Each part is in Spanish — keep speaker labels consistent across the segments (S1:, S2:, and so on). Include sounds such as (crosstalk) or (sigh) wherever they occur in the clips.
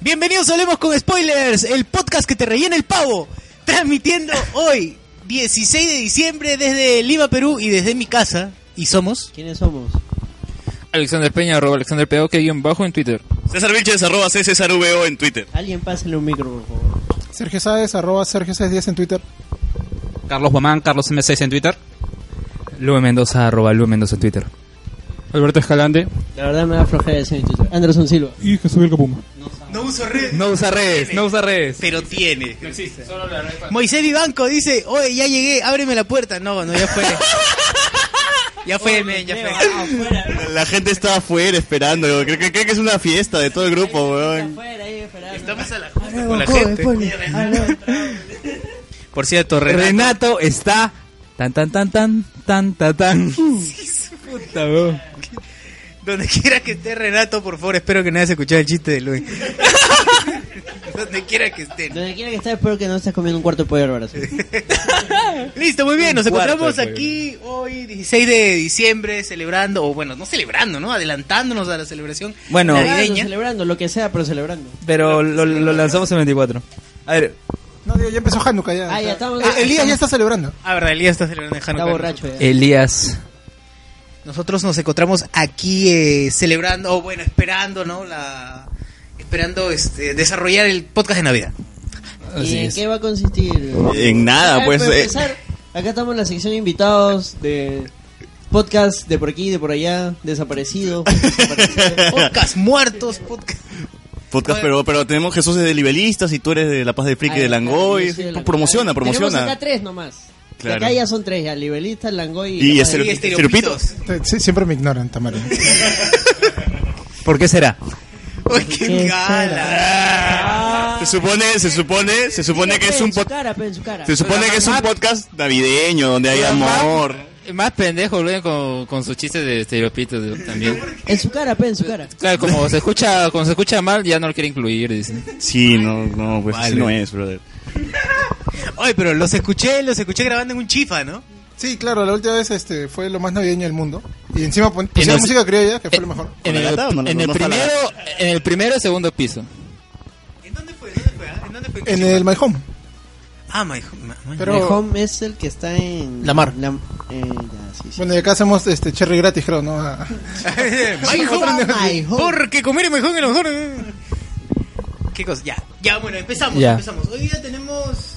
S1: Bienvenidos a Hablemos con Spoilers, el podcast que te rellena el pavo. Transmitiendo hoy, 16 de diciembre, desde Lima, Perú y desde mi casa. Y somos.
S2: ¿Quiénes somos?
S3: Alexander Peña, arroba Alexander Peña, que guión bajo en Twitter.
S4: César Vilches, arroba C César VO en Twitter.
S2: Alguien pásale un micro, por favor.
S5: Sergio Sáez, arroba Sergio Sáez 10 en Twitter.
S6: Carlos Guamán, Carlos M6 en Twitter.
S3: Lube Mendoza, arroba Lube Mendoza en Twitter.
S6: Alberto Escalante.
S2: La verdad me da flojera decir en Twitter. Anderson Silva.
S5: Y Jesús el Capuma.
S1: No uso redes.
S3: No usa redes, no usa redes.
S1: Pero tiene. Moisés Vivanco dice: Oye, ya llegué, ábreme la puerta. No, no, ya fue. ya fue, men, ya fue.
S2: ah, afuera.
S4: La gente está afuera esperando, creo que, creo que es una fiesta de todo el grupo, weón.
S2: Afuera, ahí esperando. Ah,
S1: Estamos a la junta con la gente. Por cierto, Renato.
S3: Renato está tan tan tan tan tan tan tan.
S1: (laughs) Donde quiera que esté Renato, por favor, espero que nadie haya escuchado el chiste de Luis. Donde quiera que esté.
S2: Donde quiera que estés, espero que no estés comiendo un cuarto de pollo al brazo.
S1: (laughs) Listo, muy bien, nos
S3: Un cuarto
S1: encontramos
S3: de pollo.
S1: aquí hoy 16 de diciembre celebrando, o bueno, no celebrando, ¿no? Adelantándonos a la celebración
S3: Bueno.
S2: Celebrando,
S1: navideña.
S2: celebrando, lo que sea, pero celebrando.
S3: Pero lo, lo lanzamos en 24. A ver,
S5: No, digo, ya empezó Hanukkah ya.
S2: Ah, ya estamos-
S5: Eh, Elías ya está celebrando.
S1: Ah, verdad, Elías está celebrando Eh, en
S2: Está
S1: Hanukkah.
S2: borracho ya.
S3: Elías.
S1: Nosotros nos encontramos aquí eh, celebrando, o bueno, esperando, ¿no? La esperando este, desarrollar el podcast de
S5: (laughs)
S1: Navidad.
S2: ¿Y
S3: Así
S2: en
S3: es.
S2: qué va a consistir?
S4: En nada,
S2: Ah,
S4: pues.
S2: para
S4: eh,
S2: empezar, acá estamos en la sección de invitados de podcast de por aquí, de por allá,
S4: (laughs)
S2: desaparecido. desaparecido.
S1: Podcast muertos, podcast
S4: podcast, pero, pero tenemos Jesús es de Libelistas y tú eres de La Paz del Friki
S2: Ah,
S4: de
S2: yo
S4: Langoy.
S2: soy de Langoy.
S4: Promociona,
S2: Tenemos acá
S4: promociona.
S2: tres nomás. De
S4: Claro.
S2: Acá ya son tres, ya, Libelista, Langoy
S4: Y
S2: la
S4: ese-
S2: madre.
S1: y
S4: Estereopitos.
S1: estereopitos.
S5: Eh, sí, siempre me ignoran, Tamara.
S3: (laughs) ¿Por qué será?
S1: Uy, qué
S2: Qué
S1: gala.
S4: Se supone, se supone, se supone que es un
S2: En su
S4: podcast.
S2: cara, pe, en su cara.
S4: Se supone que es un podcast navideño donde hay amor.
S3: Más pendejo, luego con, con sus chistes de estereopitos de- también.
S2: En su cara, pe, en su cara.
S3: Claro, como se escucha, como se escucha mal, ya no lo quiere incluir, dicen.
S4: Sí, no, no, pues así no es, brother.
S1: Ay, pero los escuché, los escuché grabando en un chifa, ¿no?
S5: Sí, claro, la última vez este, fue lo más navideño del mundo. Y encima pon- pusieron
S3: nos-
S5: música criolla, que fue lo mejor.
S3: En
S4: la
S3: el,
S4: gata o no?
S3: en
S4: No
S3: el
S4: está la
S3: primero, en el primero, segundo piso.
S1: ¿En dónde fue? ¿Dónde fue? ah? ¿En dónde fue?
S5: En el My Home.
S1: Ah, my, my- my-
S5: Pero-
S2: El home es el que está en.
S5: La Mar.
S2: eh, ya, sí, sí.
S5: Bueno, y acá hacemos este, cherry gratis, creo, ¿no? Ah,
S1: My home.
S2: My home.
S1: Porque comer es mejor que lo mejor. ¿eh? ¿Qué cosa? Ya, ya, Ah, bueno, empezamos,
S3: Ya.
S1: empezamos. Hoy día tenemos...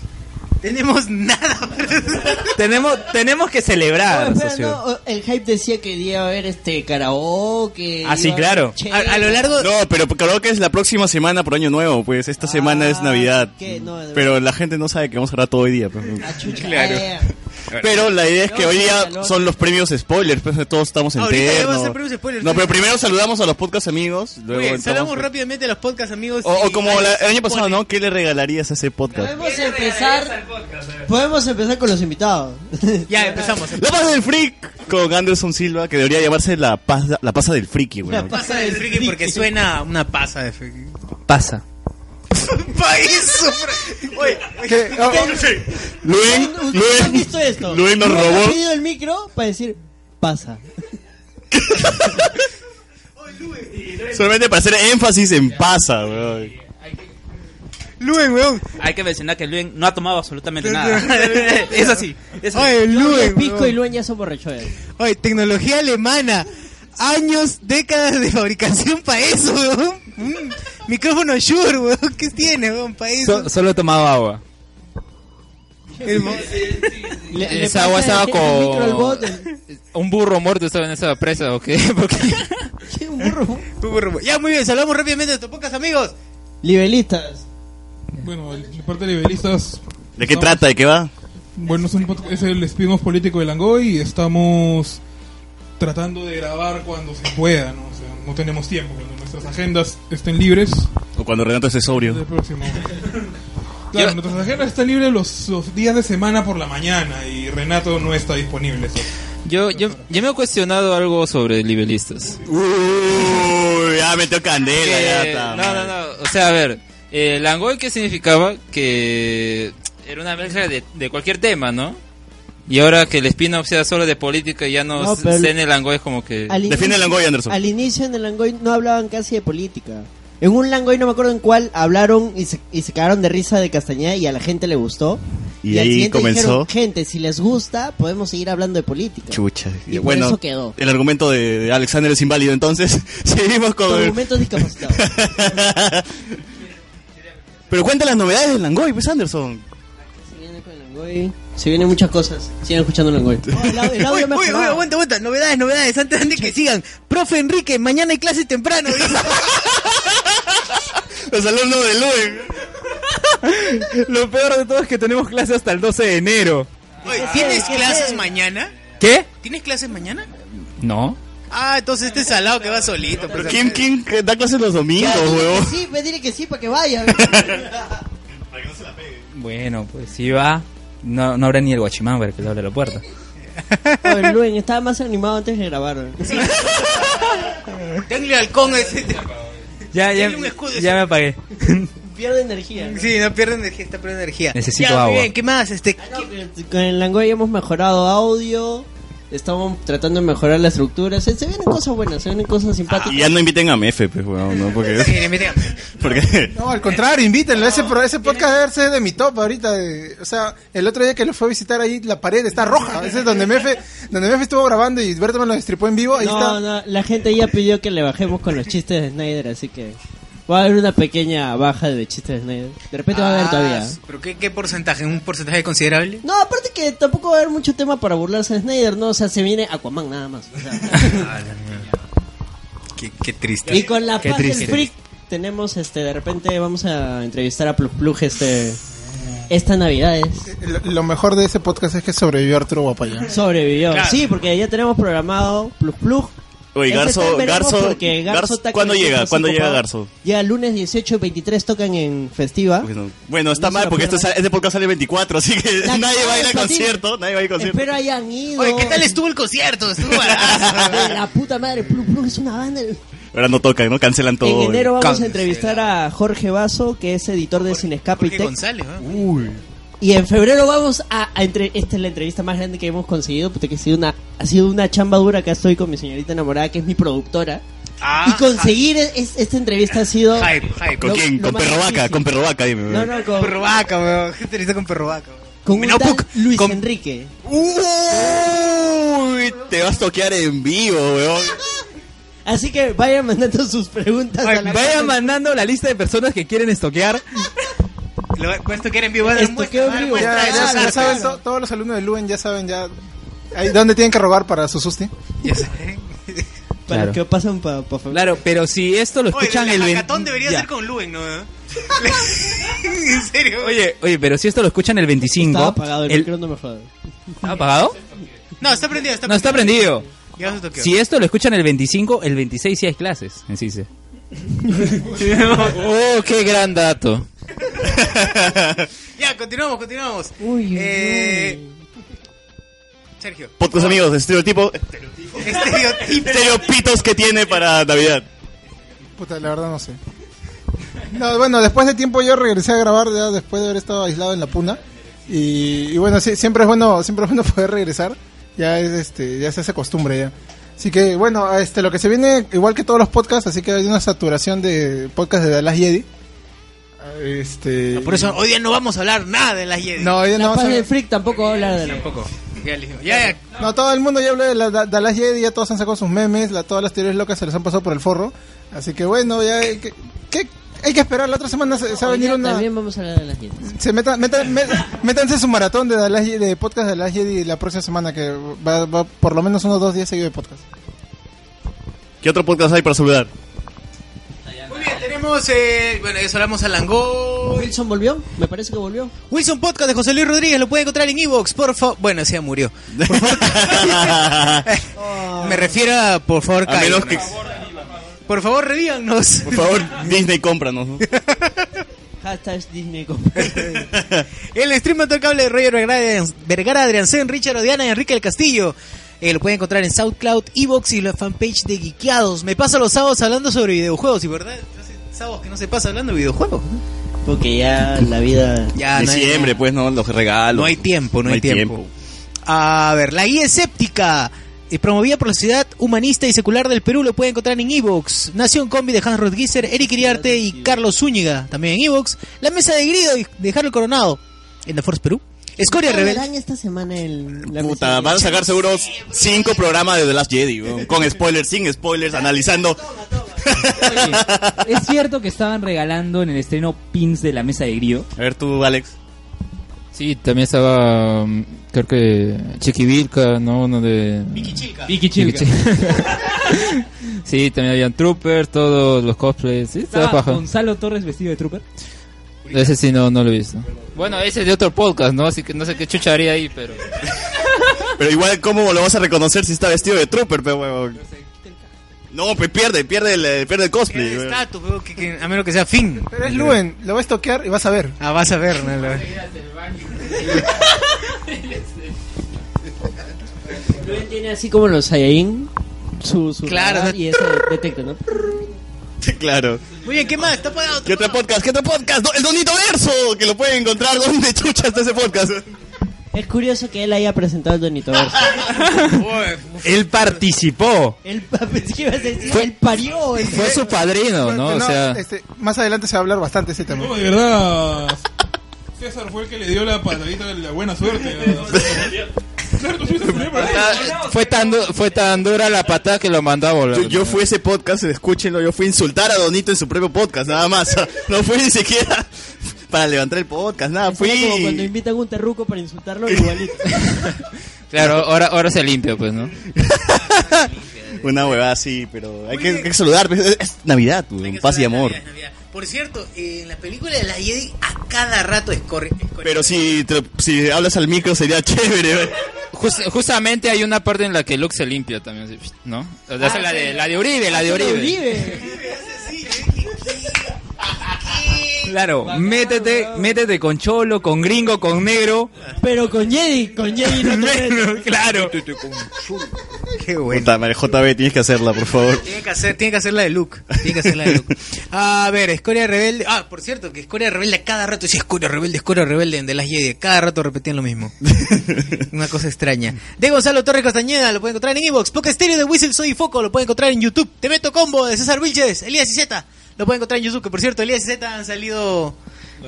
S1: Tenemos nada.
S3: tenemos, tenemos que
S4: Ah,
S2: No,
S3: celebrar,
S2: espera, no, el hype decía que iba a haber este karaoke.
S3: Ah, sí,
S2: iba a haber
S3: claro.
S2: chela.
S1: a, a lo largo...
S4: No, pero creo que es la próxima semana por Año Nuevo, pues esta
S2: Ah,
S4: semana es Navidad.
S2: ¿qué? No, de
S4: pero la gente no sabe que vamos a hablar todo hoy día. pues.
S2: Ah, chucha,
S1: Claro.
S2: ah, ya.
S4: (laughs) Pero la idea es que
S2: No,
S4: hoy día
S2: calor.
S4: son los premios spoilers, pues todos estamos en
S1: Ahorita ya va a
S4: terno.
S1: ser premios spoilers.
S4: No, pero primero saludamos a los podcast amigos. Luego
S1: Muy bien,
S4: entramos-
S1: saludamos rápidamente a los podcasts, amigos.
S4: O, o
S1: y-
S4: como la- el año pasado, ¿no? ¿Qué le regalarías a ese podcast?
S2: Podemos empezar. Podemos empezar con los invitados.
S1: Ya, empezamos.
S4: La paz del freak con Anderson Silva, que debería llamarse la paz, la pasa del friki, güey.
S1: Pasa del friki porque suena a una pasa de friki.
S3: Pasa.
S1: País. sufre- Oye,
S5: que- oh,
S2: ¿Ustedes
S4: Luen,
S2: han
S4: Luen,
S2: visto esto?
S4: Luen nos
S2: Luen ha
S4: robó.
S2: pedido el micro para decir, pasa.
S4: (laughs) Solamente para hacer énfasis en pasa, güey.
S1: Luen, weón.
S6: Hay que mencionar que Luen no ha tomado absolutamente nada. (laughs) es así. Es así.
S1: Oye, Luen.
S2: Pisco
S1: weón.
S2: y Luen ya son borrachos. eh.
S1: Oye, tecnología alemana. Años, décadas de fabricación para eso, weón. Mm, Micrófono Shure, weón. ¿Qué tiene, weón? Para eso.
S3: So- solo he tomado agua.
S1: Hermo-
S2: Le- le
S3: Esa agua
S2: pasa
S3: estaba
S2: el- el micro al bot, el-
S3: con. Un burro muerto estaba en esa presa, ¿o qué? (laughs)
S2: (laughs)
S3: Porque...
S2: Sí, un burro.
S1: Ya, muy bien. Saludamos rápidamente a nuestros pocas amigos.
S2: Libelistas.
S7: Bueno, de parte de Liberalistas,
S4: ¿De qué trata? ¿De qué va?
S7: bueno, es, un pod- es el spin-off político de Langoy y estamos tratando de grabar cuando se pueda, ¿no? O sea, no tenemos tiempo, cuando nuestras agendas estén libres.
S4: O cuando Renato esté
S7: El
S4: sobrio.
S7: próximo. Claro, nuestras agendas están libres los, los días de semana por la mañana y Renato no está disponible. so-
S3: Yo, yo, yo me he cuestionado algo sobre libelistas.
S4: Uy, ya metió candela, ya
S3: Que-
S4: está.
S3: no, no, no. O sea, a ver. Eh, Langoy, ¿qué significaba? Que era una mezcla de, de cualquier tema, ¿no? Y ahora que el spin-off sea solo de política y ya no,
S2: No,
S3: se-
S2: pero-
S3: se en el Langoy es como que...
S2: Al
S4: Eh, Defiende
S2: inicio-
S4: el Langoy, Anderson.
S2: Al inicio en el Langoy no hablaban casi de política. En un Langoy, no me acuerdo en cuál, hablaron y se, y se cagaron de risa de Castañeda y a la gente le gustó. al
S4: Y ahí
S2: siguiente
S4: comenzó.
S2: dijeron, gente, si les gusta, podemos seguir hablando de política.
S4: Chucha.
S2: Y por
S4: bueno,
S2: eso quedó.
S4: el argumento de, de Alexander es inválido, entonces (laughs) seguimos
S2: Tu
S4: con... el-
S2: argumento es discapacitado.
S4: (laughs) Pero cuenta las novedades del Langoy, pues Anderson.
S2: Se viene con Langoy, se vienen muchas cosas. Sigan escuchando
S4: (laughs)
S2: Langoy. Oh, el, au- el
S1: Uy,
S2: audio me ha
S1: uy, uy,
S2: mejorado.
S1: aguanta, aguanta. Novedades, novedades. Antes, antes que sigan. Profe Enrique, mañana hay clase temprano.
S2: (laughs)
S4: Los alumnos de
S3: (laughs)
S4: Luen.
S6: Lo peor de todo es que tenemos clase hasta el 12 de enero.
S1: Oye, ¿Tienes
S2: ¿Qué
S1: clases
S2: fue?
S1: mañana?
S6: ¿Qué?
S1: ¿Tienes clases mañana?
S6: No.
S1: Ah, entonces
S4: (laughs)
S1: este salado que va solito.
S4: ¿Pero
S1: pues,
S4: quién, quién da clases los domingos,
S2: Ya, dile que
S4: huevón?
S2: Sí, me dile que sí para que
S1: (laughs)
S2: vaya.
S6: Bueno, pues si va, no, no habrá ni el guachimán para que le abre la puerta.
S2: Oye, Luen, estaba más animado antes de grabar. ¿eh? ¿no?
S1: Tenle halcón a ese.
S6: Ya, ya,
S1: Hay un escudo de
S6: ya
S1: ese-
S6: me apagué.
S2: Pierde energía. ¿no?
S1: Sí, no pierde energía, está perdiendo energía.
S6: Necesito
S1: Ya, muy
S6: agua.
S1: bien, ¿qué más? Este,
S2: Ah, no, que Con el Langoy hemos mejorado audio. Estamos tratando de mejorar la estructura. Se, se vienen cosas buenas, se vienen cosas simpáticas.
S4: Y Ah, ya no inviten a Mefe, pues, huevón, ¿no?
S1: Sí,
S4: Porque...
S1: le metí a-
S4: (laughs) porque...
S5: No, al contrario, invítenlo. Ese, pro- ese podcast debe ser de mi top ahorita. de- o sea, el otro día que lo fue a visitar ahí, la pared está roja. Ese es donde Mefe, donde Mefe estuvo grabando y Berto me lo destripó en vivo. Ahí
S2: No,
S5: está.
S2: no, la gente ya pidió que le bajemos con los chistes de Snyder, así que va a haber una pequeña baja de chistes de Snyder. De repente va a haber
S1: Ah,
S2: todavía.
S1: ¿Pero qué, qué porcentaje? ¿Un porcentaje
S2: (laughs)
S1: considerable?
S2: No, aparte que tampoco va a haber mucho tema para burlarse de Snyder, ¿no? O sea, se viene Aquaman nada más. o sea.
S1: Qué, qué triste.
S2: y con la
S6: Qué
S2: paz del
S6: triste.
S2: freak tenemos, este, de repente vamos a entrevistar a Plug Plug este, esta Navidades.
S5: Lo, lo mejor de ese podcast es que sobrevivió Arturo Guapaya.
S2: Sobrevivió.
S1: Claro.
S2: Sí, porque ya tenemos programado Plug Plug.
S4: Oye,
S2: Ese está
S4: Garzo,
S2: en veremos
S4: Garzo,
S2: porque
S4: Garzo,
S2: está
S4: ¿cuándo
S2: con el
S4: llega?
S2: Garzo
S4: ¿Cuándo llega
S2: ocupado.
S4: Garzo?
S2: Ya lunes 18 y 23 tocan en Festiva.
S4: Bueno, bueno, está
S2: No se
S4: mal
S2: la
S4: porque esto
S2: pierdan.
S4: sale- este podcast sale el 24, así que
S2: La-
S4: (laughs) nadie va a ir al
S2: Espero-
S4: concierto, nadie va a ir al concierto.
S2: Espero hayan ido.
S1: Oye, ¿qué tal estuvo el
S2: (laughs)
S1: concierto? Estuvo barato.
S2: De la puta madre, Plug Plug es una banda.
S4: Ahora no tocan, ¿no? Cancelan todo.
S2: en enero vamos a
S1: Cáncer.
S2: entrevistar a Jorge Vaso, que es editor de Cinescape y
S1: Jorge
S2: Tech.
S1: González, ¿no?
S2: Y en febrero vamos a, a entre- esta es la entrevista más grande que hemos conseguido, porque ha sido una ha sido una chamba dura que estoy con mi señorita enamorada, que es mi productora.
S1: Ah,
S2: y conseguir es- esta entrevista ha sido
S1: Hype, hype.
S4: ¿Con
S2: Lo-
S4: quién?
S2: lo
S4: con
S2: más
S4: Perro Vaca,
S2: difícil.
S4: con Perro Vaca, dime.
S2: no no con,
S1: Perro vaca, weón. Gente lista con perro vaca, weón.
S2: con un
S1: No,
S2: tal
S1: Puc,
S2: Luis
S1: con-
S2: Enrique.
S4: ¡Uh! Uy, te vas a toquear en vivo, weón.
S2: Así que vayan mandando sus preguntas a la
S6: Vaya mandando la lista de personas que quieren estoquear.
S1: Lo- Pues esto que era en vivo, va a dar
S2: Esto que
S1: muestra,
S2: era
S1: va a dar
S2: en vivo.
S1: muestra
S5: Ya,
S1: de
S5: ya-
S1: sus
S5: ya
S1: artes.
S5: saben, to- todos los alumnos de Luen ya saben ya ahí, dónde tienen que robar para su susti.
S1: Ya saben.
S2: para
S6: Claro.
S2: que pasan para pa, pa-
S6: Claro, pero si esto lo
S1: Oye,
S6: escuchan
S1: el
S6: el ve-
S1: hackathon debería
S6: ya.
S1: ser con Luen, ¿no? (laughs) en serio.
S6: Oye, oye, pero si esto lo escuchan el 25.
S2: Estaba apagado el,
S6: el-
S2: micro, no me jodas.
S6: ¿Está apagado?
S1: No, está prendido, está
S6: No está prendido.
S1: Ya se toqueó.
S6: Si esto lo escuchan el 25, el 26 sí hay clases en CICE.
S3: Oh, qué gran dato.
S1: Ya, continuamos, continuamos.
S2: Uy, uy,
S1: Eh,
S4: (laughs)
S1: Sergio, este
S4: Podcast amigos, estereotipo,
S2: (laughs)
S1: estereotipo.
S4: estereopitos que tiene para Navidad.
S5: Puta, la verdad no sé. No, bueno, después de tiempo yo regresé a grabar ya después de haber estado aislado en la puna. Y, y bueno, sí, siempre es bueno, siempre es bueno (laughs) poder regresar. Ya es este, ya se hace costumbre ya. Así que bueno, este lo que se viene igual que todos los podcasts, así que hay una saturación de podcasts de Dallas Jedi. Este
S1: Por eso hoy día no vamos a hablar nada de las Jedi.
S5: no,
S2: La
S5: ya no,
S2: paz
S5: vamos a-
S2: del freak tampoco va a hablar de la
S1: tampoco. Ya, le dijimos. ya, ya.
S5: no, todo el mundo ya habló de la da- Dallas Jedi, ya todos han sacado sus memes, la- todas las teorías locas se les han pasado por el forro. Así que bueno, ya hay que, que- hay que esperar, la otra semana se, se va a venir
S2: Oye,
S5: una...
S2: También vamos a hablar de las dietas.
S5: Se metan, metan, met- métanse su maratón de, The Last Jedi- de podcast de The Last Jedi la próxima semana, que va, va por lo menos unos dos días seguidos de podcast.
S4: ¿Qué otro podcast hay para saludar?
S1: Muy bien, tenemos. eh, bueno, ya hablamos a Langó.
S2: Wilson volvió, me parece que volvió.
S1: Wilson Podcast de José Luis Rodríguez lo puede encontrar en Evox, por favor. Bueno, se murió. Por favor. (laughs) Me refiero a, por favor,
S4: A menos
S1: cállanos.
S4: que,
S1: Por favor, revíanos.
S4: por favor, Disney, cómpranos. ¿no?
S2: Hashtag Disney Com.
S1: (laughs) El stream mató el cable de Roger Vergara, Vergara Adriansen, Richard Odiana y Enrique del Castillo. Eh, lo pueden encontrar en SoundCloud, Evox y la fanpage de Geekeados. Me paso los sábados hablando sobre videojuegos y verdad, hace sábados Oh, que no se pasa hablando de videojuegos.
S2: Porque ya la vida.
S1: Ya, no hay-
S4: Diciembre, pues, ¿no? Los regalos.
S1: No hay tiempo, no hay tiempo. A ver, la guía escéptica. eh, promovida por la Sociedad Humanista y Secular del Perú, lo pueden encontrar en Evox. Nación Combi de Hans Rodgiser, Eric Iriarte y Carlos Zúñiga, también en Evox. La Mesa de Grido y de Harold Coronado, en The Force Perú. Escoria
S2: Carlos
S1: Rebelde.
S2: Araña esta semana el... la
S4: Puta,
S2: mesa-
S4: van a sacar seguro cinco programas de The Last Jedi, weón, con spoilers, sin spoilers, analizando.
S8: Oye, es cierto que estaban regalando en el estreno pins de la mesa de grillo.
S4: A ver tú, Alex.
S3: Sí, (laughs) también estaba, mm, creo que Chiquivilca, ¿no? Uno de...
S8: Vicky Chilka.
S3: (laughs) sí, también habían Trooper, todos los cosplays. Sí, estaba
S8: Estaba
S3: paja.
S8: Gonzalo Torres vestido de trooper.
S3: Ese sí no, no lo he visto. Bueno, ese es de otro podcast, ¿no? Así que no sé qué chucha haría ahí, pero...
S4: (laughs) Pero igual, ¿cómo lo vas a reconocer si está vestido de trooper, pe, weón? No, pues pierde, pierde el, pierde el cosplay, weón.
S1: Estatus, weón, que- que- a menos que sea fin.
S5: Pero es Pues, Luen, lo vas a toquear y vas a ver.
S1: Ah, vas a ver, no,
S2: (laughs)
S1: la-
S2: Él tiene así como los Saiyajin. Su, su
S1: Claro,
S2: radar
S1: no-
S2: Y eso detecta, ¿no?
S4: (laughs) Claro.
S1: Muy bien, ¿qué más? Está pagado.
S4: ¿Qué otro podcast? ¿Qué otro podcast? No, El Donito Verso, que lo pueden encontrar donde chucha está ese podcast.
S2: Es curioso que él haya presentado el Donito Verso.
S9: Él participó.
S2: él, pensé que ibas a decir, él parió. él-
S3: Fue su padrino, ¿no? O
S5: No,
S3: sea...
S5: este, más adelante se va a hablar bastante ese tema.
S7: No, de verdad. César fue el que le dio la patadita de la buena suerte.
S4: (laughs)
S7: Claro, tú fuiste el primero.
S3: Fue tan, du- fue tan dura la patada que lo mandó a volar.
S4: Yo, yo fui a ese podcast, escúchenlo, yo fui a insultar a Donito en su propio podcast, nada más. (laughs) No fui ni siquiera para levantar el podcast, nada,
S2: Es como cuando
S4: fui...
S2: invitan a un terruco para
S4: (laughs)
S2: insultarlo igualito.
S3: Claro, ahora, ahora se limpia, pues, ¿no?
S4: (laughs) Una huevada así, pero hay que, hay que saludar, pues, es, es Navidad, weón,
S1: Hay que
S4: paz y
S1: saber,
S4: amor.
S1: Navidad, Navidad. Por cierto, eh, en la película de la Jedi a cada rato escorre. escorre-
S4: Pero si, te- si hablas al micro sería (laughs) chévere, weón.
S3: Jus- justamente hay una parte en la que Luke se limpia también, así, psh, ¿no? O sea, la, de, la de Uribe, Ah, la de Uribe.
S9: Claro, métete, métete con cholo, con gringo, con negro.
S2: Pero con Jedi, con Jedi
S9: (laughs)
S2: no te metes.
S9: claro.
S1: Qué
S4: Puta madre, JB, tienes que hacerla, por favor.
S1: Tiene que, hacer, tiene que hacer la de Luke. Tiene que hacer la de Luke. (laughs) A ver, Escoria Rebelde. Ah, por cierto, que Escoria Rebelde a cada rato decía Escoria Rebelde, Escoria Rebelde en The Last Jedi. a Cada rato repetían lo (laughs) mismo. Una cosa extraña. De Gonzalo Torres Castañeda lo pueden encontrar en Evox. Poca Stereo de Whistle Soy y Foco lo pueden encontrar en YouTube. Te meto combo de César Vilches, Elías y Z. Lo pueden encontrar en YouTube. Que por cierto, Elías y Z han salido.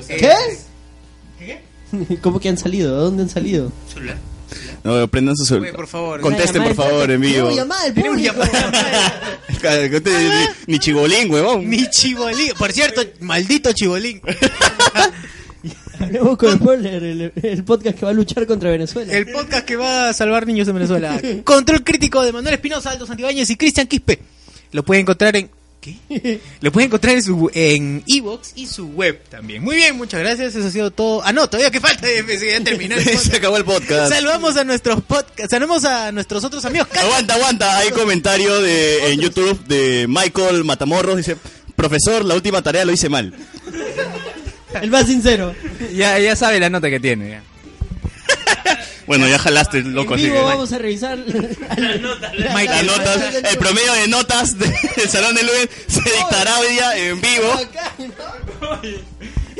S1: eh,
S2: (laughs) ¿Cómo que han salido? ¿A dónde han salido?
S4: No, prendan su
S1: Güey,
S4: celular.
S1: por favor.
S4: Contesten,
S2: Una
S4: por
S2: llamada
S4: favor, en vivo.
S2: No, llamada al
S1: Tenemos
S2: público.
S1: llamada.
S4: Ni- Ni chibolín, huevón.
S1: Mi chibolín.
S4: (laughs)
S1: Por cierto, maldito chibolín.
S2: Hablemos con el pueblo, el, el podcast que va a luchar contra Venezuela.
S1: El podcast que va a salvar niños
S2: (laughs)
S1: en Venezuela. Control crítico de Manuel Espinosa, Aldo Santibáñez y Cristian Quispe. Lo pueden encontrar en. ¿Qué? Lo pueden encontrar en su en Evox y su web también. Muy bien, muchas gracias. Eso ha sido todo. Ah, no, todavía que falta. (laughs) eh, se- Ya terminó el podcast.
S4: Se acabó el podcast.
S1: Salvamos a nuestros podcasts. Salvamos a nuestros otros amigos.
S4: (laughs) Aguanta, aguanta. Hay comentario de, en YouTube de Michael Matamorros. Dice, profesor, la última tarea lo hice mal.
S2: El más sincero.
S9: Ya, ya sabe la nota que tiene. ya.
S4: Bueno, ya jalaste, loco.
S2: en
S4: Así
S2: vivo
S4: que-
S2: vamos a revisar la nota.
S4: Las notas, el promedio de notas de- (laughs) del Salón de Luen se dictará hoy día en vivo.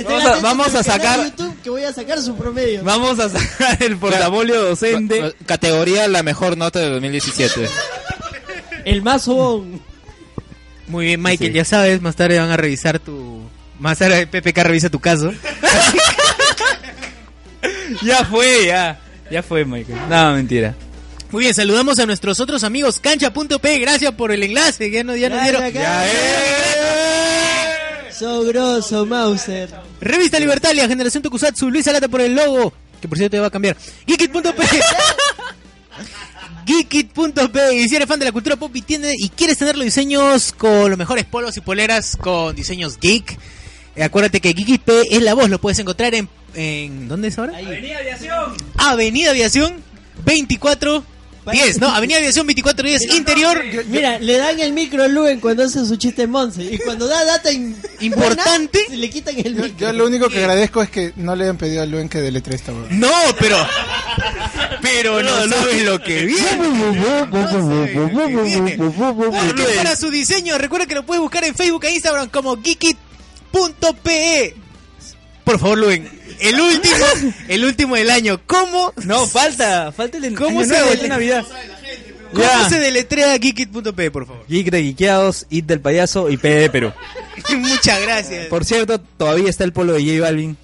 S9: Vamos a- vamos a sacar-
S2: YouTube que voy a sacar su promedio.
S9: Vamos a sacar el portafolio docente.
S3: Categoría la mejor nota de 2017.
S2: El más sobón.
S1: Muy bien, Michael, ya sabes. Más tarde van a revisar tu. Más tarde PPK revisa tu caso.
S9: Ya fue, ya. Ya fue, Michael. No, mentira.
S1: Muy bien, saludamos a nuestros otros amigos cancha.p. Gracias por el enlace. Ya no, ya nos dieron.
S2: So grosso, Mauser.
S1: Revista Libertalia, Generación Tokusatsu, Luis Alata por el logo, que por cierto ya va a cambiar. (laughs) Geekit.p Geekit.p Y si eres fan de la cultura pop y, tiene, y quieres tener los diseños con los mejores polos y poleras con diseños geek, eh, acuérdate que Geekit P es la voz, lo puedes encontrar en... en ¿Dónde es ahora?
S2: Ahí.
S1: Avenida Aviación 24... 10, no, Avenida Aviación 2410, interior,
S2: Mira, le dan el micro a Luen cuando hace su chiste en Monse. Y cuando da data in-
S1: Importante.
S2: buena, se le quitan el
S5: Yo,
S2: micro.
S5: yo lo único que agradezco es que no le hayan pedido a Luen que deletre esta weón.
S1: No, pero.
S9: Pero no sabes lo que
S1: Porque para su diseño, recuerda que lo puedes buscar en Facebook e Instagram como geekit.pe. Por favor, Luen. El último, el último del año. ¿Cómo?
S9: No, falta. Falta el
S1: ¿Cómo
S9: año
S1: se
S9: nuevo,
S1: dele-
S9: el de Navidad.
S1: ¿Cómo
S9: Ya.
S1: se deletrea geekit.p, por favor?
S9: Geek de Geekeados, It del Payaso y P de (laughs) Perú.
S1: Muchas gracias.
S9: Por cierto, todavía está el polo de J Balvin.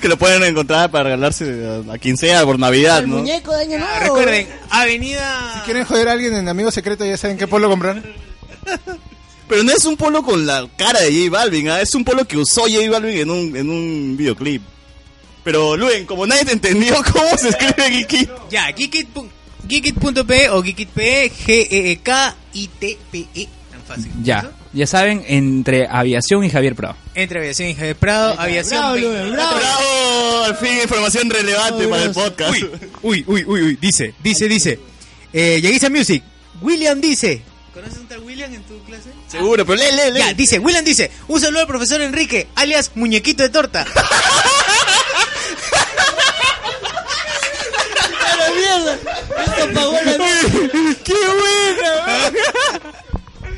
S4: Que lo pueden encontrar para regalarse a quien sea por Navidad,
S2: El
S4: ¿no?
S2: muñeco de año nuevo.
S1: Ah, Recuerden, Avenida.
S5: ¿Quieren joder a alguien en Amigo Secreto? Ya saben qué pueblo comprar.
S1: (laughs)
S4: Pero no es un polo con la cara de J Balvin, ¿ah? es un polo que usó J Balvin en un, en un videoclip. Pero, Luen, como nadie te entendió (laughs) cómo se escribe Geekit,
S1: Ya, geekit pu- geekit.p o geekit.pe, E G-E-E-K-I-T-P-E. E. Tan fácil. ¿Eso?
S9: Ya, ya saben, entre Aviación y Javier Prado.
S1: Entre aviación y Javier Prado, aviación.
S2: bravo,
S1: veinte-
S2: bravo.
S4: ¡Bravo! Al fin, información relevante para el podcast.
S1: Uy, uy, uy, uy, dice, dice, dice. Eh, Yagisa Music, William dice. ¿Conoces un tal William en tu clase?
S4: Seguro, pero lee, lee, lee.
S1: Ya, dice, William dice, un saludo al profesor Enrique, alias Muñequito
S4: (laughs)
S1: de Torta.
S2: ¡A la mierda! Esto pagó la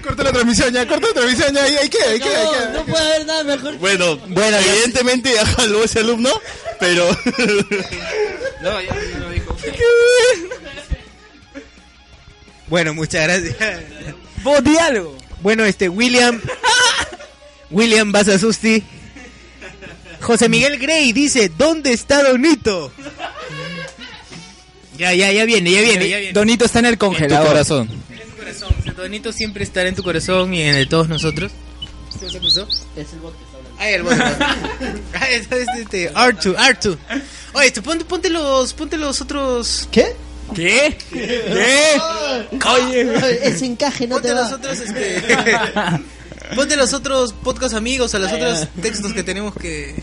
S5: Corta la transmisión ya, corta la transmisión ya. Ahí, ahí queda, ahí queda, ahí
S2: No,
S5: queda.
S2: no puede haber nada mejor.
S4: Bueno, evidentemente (laughs) ajá, lo ese alumno, pero... (laughs)
S3: No, ya ya lo dijo.
S1: Bueno, muchas gracias.
S9: ¡Vos diálogo!
S1: Bueno, este, William. William Basasusti. José Miguel Grey dice, ¿dónde está Donito? Ya, ya, ya viene, ya viene, ya viene.
S9: Donito está en el
S3: En tu
S9: congelador.
S3: corazón.
S1: En tu corazón. O sea, Donito siempre estará en tu corazón y en el de todos (laughs) nosotros. ¿Qué se puso?
S2: Es el bot que está hablando.
S1: Ay, el bueno. Ay, este, este, este, Artu, Artu. Oye, este, ponte, ponte los, ponte los otros.
S2: ¿Qué?
S9: ¿Qué? ¿Qué?
S2: Ese encaje no
S1: Ponte
S2: te
S1: los
S2: va.
S1: otros, este. (laughs) ponte los otros podcast amigos, a los otros textos que tenemos que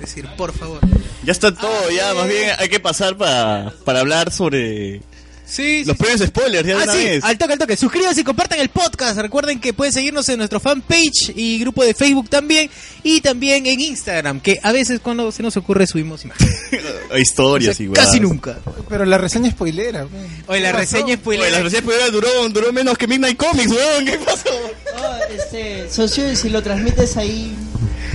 S1: decir, por favor.
S4: Ya está
S1: Ah,
S4: todo, ya,
S1: eh.
S4: más bien hay que pasar pa- para hablar sobre
S1: Sí, sí.
S4: los premios spoilers ya de
S1: Ah,
S4: una
S1: sí,
S4: vez.
S1: al toque, al toque. Suscríbanse y compartan el podcast. Recuerden que pueden seguirnos en nuestro fanpage y grupo de Facebook también. Y también en Instagram, que a veces cuando se nos ocurre subimos imágenes.
S4: (laughs) Historias igual.
S1: Casi nunca.
S5: Pero la reseña es spoilera. pe.
S1: Oye, la
S5: ¿Qué pasó?
S1: reseña es
S4: Oye, Pues, las recién spoilers duró, duró menos que Midnight Comics, weón, ¿qué pasó?
S2: Ah, este, socio, y si lo transmites ahí.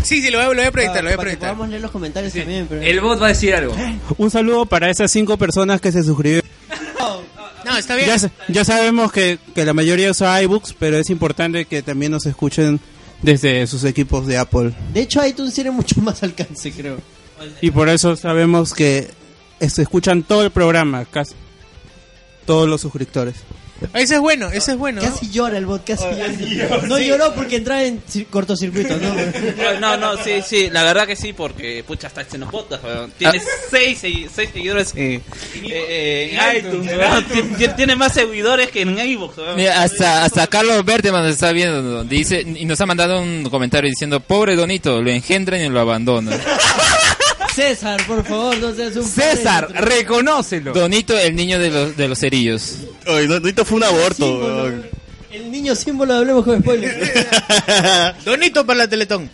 S1: Sí, sí, lo voy, a- lo voy a
S2: Para,
S1: proyectar, lo voy
S2: para
S1: a
S2: que
S1: proyectar.
S2: podamos leer los comentarios también. Pero...
S9: El bot va a decir algo.
S10: Un saludo para esas cinco personas que se suscribieron.
S1: No, está bien.
S10: Ya, sa- ya sabemos que, que la mayoría usa iBooks, pero es importante que también nos escuchen desde sus equipos de Apple.
S2: De hecho, iTunes tiene mucho más alcance, creo.
S10: Y por eso sabemos que se escuchan todo el programa, casi todos los suscriptores.
S1: Eso es bueno, eso es bueno.
S2: Casi llora el bot, casi llora. No lloró porque entraba en cir- cortocircuito, ¿no?
S6: Oh, (laughs) No, no, sí, sí, la verdad que sí, porque pucha, hasta en los podcasts, weón. Tiene
S1: Ah.
S6: seis, segui- seis seguidores eh, eh, en iTunes, weón. Tien- tien- Tiene más seguidores que en iVoox,
S3: (laughs)
S6: weón.
S3: Mira, hasta, hasta Carlos Berteman nos está viendo ¿no? dice, y nos ha mandado un comentario diciendo, pobre Donito, lo engendran y lo (laughs) abandonan.
S2: César, por favor, no seas un.
S9: César,
S2: padre.
S9: reconócelo.
S3: Donito, el niño de los, de los cerillos.
S4: Oye, no, Nito fue un aborto,
S2: Símbolo.
S4: weón.
S2: El niño símbolo de Hablemos con Spoilers.
S1: (laughs) Donito para la Teletón.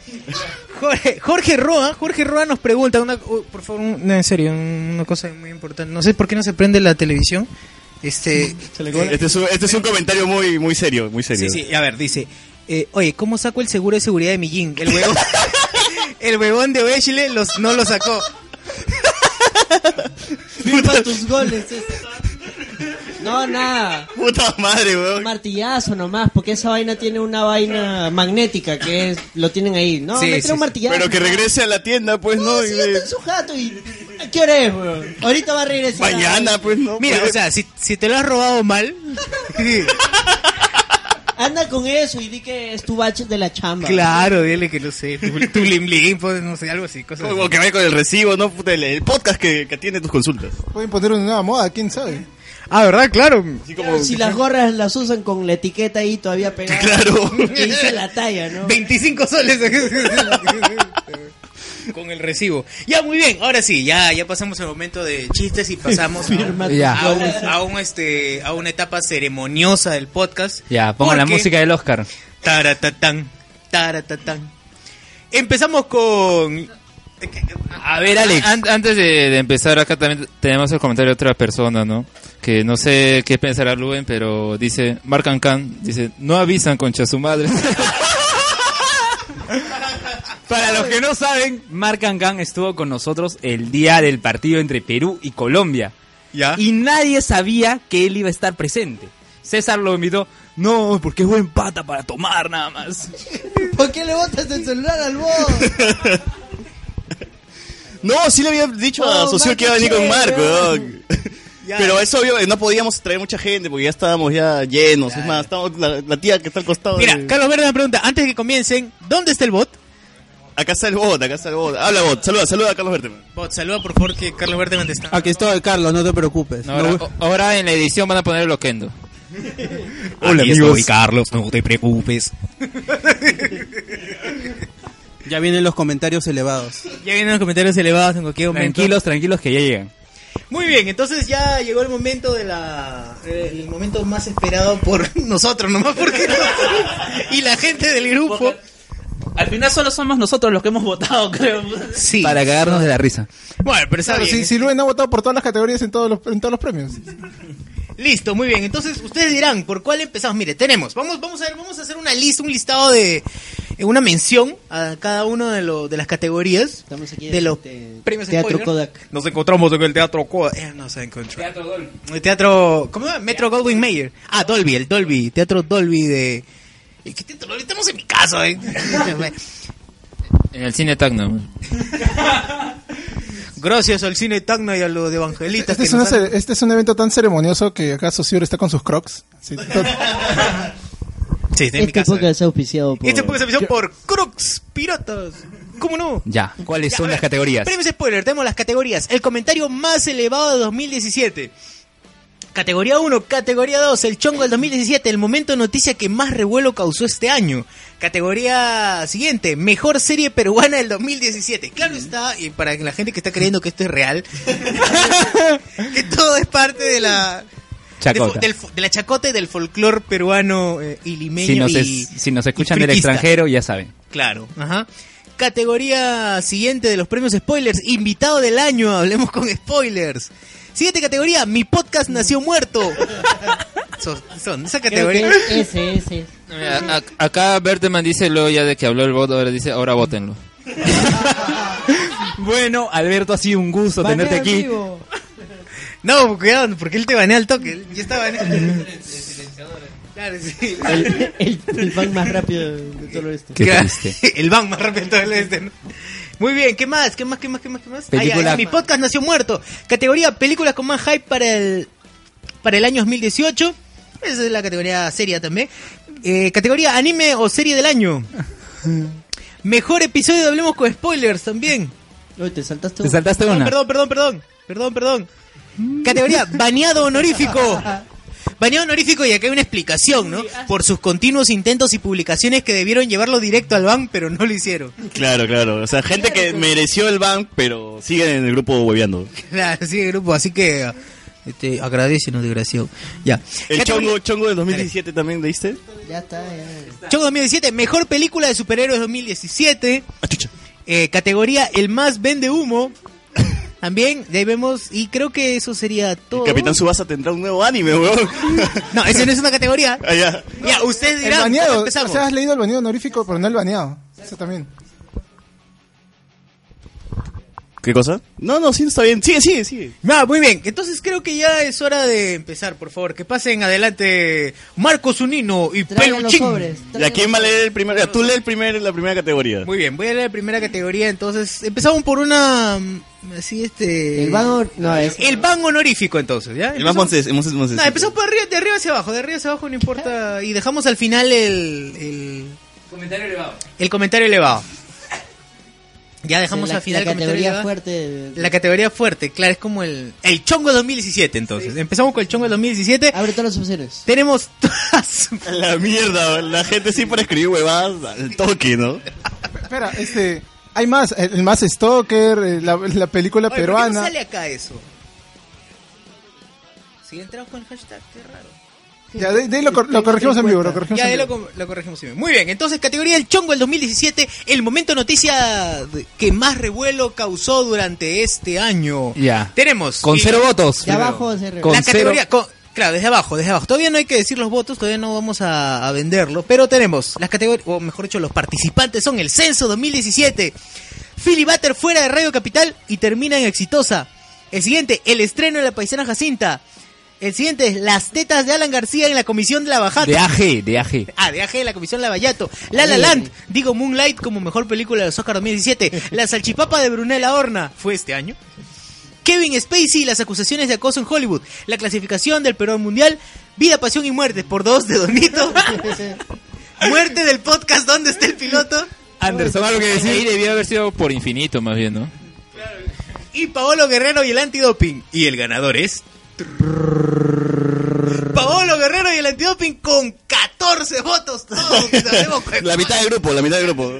S1: Jorge, Jorge Roa, Jorge Roa nos pregunta una, oh, por favor, un- no, en serio, una cosa muy importante. No sé por qué no se prende la televisión.
S5: Eh,
S1: Este,
S4: Este es, un, este es un comentario muy, muy serio, muy serio.
S1: sí, sí, a ver, dice, eh, oye, ¿cómo saco el seguro de seguridad de mi jean? El huevón, (laughs) el huevón de Bechle los no lo sacó.
S2: Firma tus goles, eh. César. No, nada.
S4: Puta madre, weón.
S2: martillazo nomás, porque esa vaina tiene una vaina magnética que es, lo tienen ahí. No,
S1: Sí,
S2: métele
S1: sí,
S2: un
S1: sí.
S2: martillazo.
S4: Pero que regrese a la tienda, pues, ¿no?
S2: No,
S4: Y
S2: sí, ya
S4: le-
S2: está en su jato y... ¿A ¿Qué hora es, weón? Ahorita va a regresar.
S4: Mañana, pues, ¿no?
S1: Mira,
S4: Pues,
S1: o sea, si, si te lo has robado mal,
S2: (laughs) Anda con eso y di que es tu bache de la chamba.
S1: claro, dile que no sé, tu, tu lim lim, pues, no sé, algo así, cosas así.
S4: Como que vaya con el recibo, ¿no? Puta, el, el podcast que, que atiende tus consultas.
S5: Pueden poner una nueva moda, quién sabe.
S1: Ah, ¿verdad? Claro.
S4: Así como...
S2: Si las gorras las usan con la etiqueta ahí todavía pegada.
S4: Claro.
S2: (laughs) Que dice la talla, ¿no?
S1: 25 soles. (laughs) Con el recibo. Ya, muy bien. Ahora sí, ya, ya pasamos el momento de chistes y pasamos a,
S2: Firma tus
S9: Ya.
S1: a un,
S2: goles.
S1: a un, este, a una etapa ceremoniosa del podcast.
S9: Ya, pongan la
S1: Porque-
S9: música del Oscar.
S1: Taratatán, taratatán. Empezamos con...
S9: A ver, Alex.
S3: An- antes de, de empezar, acá también tenemos el comentario de otra persona, ¿no? Que no sé qué pensará Luen, pero dice, Marcan Can, dice, no avisan concha su madre.
S9: Para los que no saben, Marc Angan estuvo con nosotros el día del partido entre Perú y Colombia. y nadie sabía que él iba a estar presente. César lo invitó, no, porque es buen pata para tomar nada más.
S2: (laughs) ¿Por qué le botas el celular al boss?
S4: No, sí le había dicho a
S2: Oh,
S4: Socio que iba a
S2: Marco
S4: venir con
S2: Che,
S4: Marco.
S2: weón.
S4: weón. Pero es obvio, eh, no podíamos traer mucha gente porque ya estábamos ya llenos. Es más, estábamos- la, la tía que está al costado.
S1: Mira,
S4: de-
S1: Carlos Verde me pregunta, antes de que comiencen, ¿dónde está el bot?
S4: acá está el bot, acá está el bot. Habla bot, saluda, saluda a Carlos Verte.
S1: Bot, saluda por favor que Carlos Verde me está.
S10: Aquí estoy, Carlos, no te preocupes.
S3: Ahora,
S10: No-
S3: ahora en la edición van a poner el loquendo.
S10: Hola,
S3: Aquí
S10: amigos.
S3: estoy,
S1: Carlos, no te preocupes.
S10: ya vienen los comentarios elevados.
S1: Ya vienen los comentarios elevados en cualquier momento.
S9: Tranquilos, tranquilos que ya llegan.
S1: Muy bien, entonces ya llegó el momento de la eh, el momento más esperado por (laughs) nosotros, nomás porque (laughs) nosotros- y la gente del grupo.
S6: Al final solo somos nosotros los que hemos votado, (laughs) creo.
S1: Sí.
S9: Para cagarnos de la risa.
S1: Bueno, pero está
S5: Claro,
S1: bien.
S5: si, si Luen ha votado por todas las categorías en todos los, en todos los premios.
S1: Listo, muy bien. Entonces ustedes dirán, ¿por cuál empezamos? Mire, tenemos, vamos, vamos a ver, vamos a hacer una lista, un listado de eh, una mención a cada uno de, lo- de las categorías
S2: Estamos aquí en
S1: de los
S2: este
S1: premios
S2: Teatro
S1: spoiler.
S2: Kodak.
S1: Nos encontramos en el Teatro Coda. Eh, no se encontró. Teatro Dolby. El Teatro. ¿Cómo se llama? Metro Goldwyn Mayer. Ah, Dolby, el Dolby. Teatro Dolby de. ¿Qué teatro Dolby? Estamos en mi casa, eh.
S3: (laughs) En el
S1: (laughs)
S3: cine Tacno.
S1: Gracias al cine Tacna y a los evangelistas.
S5: Este
S1: que
S5: es, una
S1: nos han-
S5: ce- este es un evento tan ceremonioso que acá Sosur está con sus crocs.
S1: (laughs)
S5: Sí, to-
S1: Sí, está en mi
S2: Este
S1: casa.
S2: podcast es auspiciado por...
S1: Este podcast se empezó por Crux Piratas. ¿Cómo no?
S9: Ya, ¿cuáles
S1: Ya,
S9: son
S1: a
S9: las
S1: ver,
S9: categorías?
S1: Premios spoiler, tenemos las categorías. El comentario más elevado de 2017. Categoría 1, categoría 2, el chongo del 2017, el momento de noticia que más revuelo causó este año. Categoría siguiente, mejor serie peruana del 2017. Claro está, y para la gente que está creyendo que esto es real, (laughs) que todo es parte de la...
S9: Chacota.
S1: De, del fo- de la chacota y del folclore peruano eh, y limeño
S9: Si nos,
S1: y-
S9: es- si nos
S1: y
S9: escuchan del
S1: friquista.
S9: extranjero, ya saben.
S1: Claro, ajá. Categoría siguiente de los premios spoilers, invitado del año, hablemos con spoilers. Siguiente categoría, mi podcast nació muerto.
S2: (laughs)
S1: son, son esa
S2: Creo
S1: categoría.
S2: que es ese, ese.
S3: Mira, ac- acá Berteman dice luego ya de que habló el voto, ahora dice, ahora votenlo.
S9: Bueno, Alberto, ha sido un gusto tenerte
S2: Banea
S9: aquí.
S2: vivo.
S1: No, cuidado, porque él te banea al toque. él Ya está baneado. Claro, sí.
S2: El, el, el fan más rápido de todo esto.
S9: Qué
S1: Claro,
S9: triste.
S1: (laughs) El bang más rápido de todo el este. ¿no? Muy bien, ¿qué más? ¿Qué más? ¿Qué más? ¿Qué más? ¿Qué más? Ah, ya,
S9: Película-
S1: ya, mi podcast nació muerto. Categoría películas con más hype para el para el año 2018. Esa es la categoría seria también. Eh, categoría anime o serie
S9: (laughs)
S1: del año. Mejor episodio de Hablemos con Spoilers también.
S2: Uy, te saltaste
S9: Te
S2: un...
S9: saltaste
S1: No,
S9: una.
S1: perdón, perdón, perdón. Perdón, perdón. Categoría baneado honorífico. Baneado honorífico y acá hay una explicación, ¿no? Por sus continuos intentos y publicaciones que debieron llevarlo directo al ban, pero no lo hicieron.
S4: Claro, claro. O sea, gente que mereció el ban, pero sigue en el grupo hueveando.
S1: Claro, sí, grupo, así que este, agradecenos, desgraciado. Ya.
S4: El
S1: Categoría-
S4: chongo, chongo del 2017 también, ¿leíste?
S2: Ya está, ya.
S1: Chongo 2017, mejor película de superhéroes 2017.
S4: Ah,
S1: Eh, categoría el más
S4: (laughs)
S1: vende humo. También, de ahí vemos, y creo que eso sería todo.
S4: Capitán Subasa tendrá un nuevo anime, weón.
S1: (laughs) No, esa no es una categoría.
S4: Allá.
S1: Ya, ustedes
S5: el
S1: dirán, ¿cómo
S5: baneado. O
S1: empezamos?
S5: sea, has leído el baneado honorífico, pero no el baneado. Eso también.
S4: ¿Qué cosa? No, no, sí, está bien. Sigue, sigue, sigue.
S1: Ah, muy bien, entonces creo que ya es hora de empezar, por favor. Que pasen adelante Marcos Unino y
S2: Traigan los
S1: Peluchín.
S2: sobres.
S4: ¿Y a
S2: traigan
S4: quién
S2: los
S4: va a leer el primer? ya, Tú lee el primer, la primera categoría.
S1: Muy bien, voy a leer la primera categoría. Entonces, empezamos por una. mm, Así, este.
S2: El banco no es.
S1: El ban honorífico, entonces, ¿ya?
S4: El más
S1: Empezamos-
S4: monces, monces, monces.
S1: No, empezamos por arriba, de arriba hacia abajo, de arriba hacia abajo, no importa. Y dejamos al final el. el el comentario elevado. Ya dejamos
S2: la,
S1: al final
S2: la
S1: el comentario
S2: categoría
S1: elevado.
S2: fuerte. de- de-
S1: La categoría fuerte, claro, es como el. El chongo 2017, entonces. Empezamos con el chongo 2017.
S2: Abre todas las opciones.
S1: Tenemos (laughs) todas.
S4: La mierda, la gente siempre escribe huevadas al toque, ¿no?
S5: Espera, este. Hay más. El, el más Stalker, eh, la, la película
S1: Oye, ¿por qué
S5: peruana.
S1: no sale acá eso? Si entramos con el hashtag, qué raro.
S5: Ya, de, de ahí lo, cor- lo corregimos en vivo. Lo corregimos
S1: Ya,
S5: en
S1: ahí lo,
S5: vivo.
S1: com- lo corregimos. sí. Muy bien, entonces categoría El Chongo el 2017, el momento noticia de- que más revuelo causó durante este año.
S9: Ya.
S1: Tenemos.
S9: Con
S1: y-
S9: cero votos.
S2: De abajo se
S9: Con
S1: la
S9: cero-
S1: categoría, con- claro, desde abajo, desde abajo. Todavía no hay que decir los votos, todavía no vamos a, a venderlo, pero tenemos las categorías, o mejor dicho, los participantes son el Censo 2017, Philly Butter fuera de Radio Capital y termina en Exitosa, El siguiente, el estreno de la paisana Jacinta. El siguiente es Las tetas de Alan García en la comisión de la bajata.
S9: De AG, de AG.
S1: Ah, de AG, la comisión Lavallato. La La Land, digo Moonlight como mejor película de los Oscar 2017. La salchipapa de Brunella Horna, ¿fue este año? Kevin Spacey y las acusaciones de acoso en Hollywood. La clasificación del Perón Mundial. Vida, pasión y muerte por dos de (laughs) Donito. muerte del podcast ¿Dónde está el piloto?
S9: Anderson, algo que
S3: Ahí
S9: decir.
S3: debió haber sido por infinito, más bien, ¿no?
S1: Y Paolo Guerrero y el antidoping. Y el ganador es... Paolo Guerrero y el antidoping con 14 votos. Todos
S4: (laughs)
S1: nos hacemos con-
S4: La mitad del grupo, la mitad del grupo.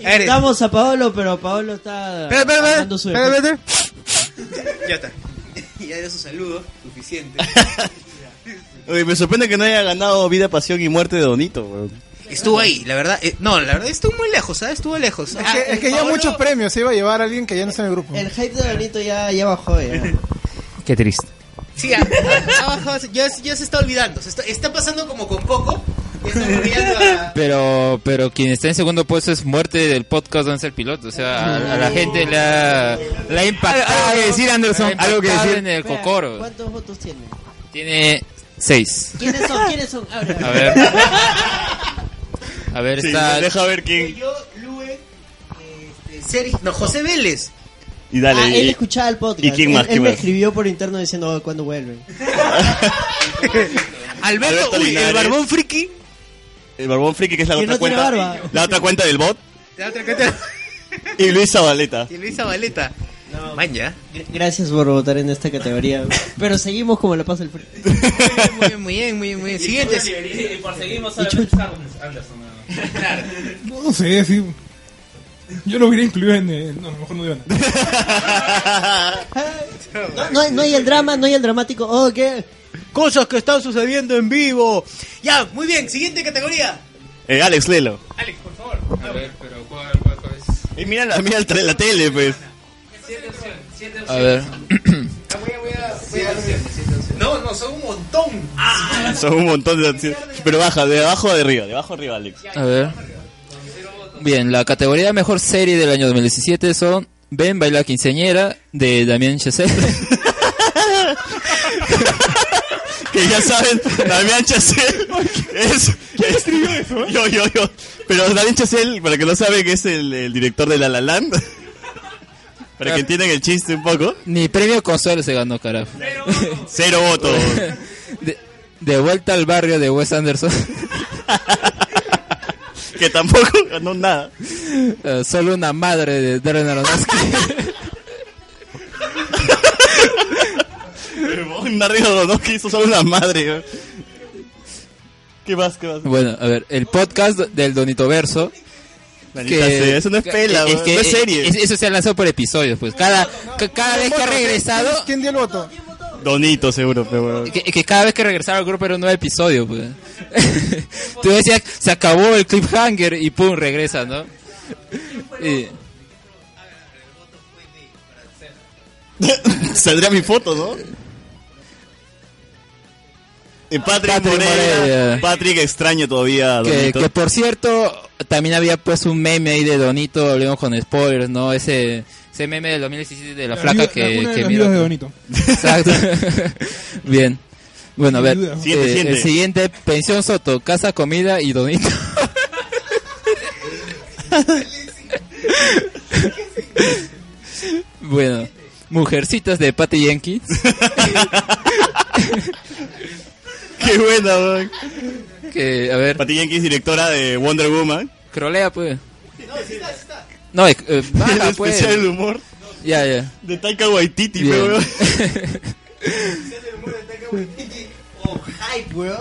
S1: Eres-
S2: Invitamos a Paolo, pero Paolo está
S1: Espera, espera, espera.
S2: dando su
S5: Espera,
S2: defecto.
S5: espera.
S1: Ya (laughs) está. Ya era su saludo, suficiente. (laughs)
S4: Oye, me sorprende que no haya ganado Vida, Pasión y Muerte de Donito, weón.
S1: Estuvo ahí, la verdad. eh, no, la verdad estuvo muy lejos, ¿sabes? Estuvo lejos. Ah,
S5: Es que, es que ya muchos premios se iba a llevar a alguien que ya no está en el grupo.
S2: El hype de Benito ya, ya bajó. Ya.
S9: Qué triste.
S1: Sí, ah, ha- ha bajado, ya, se- ya se está olvidando. Se está, está pasando como con poco. Ya está olvidando a-
S3: Pero, pero quien está en segundo puesto es muerte del podcast Danza el Piloto. O sea, a, a la gente le ha, le ha impactado.
S9: Algo que decir, Anderson,
S3: le ha
S9: algo que
S3: impactado
S9: decir.
S3: en el
S2: Espera,
S3: cocoro.
S2: ¿Cuántos votos tiene?
S3: Tiene seis.
S2: ¿Quiénes son? ¿Quiénes son? Abre, abre.
S3: A
S2: (laughs)
S3: ver. A ver,
S4: Sí,
S3: está.
S4: deja ver quién.
S1: Yo, Lue, este, Sergio- no, José Vélez.
S4: Y
S2: Ah,
S4: dale. y-
S2: él escuchaba el podcast.
S4: ¿Y quién más?
S2: Él,
S4: ¿Quién
S2: él me
S4: más?
S2: escribió por interno diciendo oh, cuándo vuelven.
S1: Alberto,
S4: Alberto
S1: uy, el
S4: Linares.
S1: barbón friki.
S4: El Barbón Friki, que es la
S2: Que
S4: otra
S2: no tiene
S4: cuenta.
S2: barba.
S4: La otra cuenta del bot.
S1: La otra que te-
S4: Y Luis Zabaleta.
S1: Y Luis Zabaleta. No, Maña.
S2: Gr- Gracias por votar en esta categoría. Pero seguimos como la pasa el frío.
S1: Muy bien, muy bien, muy bien. Muy bien. Siguiente.
S6: Y, y perseguimos a Anderson. ¿no?
S1: (laughs)
S7: No sé, sí. Yo lo hubiera incluido en. eh, no, mejor no digo nada.
S2: No, no, hay- no hay el drama, no hay el dramático. Oh, ¿qué?
S1: Cosas que están sucediendo en vivo. Ya, muy bien. Siguiente
S4: (laughs)
S1: categoría.
S4: Eh, Alex Lelo.
S1: Alex, por favor.
S3: A ver, pero ¿cuál, cuál, cuál es?
S4: Y mira la, mira el tra- la tele, pues.
S3: A ver.
S1: No, no, son un montón.
S4: Son un montón de Pero baja, de abajo a de arriba. De abajo a arriba, Alex.
S3: A ver. Bien, la categoría mejor serie del año 2017 son Ben Baila Quinceñera de Damián Chazelle.
S4: (laughs) Que ya saben, Damián Chacel es. ¿Quién escribió eso? Yo, yo, yo. Pero Damián Chacel, para que no saben, es el, el director de La La Land. (laughs) Para que entiendan el chiste un poco.
S3: Ni (laughs) premio consuelo se ganó, carajo. (laughs)
S4: Cero votos.
S3: De, de vuelta al barrio de Wes Anderson.
S4: (laughs) Que tampoco ganó nada.
S3: (laughs) Eh, solo una madre de Darren Aronofsky.
S4: (laughs) Narrido no que hizo solo una madre. weón. ¿Qué más? ¿Qué más?
S3: bueno, a ver, el podcast del Donito Verso.
S4: Maldita sea, eso no es pela, weón, no es serie.
S3: es- eso se ha lanzado por episodios, pues. Cada, ca- cada vez que ha regresado,
S5: ¿Quién dio el voto?
S4: Donito, seguro, pero weón.
S3: que, que cada vez que regresaba al grupo era un nuevo episodio, pues. (laughs) Tú decías, se acabó el cliffhanger y pum, regresa, ¿no? Y-
S4: (laughs) Saldría mi foto, ¿no? Y Patrick,
S3: Patrick
S4: Moreira.
S3: Moreira.
S4: Patrick extraño todavía. a
S3: que,
S4: Donito.
S3: que, por cierto, también había pues un meme ahí de Donito, hablemos con spoilers, ¿no? Ese, ese meme del 2017 de la, flaca
S7: viuda-
S3: que,
S7: una de
S3: que
S7: las
S3: mira-
S7: viudas de Bonito. (laughs)
S3: Exacto. Bien. Bueno, a ver.
S7: Sin duda.
S4: Siguiente,
S3: eh,
S4: siguiente.
S3: El siguiente, pensión Soto, casa, comida
S7: (laughs)
S3: y donito. bueno, mujercitas de Patty Jenkins.
S4: (laughs) Qué buena, weón.
S3: Que, a ver,
S4: Patty Jenkins, directora de Wonder Woman.
S3: crolea, pues. No, eh, eh, baja,
S4: el
S3: pues.
S4: especial del humor
S3: Ya, ya.
S4: de Taika Waititi,
S3: Bien. (laughs)
S4: weón.
S2: Oh, Hype, weón.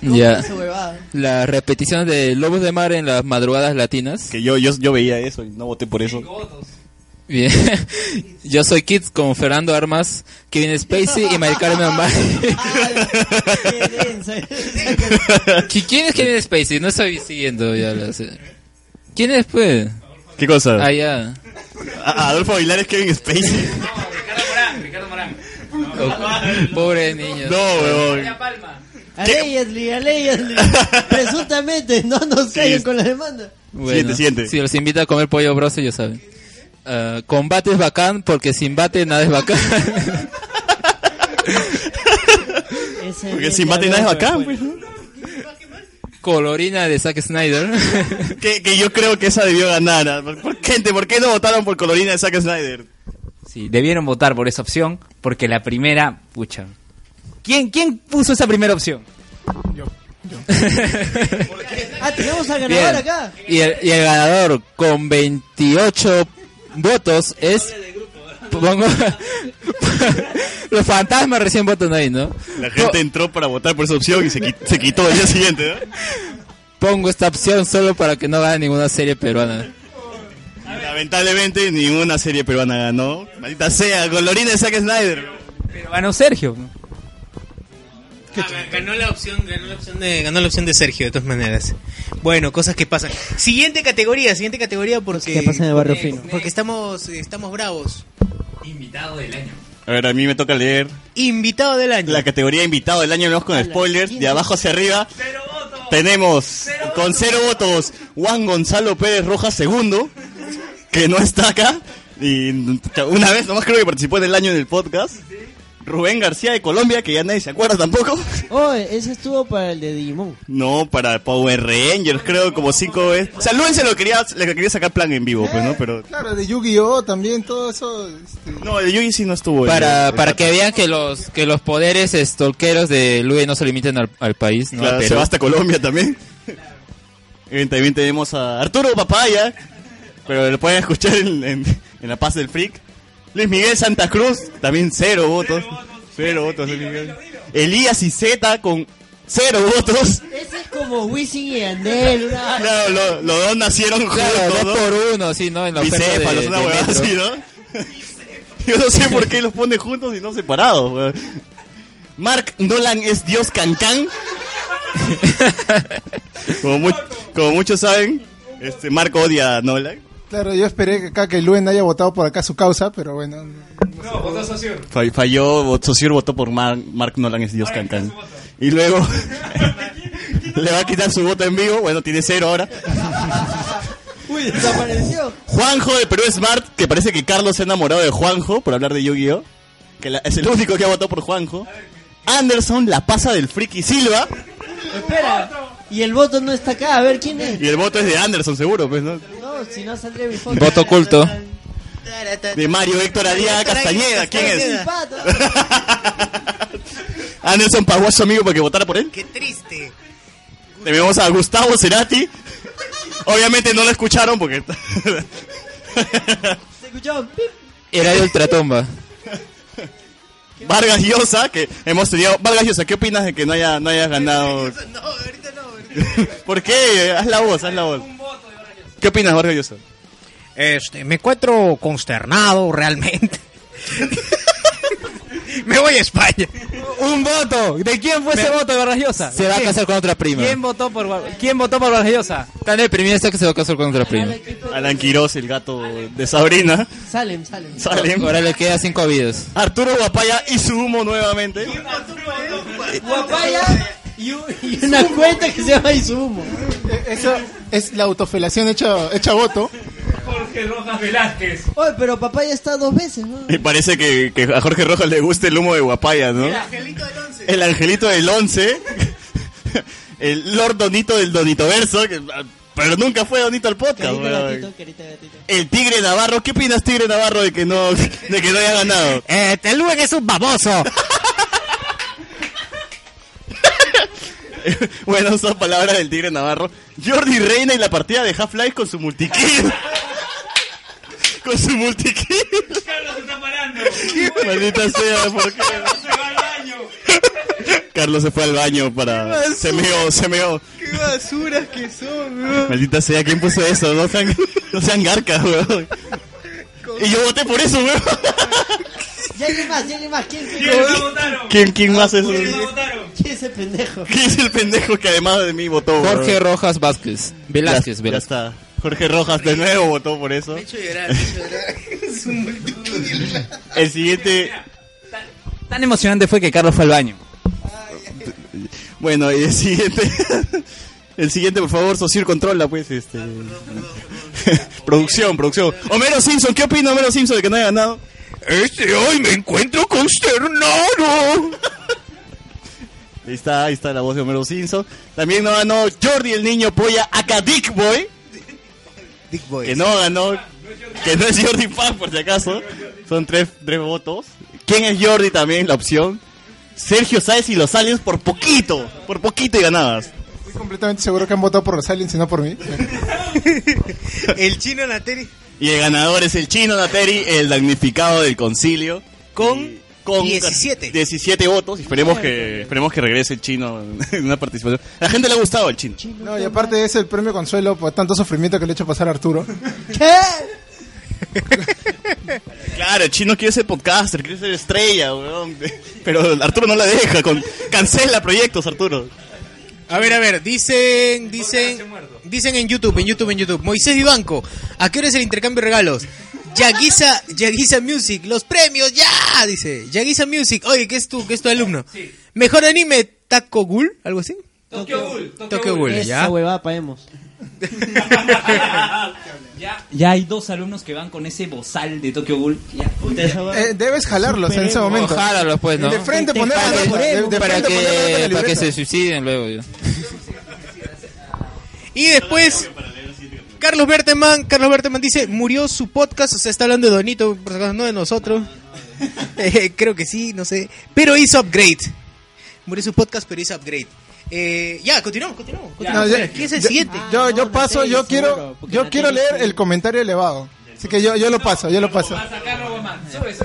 S3: (laughs) ya.
S2: Esa huevada.
S3: La repetición de Lobos de Mar en las madrugadas latinas.
S4: Que yo, yo, yo veía eso y no voté por eso.
S3: Bien. (laughs) Yo soy Kids con Fernando Armas, Kevin Spacey y Mari Carmen Ambay.
S2: Qué densa.
S3: ¿Qui- ¿Quién es Kevin Spacey? No estoy siguiendo ya la serie. ¿Quién es, pues?
S4: ¿Qué cosa?
S3: Ah, ya.
S4: A- a Adolfo Aguilar es Kevin Spacey.
S6: Ricardo Morán, Ricardo Morán.
S3: Oh, pobre niño.
S4: No, weón.
S6: Palma.
S2: Alléguenle, alléguenle.
S4: (laughs)
S2: Presuntamente, no nos caigan con la demanda.
S3: Bueno,
S4: Siguiente, siguiente.
S3: Si los invita a comer pollo broso, ya saben. ah, combate es bacán porque sin bate nada es bacán. (laughs)
S2: Ese
S4: Porque
S2: es
S4: sin
S2: el
S4: bate
S2: que
S4: nada es
S2: hablamos
S4: bacán,
S2: después.
S4: pues, ¿no?
S3: Colorina de Zack Snyder. (laughs)
S4: que, que yo creo que esa debió ganar. ah. ¿Por, gente, ¿por qué no votaron por Colorina de Zack Snyder?
S9: Sí, debieron votar por esa opción porque la primera, pucha. ¿Quién, quién puso esa primera opción?
S3: (laughs)
S2: Ah, tenemos al
S3: Bien.
S2: ganador acá.
S3: Y el, y el ganador con 28 votos es. Pongo. (laughs) Los fantasmas recién votan ahí, ¿no?
S4: La gente entró para votar por esa opción y se, qui- se quitó el día siguiente, ¿no?
S3: Pongo esta opción solo para que no gane ninguna serie peruana.
S4: Lamentablemente ninguna serie peruana ganó. Maldita sea, Colorina de Zack Snyder.
S9: Pero ganó Sergio.
S1: Ah, ganó la opción, ganó la opción de, Eh, ganó la opción de Sergio, de todas maneras. Bueno, cosas que pasan. Siguiente categoría, siguiente categoría porque.
S2: que pasan en el barrio
S1: porque-
S2: fino.
S1: Porque estamos, estamos bravos.
S9: Invitado del año.
S4: A ver, a mí me toca leer
S1: Invitado del año.
S4: la categoría invitado del año, menos con spoilers, de abajo hacia arriba. Tenemos con cero votos Juan Gonzalo Pérez Rojas II, que no está acá. Y una vez nomás creo que participó en el año en el podcast. Rubén García de Colombia, que ya nadie se acuerda tampoco.
S2: Oh, ese estuvo para el de Digimon.
S4: No, para Power Rangers, creo, como cinco veces. O sea, Luen se lo quería, le quería sacar plan en vivo, pues, ¿no? Pero.
S5: Claro, de Yu-Gi-Oh! también, todo eso. este,
S4: No, de Yugi sí no estuvo. el-
S3: Para,
S4: el
S3: para
S4: pata.
S3: que vean que los que los poderes estolqueros de Luis no se limiten al, al país, ¿no?
S4: Claro,
S3: Pero-
S4: se va hasta Colombia también. Evidentemente eh, tenemos a Arturo Papaya, pero lo pueden escuchar en, en- en La Paz del Freak. Luis Miguel Santa Cruz, también cero votos. Cero votos, Luis Miguel. Elías y Z con cero votos.
S2: Ese es como Wisin y Andel. una-
S4: (laughs) Claro, lo- los dos nacieron
S3: Claro,
S4: juntos,
S3: dos
S4: ¿no?
S3: por uno, sí, ¿no? En la oferta de,
S4: Bicéfalos, una
S3: de
S4: huevada
S3: Metro.
S4: así, ¿no? Yo no sé por qué los pone juntos y no separados, weón. Mark Nolan es Dios Cancán. como, mu- como muchos saben, este Mark odia a Nolan.
S5: Claro, yo esperé que acá que Luen haya votado por acá su causa, pero bueno.
S4: Fall- falló, vot- Saussure votó por Mar- Mark Nolan es Dios Cancán. Y luego (laughs) le va a quitar su voto en vivo. Bueno, tiene cero ahora.
S2: Uy, desapareció.
S4: Juanjo de Perú Smart, que parece que Carlos se ha enamorado de Juanjo por hablar de Yu-Gi-Oh! Que la- es el único que ha votado por Juanjo. Anderson, la pasa del friki Silva.
S2: Espera. Y el voto no está acá. A ver quién es.
S4: Y el voto es de Anderson, seguro, pues, ¿no?
S2: No, si no saldría mi foto.
S3: Voto oculto.
S4: De Mario Héctor Ariaga Castañeda, ¿quién es?
S2: Mi pato.
S4: (laughs) Anderson pagó a su amigo para que votara por él.
S1: Qué triste.
S4: Tenemos a Gustavo Cerati. Obviamente no lo escucharon porque. (laughs)
S2: Se escuchó. pip.
S3: Era de ultratumba.
S4: (laughs) Vargas Llosa, que hemos tenido. Vargas Llosa, ¿qué opinas de que no, haya, no hayas ganado?
S1: No, ahorita no.
S4: (laughs) ¿Por qué? Haz la voz, haz la voz. ¿Qué opinas, Vargas Llosa?
S1: Este, me encuentro consternado realmente. (laughs) me voy a España. Oh,
S9: Un voto. ¿De quién fue ese voto de Vargallosa?
S3: Se va a casar con otra prima.
S9: ¿Quién votó por Var- ¿Quién votó por Vargallosa?
S3: Tan deprimida está que se va a casar con otra prima.
S4: Alan Quiroz, el gato de Sabrina. (laughs)
S2: Salen, salen.
S4: Salem.
S3: Ahora le queda cinco vidas.
S4: Arturo Guapaya y su humo nuevamente.
S2: Guapaya y, un- y una cuenta que se llama Izumo.
S5: Eh, Eso es la autofelación hecha, hecha voto.
S2: Oye, pero papaya está dos veces, ¿no?
S4: Y parece que, que a Jorge Rojas le gusta el humo de Guapaya, ¿no? El angelito del once. El Lord Donito del Donito Verso. que- pero nunca fue Donito al podcast.
S2: Carita
S4: weón.
S2: gatito, carita gatito.
S4: El Tigre Navarro. ¿Qué opinas, Tigre Navarro, de que no, de que no haya
S1: (laughs)
S4: ganado?
S1: Este Luen es un baboso.
S4: (laughs) Bueno, son palabras del Tigre Navarro. Jordi Reina y la partida de Half-Life con su multikill. con su multikill. Maldita sea, ¿por qué? Carlos se fue al baño para... Se meó, se meó.
S1: Qué basuras que son,
S4: Maldita sea, ¿quién puso eso? No sean, no sean garcas, weón. Y yo voté por eso, weón.
S2: Ya alguien más, ya alguien más. ¿Quién, es
S4: ¿Quién, quién más es? ¿Quién
S2: ¿Quién es ese pendejo?
S4: es el pendejo que además de mí votó, weón?
S3: Jorge Rojas Vázquez. Velázquez,
S4: ya, ya
S3: Velázquez.
S4: está. Jorge Rojas de nuevo votó por eso. El siguiente...
S9: Tan emocionante fue que Carlos fue al baño.
S1: Ah,
S4: Bueno, y el siguiente. el siguiente, por favor, Socir, controla, pues, este. (laughs) producción, producción. Homero Simpson, ¿qué opina Homero Simpson de que no haya ganado? Este hoy me encuentro consternado. Ahí está, ahí está la voz de Homero Simpson. También no ganó Jordi el niño polla acá Dick Boy.
S1: Dick Boy.
S4: Que no ganó. Que no es Jordi Paz, por si acaso. Son tres, tres votos. ¿Quién es Jordi también? La opción. Sergio Sáez y los aliens por poquito. Por poquito y ganabas.
S5: Estoy completamente seguro que han votado por los aliens y no por mí.
S1: (laughs) El chino Nateri.
S4: Y el ganador es el chino Nateri, el damnificado del concilio. Con, con
S1: 17.
S4: 17 votos. Esperemos que, esperemos que regrese el chino en una participación. A la gente le ha gustado el chino.
S5: No, y aparte es el premio consuelo por tanto sufrimiento que le he hecho pasar a Arturo.
S4: Claro, el chino quiere ser podcaster, quiere ser estrella, weón. (laughs) Pero Arturo no la deja. Con, cancela proyectos, Arturo.
S1: A ver, a ver, dicen, dicen, dicen en YouTube, en YouTube, en YouTube. Moisés Vivanco, ¿a qué hora es el intercambio de regalos? Yaguisa, Yaguisa Music, los premios, ya, dice. Yaguisa Music, oye, ¿qué es tu, qué es tu alumno? Mejor anime, Taco Ghoul, algo así.
S6: Tokyo Ghoul.
S1: Tokyo Ghoul,
S2: Esa
S1: ya.
S2: huevada paemos.
S8: Ya hay dos alumnos que van con ese bozal de Tokyo Ghoul. Ya, puta, esa huevada.
S5: Eh, debes jalarlos en ese momento.
S3: Ojalá, pues, ¿no?
S5: De frente,
S2: Te-
S5: poner la
S2: para
S5: nota,
S2: que-
S5: de- de
S3: para
S5: frente poner la nota en
S3: que,
S5: el
S3: para que
S5: libreto.
S3: se suiciden luego. yo.
S1: Y después, Carlos Berteman, Carlos Berteman dice, murió su podcast, o sea, está hablando de Donito, por si acaso, no de nosotros. (laughs) Eh, creo que sí, no sé. Pero hizo upgrade. Murió su podcast, pero hizo upgrade. Eh, ya, continuamos, continuamos.
S5: No,
S1: continuamos.
S5: yo-
S1: ¿Qué es el
S5: yo-
S1: siguiente?
S5: Yo,
S2: Ah,
S5: yo
S2: no,
S5: paso,
S2: Natalia,
S5: yo quiero,
S2: seguro, porque
S5: yo quiero
S2: Natalia
S5: leer
S2: sí.
S5: el comentario elevado. Así que yo, yo lo paso, yo lo paso.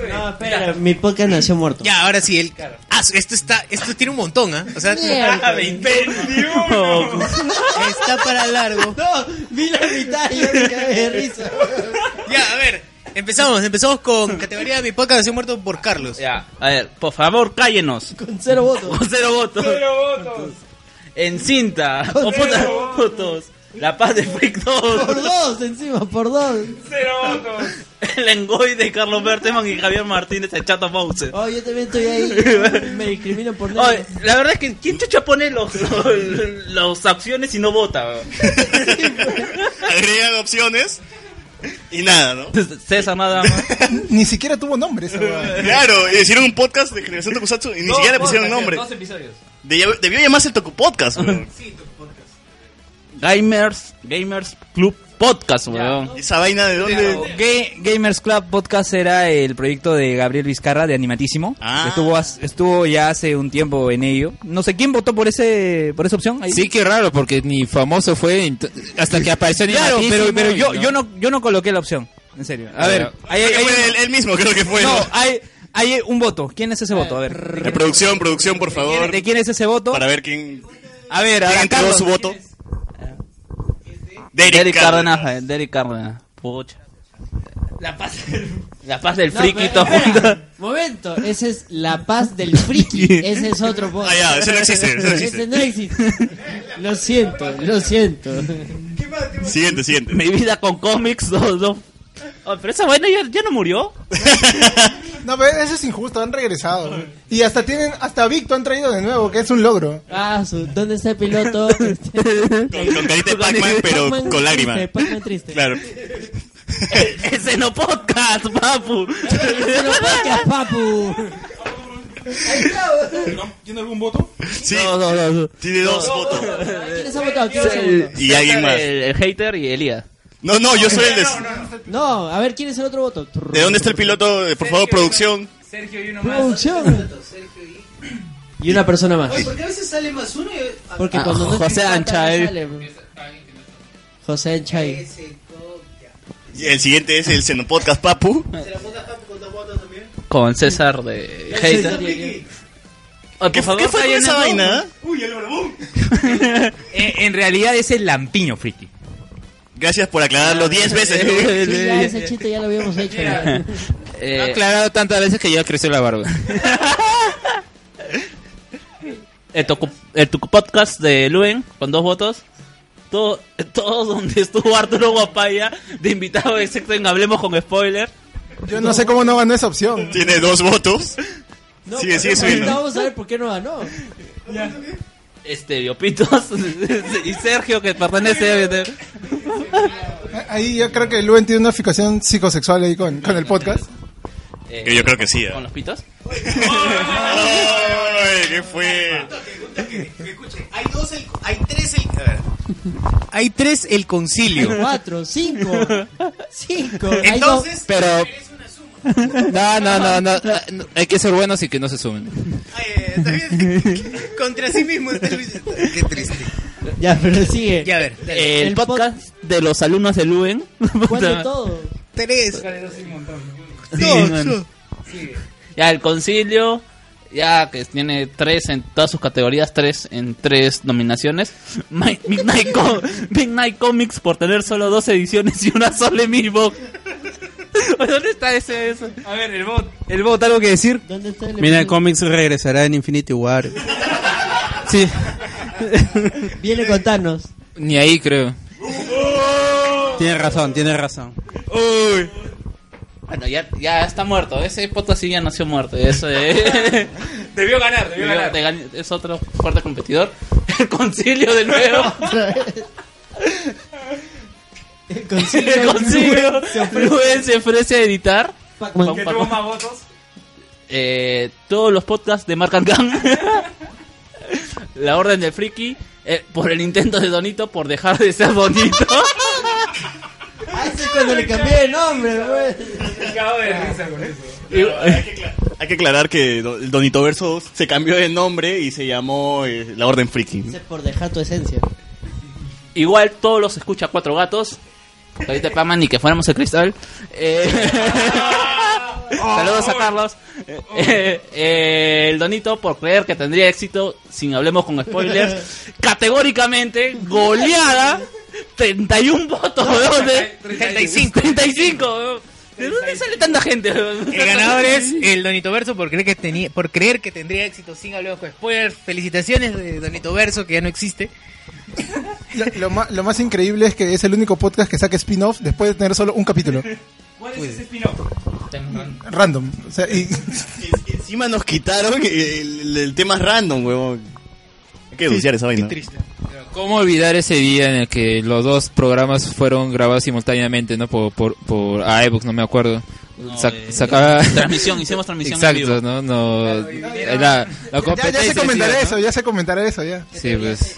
S2: No, espera, mi podcast nació muerto.
S1: Ya, ahora sí, el... Ah, su- esto está, esto tiene un montón, ¿ah? O sea, (laughs) está para largo.
S2: No, vi la mitad y yo me cagué de risa.
S1: Ya, a ver, empezamos, empezamos con categoría de mi podcast, nació muerto por Carlos.
S6: Ya, a ver, por favor, cállenos.
S2: Con cero votos.
S6: Con cero votos. En cinta. O puta, votos. La paz de Freak 2.
S2: Por dos, encima, por dos.
S6: El engoy de Carlos Berteman y Javier Martínez, el chato Bowser.
S2: Oh, yo también estoy ahí. Me discrimino por nada.
S6: Oye, la verdad es que ¿quién chucha pone los, los, los acciones y no vota? weón?
S4: Agregan opciones y nada, ¿no?
S6: César nada más.
S5: (laughs) Ni siquiera tuvo nombre esa
S4: (laughs)
S5: huevada.
S4: Claro, hicieron un podcast de Generación Tokusatsu y ni siquiera le pusieron nombre.
S6: episodios.
S4: Debió- debió llamarse el Toku Podcast, weón.
S6: Gamers, Gamers Club Podcast, weón.
S4: Esa vaina de dónde.
S9: Ga- Gamers Club Podcast era el proyecto de Gabriel Vizcarra de Animatísimo.
S4: Ah.
S9: Estuvo as- estuvo ya hace un tiempo en ello. No sé quién votó por ese por esa opción. Ahí.
S3: Sí, qué raro, porque ni famoso fue ent- hasta que apareció
S9: claro, pero
S3: Animatísimo
S9: pero
S3: y
S9: yo yo no yo no coloqué la opción. En serio. A ver, hay, hay-
S4: Creo que
S9: hay-
S4: fue él, él mismo, creo que fue.
S9: no,
S4: ¿no?
S9: hay hay un voto. ¿Quién es ese voto? A ver.
S4: Eh, producción, producción, por favor.
S9: ¿De quién es ese voto?
S4: Para ver quién,
S9: A ver,
S4: quién
S9: ahora,
S4: entregó
S9: Carlos.
S4: su voto.
S6: Derek Cárdenas, eh, Derek Cárdenas. Pucha. La paz, la paz del
S2: No,
S6: friki
S2: pero
S6: todo junto.
S2: espera, Momento, ese es La Paz del Friki. Ese es otro podcast.
S4: Ah, ya, ese no existe, ese no existe.
S2: Ese no existe. Lo siento, lo siento.
S4: Siguiente, siguiente.
S6: Mi vida con cómics, dos, dos. Oh, pero esa vaina ya, ya
S4: (laughs)
S6: no murió.
S5: No, pero eso es injusto, han regresado. Y hasta tienen, hasta a Victo han traído de nuevo, que es un logro.
S2: Ah, su- ¿dónde está el piloto?
S4: Con, con carita de Pac-Man, pero
S2: Pac-Man
S4: con lágrimas.
S2: triste, Pac-Man triste.
S4: Claro.
S6: Ese no podcast, papu.
S2: Ese no podcast, papu.
S7: ¿Tiene algún voto?
S4: Sí, tiene dos votos.
S2: ¿Quiénes ha votado? ¿Quiénes ha votado?
S4: Y alguien más.
S6: El, el hater y Elías.
S4: No, no, yo soy el de...
S2: No, a ver, ¿quién es el otro voto?
S4: ¿De dónde está el piloto? Eh, Por favor, producción.
S2: Producción. Y una persona más.
S1: Porque a veces sale más uno y...
S2: Porque
S6: Ah,
S2: cuando no
S6: José
S2: te importa, no
S6: Anchay.
S2: sale, bro. José Anchay.
S4: Y El siguiente es el Xenopodcast Papu.
S6: Con César de hater. Oh,
S4: ¿Qué,
S6: Eh, por favor,
S4: qué fue con
S6: cállenos,
S4: esa
S6: ¿no?
S4: vaina? eh?
S9: (laughs) Eh, en realidad es el lampiño friki.
S4: Gracias por aclararlo 10 veces.
S2: Sí, ya ese chiste ya lo habíamos hecho. ¿no?
S3: Ha
S6: Eh,
S3: aclarado tantas veces que ya creció la barba.
S6: (laughs) el, tocu- el Tucu Podcast de Luen, con dos votos. Todo, todo donde estuvo Arturo Guapaya, de invitado excepto en Hablemos con Spoiler.
S5: (laughs) Yo no sé cómo no ganó
S2: (laughs)
S5: esa opción.
S4: Tiene dos votos.
S2: No,
S4: Sigue, sigue
S2: ahorita
S4: subiendo.
S2: Vamos a ver por qué no ganó.
S6: Este, (laughs) Estereopitos y Sergio que pertenece a
S5: Ahí yo creo que Luen tiene una fijación psicosexual ahí con, con el podcast.
S4: Yo- yo creo que sí, ¿eh?
S6: ¿Con los
S4: (laughs)
S6: pitos?
S4: Ay, ¿Qué fue?
S1: Hay dos, el- hay tres, el, a ver. hay tres el concilio.
S2: Cuatro,
S4: (laughs)
S2: cinco, cinco. Hay dos-
S1: Entonces,
S3: Pero. (laughs) No, no, no, no, no, Hay que ser buenos y que no se sumen.
S1: (laughs)
S5: eh,
S1: contra sí mismo este está luchando. Qué triste.
S2: Ya, pero sigue.
S1: Ya a ver, dale.
S6: El,
S2: El pod-
S6: podcast de los alumnos
S2: (laughs)
S6: de Luen.
S2: ¿Cuánto todo?
S1: tres.
S6: Sí, bueno. Ya el concilio, ya que tiene tres en todas sus categorías, tres en tres nominaciones. (laughs) My- Midnight, Co- Midnight Comics por tener solo dos ediciones y una sola en mi box. ¿Dónde está ese? ese?
S9: A ver, el bot. El bot, algo que decir.
S2: ¿Dónde está el
S10: Mira, Comics regresará en Infinity War.
S9: Sí.
S2: Viene a contarnos.
S3: Ni ahí creo.
S10: Tiene razón, tiene razón.
S9: Uy.
S6: Bueno, ya, ya está muerto. Ese podcast sí ya nació muerto. Eso es.
S9: Debió ganar, debió ganar.
S6: Te gan- es otro fuerte competidor. (laughs) El concilio de
S1: (laughs)
S6: nuevo. (laughs)
S2: El
S6: El
S2: concilio.
S6: concilio. Luen se ofrece a editar.
S2: Pac-Man.
S6: Pac-
S9: Que tuvo más (laughs) votos.
S6: eh, todos los podcasts de Mark and Gang, (laughs) La Orden del Friki, eh, por el intento de Donito por dejar de ser bonito. (laughs)
S2: Ah, ese es cuando le cambié de nombre, pues. güey.
S9: Cagado de risa con eso.
S6: Y-
S4: Hay que aclarar que do- el Donito Verso se cambió de nombre y se llamó eh, La Orden Freaking.
S2: Ese es por dejar tu esencia.
S6: igual todos los escucha Cuatro Gatos. Que Ahorita Paman ni que fuéramos el cristal. Eh,
S9: Ah.
S6: saludos a
S9: (laughs)
S6: Carlos. Eh, (laughs) eh, el Donito por creer que tendría éxito, sin hablemos con (laughs) spoilers, categóricamente goleada. (laughs) 31 votos, ¿de dónde?
S1: 35.
S6: 35. ¿De dónde sale tanta gente?
S1: El ganador es el Donito Verso por creer que tenía, por creer que tendría éxito sin hablar con spoilers. Felicitaciones de Donito Verso que ya no existe.
S5: Lo, lo ma- lo más increíble es que es el único podcast que saca spin-off después de tener solo un capítulo.
S9: ¿Cuál es ese spin-off?
S5: Random. O sea,
S4: (laughs)
S5: y-
S4: Y- y Encima nos quitaron el, el- el tema random, huevón. Hay que denunciar esa vaina.
S3: (laughs) ¿Cómo olvidar ese día en el que los dos programas fueron grabados simultáneamente, no? Por, por, por ah, iVoox, no me acuerdo. Sa-
S6: eh,
S3: sacaba...
S6: Transmisión, hicimos transmisión en vivo.
S3: Exacto, ¿no? no eh, la, la
S5: ya, ya
S3: competencia
S5: se comentará
S3: decía,
S5: eso, ya se comentará eso, ya.
S3: ¿no? Sí, pues...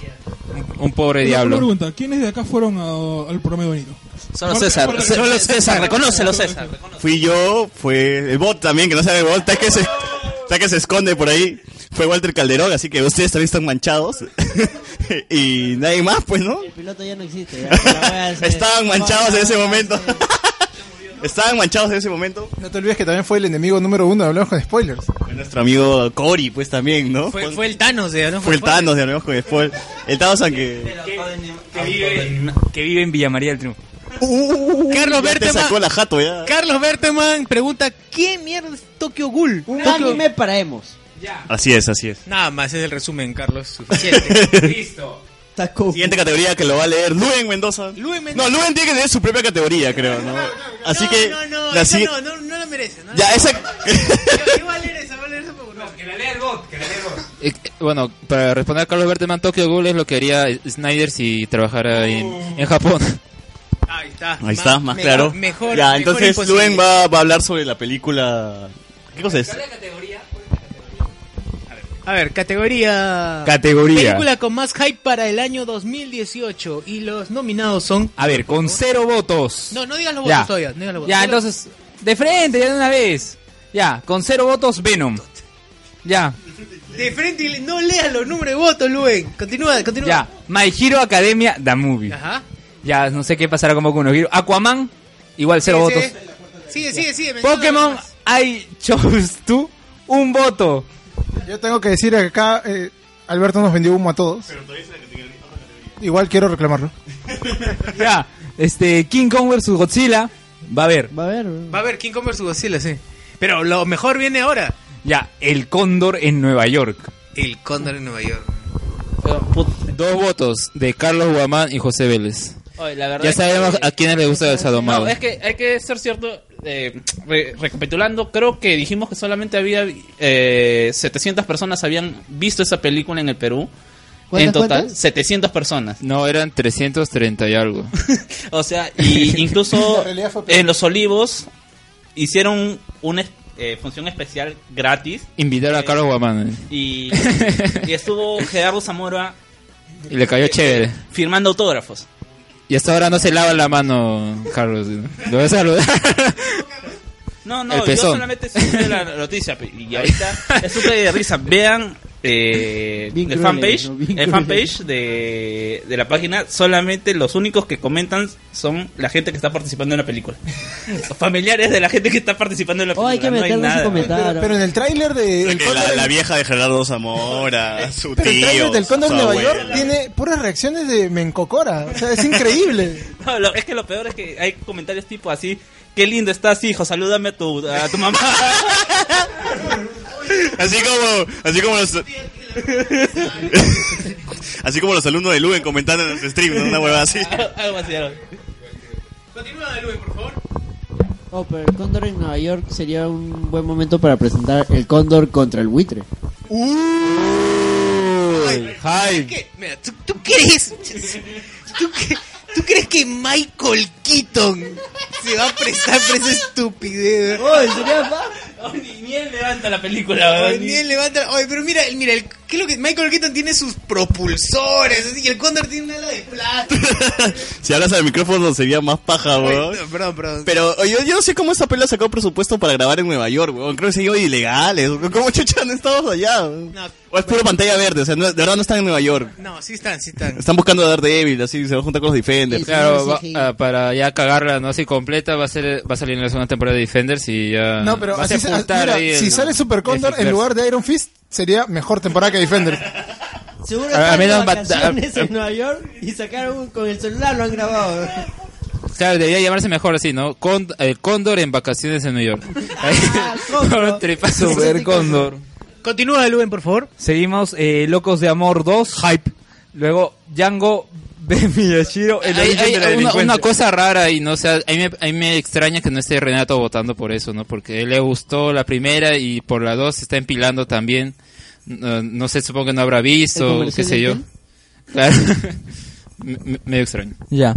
S3: Un, un pobre
S7: Una
S3: (laughs) diablo.
S7: pregunta, ¿quiénes de acá fueron a- al programa de Benito?
S6: Solo César, solo César, reconócelo César.
S4: Fui yo, fue el bot también, que no sabe el bot, está que se, está que se esconde por ahí. Fue Walter Calderón, así que ustedes también están manchados. (laughs) y nadie más, pues, ¿no? (laughs)
S2: El piloto ya no existe. ya, la wea se-
S4: Estaban manchados en ese
S2: Ah,
S4: momento.
S2: sí.
S4: Estaban manchados en ese momento.
S5: No te olvides que también fue el enemigo número uno, hablamos con spoilers.
S4: Fue Nuestro amigo Cory, pues también, ¿no?
S1: Fue, fue el Thanos de Hablemos
S4: Fue el
S1: con Spoilers.
S4: Thanos de Amigos con Spoil. El Thanos, aunque.
S9: Que vive, que vive en Villa María del Triunfo.
S1: Carlos
S4: Uh, Ya te sacó
S1: Berteman.
S4: la jato ya.
S1: Carlos Berteman pregunta ¿qué mierda es Tokyo Ghoul?
S2: Un
S1: Tokyo-
S2: anime para emos.
S4: Así es, así es.
S1: Nada más es el resumen, Carlos, suficiente.
S4: (laughs)
S9: Listo.
S2: Taco.
S4: Siguiente categoría que lo va a leer Luen Mendoza.
S1: Luen Mendoza.
S4: No, Luen tiene que tener su propia categoría, creo, ¿no? Así
S1: No,
S4: que.
S1: no, no,
S4: la
S1: esa
S4: sigui-
S1: no, no, no la merece. No
S4: Ya, esa.
S1: a leer esa, voy a leer esa porque no.
S9: Que la lea el bot, que la lea el bot.
S3: Eh, eh, Bueno, para responder a Carlos Berteman, Tokyo Ghoul es lo que haría Snyder si trabajara en, en Japón.
S1: Oh. Ahí está.
S4: Ahí está, Ah, más
S1: mejor-
S4: claro.
S1: Mejor.
S4: ya,
S1: mejor
S4: entonces
S1: imposible.
S4: Luen va, va a hablar sobre la película. ¿Qué cosa es?
S1: A ver, categoría.
S9: Categoría.
S1: Película con más hype para el año 2018. Y los nominados son.
S9: A ver, con cero votos.
S1: No, no digas los
S9: Ya.
S1: votos todavía. No digas los votos.
S9: Ya,
S1: Solo-
S9: entonces, de frente, ya de una vez. Ya, con cero votos, Venom. Ya,
S1: De frente y le- no leas los números de votos, Luen. Continúa, continúa.
S9: ya. My Hero Academia, The Movie.
S1: Ajá.
S9: Ya, no sé qué pasará con Boku no Hero. Aquaman, igual cero
S1: Sigue,
S9: votos. (laughs)
S1: Sigue, sigue, sigue. sigue, menciona
S9: Pokémon,
S1: los demás.
S9: I chose tú, un voto.
S5: Yo tengo que decir que acá eh, Alberto nos vendió humo a todos. Igual quiero reclamarlo.
S9: Ya, este, King Kong vs Godzilla, va a haber.
S2: Va a ver. güey.
S1: Va a ver King Kong vs. Godzilla, sí. Pero lo mejor viene ahora.
S9: Ya, El Cóndor en Nueva York.
S1: El Cóndor en Nueva York.
S6: Pero, put-
S3: Dos votos de Carlos Guamán y José Vélez.
S6: oye, la verdad
S3: Ya
S6: es que-
S3: sabemos a quiénes le gusta el
S6: No,
S3: Sadomado.
S6: es que hay que ser cierto. eh, re- recapitulando, creo que dijimos que solamente había eh, 700 personas habían visto esa película en el Perú. En
S3: ¿Cuántas,
S6: total,
S3: cuántas?
S6: 700 personas.
S3: No, eran 330 y algo.
S6: O sea, y
S5: La
S6: incluso
S5: realidad fue peor.
S6: en Los Olivos hicieron una es- eh, función especial gratis
S3: Invitar a Carlos Guamán. eh,
S6: y, y estuvo Gerardo Zamora
S3: Y le cayó chévere.
S6: firmando autógrafos.
S3: Y hasta ahora no se lava la mano, Carlos. Lo voy a saludar. (laughs)
S6: No, no,
S3: El
S6: yo
S3: pezón.
S6: solamente supe la noticia pe-
S2: (laughs)
S6: y ahorita es súper de risa. Vean eh,
S2: Bien
S6: el
S2: cruel,
S6: fanpage,
S2: ¿no? Bien
S6: el
S2: cruel.
S6: fanpage de, de la página. Solamente los únicos que comentan son la gente que está participando en la película. Los familiares de la gente que está participando en la
S2: Oh,
S6: película.
S2: hay que
S6: no
S2: meterle
S6: nada.
S2: su comentario.
S5: Pero en el tráiler de... el
S4: Que
S5: cóndor
S4: la,
S5: en-
S4: la vieja de Gerardo
S6: Ah,
S4: Zamora, su
S5: Pero el
S4: tío,
S5: tráiler del Cóndor
S4: su
S5: de Nueva
S4: abuela.
S5: York tiene puras reacciones de Mencocora. O sea, es increíble.
S6: No, lo- es que lo peor es que hay comentarios tipo así. Qué lindo estás, hijo. Salúdame a tu, a tu
S5: (laughs)
S6: mamá.
S4: Así
S6: (laughs)
S4: como, así como los... así como los (laughs) alumnos de Luben comentando en nuestro stream, ¿no? una huevada así.
S6: Algo así. algo.
S2: Oh, pero el cóndor en Nueva York sería un buen momento para presentar el cóndor contra el buitre.
S1: ¿Qué? Eh, Mira, ¿tú, tú crees? ¿tú, cre- tú crees que Michael Keaton se va a prestar por esa estupidez? weón?
S6: Oh, ni, ni él levanta la película. ¿verdad?
S1: Oye, ni él levanta- oye, pero mira, el- mira, el, ¿qué es lo que Michael Keaton tiene sus propulsores así, y el Condor tiene una ala de plástico.
S4: Si hablas al micrófono sería más
S9: Ah,
S4: paja, weón.
S1: Oye, no, perdón, perdón.
S4: Pero oye, yo, yo no sé cómo esa pela sacó presupuesto para grabar en Nueva York, weón. Creo que se iba ilegales. weón. ¿Cómo chucha no estamos allá? weón?
S1: No.
S4: o es puro pantalla verde, o sea, no- de verdad no están en Nueva York.
S1: No, sí están, sí están.
S4: Están buscando a Daredevil, así se va a juntar con los Defenders.
S3: Claro, va-
S2: CGI.
S3: ah, para ya cagarla, ¿no? Si completa, va a ser va a salir en la segunda temporada de Defenders y ya.
S5: No, pero
S3: Ah, vas
S5: así,
S3: a
S5: se-
S3: apuntar
S5: mira,
S3: ahí
S5: si
S3: el-
S5: sale Super Condor
S3: el
S5: en lugar de Iron Fist, sería mejor temporada que Defender.
S2: Seguro
S3: A- a
S2: están
S3: mí
S2: de
S3: no me-
S2: vacaciones
S3: a-
S2: en Nueva York y sacaron un- con el celular, lo han grabado.
S3: Claro, debería llamarse mejor así, ¿no? Con- el Cóndor en vacaciones en
S2: (laughs)
S3: New York. (laughs) Ahí,
S2: Ah, Cóndor.
S3: por un tripazo.
S9: Super Cóndor.
S1: Continúa, Luven, por favor.
S9: Seguimos eh, Locos de Amor 2, Hype. Luego Django (laughs) de Miyashiro, el
S3: Hay-
S9: origen
S3: hay
S9: de la
S3: una,
S9: delincuencia.
S3: una cosa rara y no sé, a mí, me, a mí me extraña que no esté Renato votando por eso, ¿no? Porque él le gustó la primera y por la dos se está empilando también. No, no sé, supongo que no habrá
S2: ¿El
S3: visto,
S2: comercial
S3: qué sé
S2: de
S3: yo.
S2: Intel?
S3: Claro. (laughs) Me- me- Medio extraño.
S9: Ya.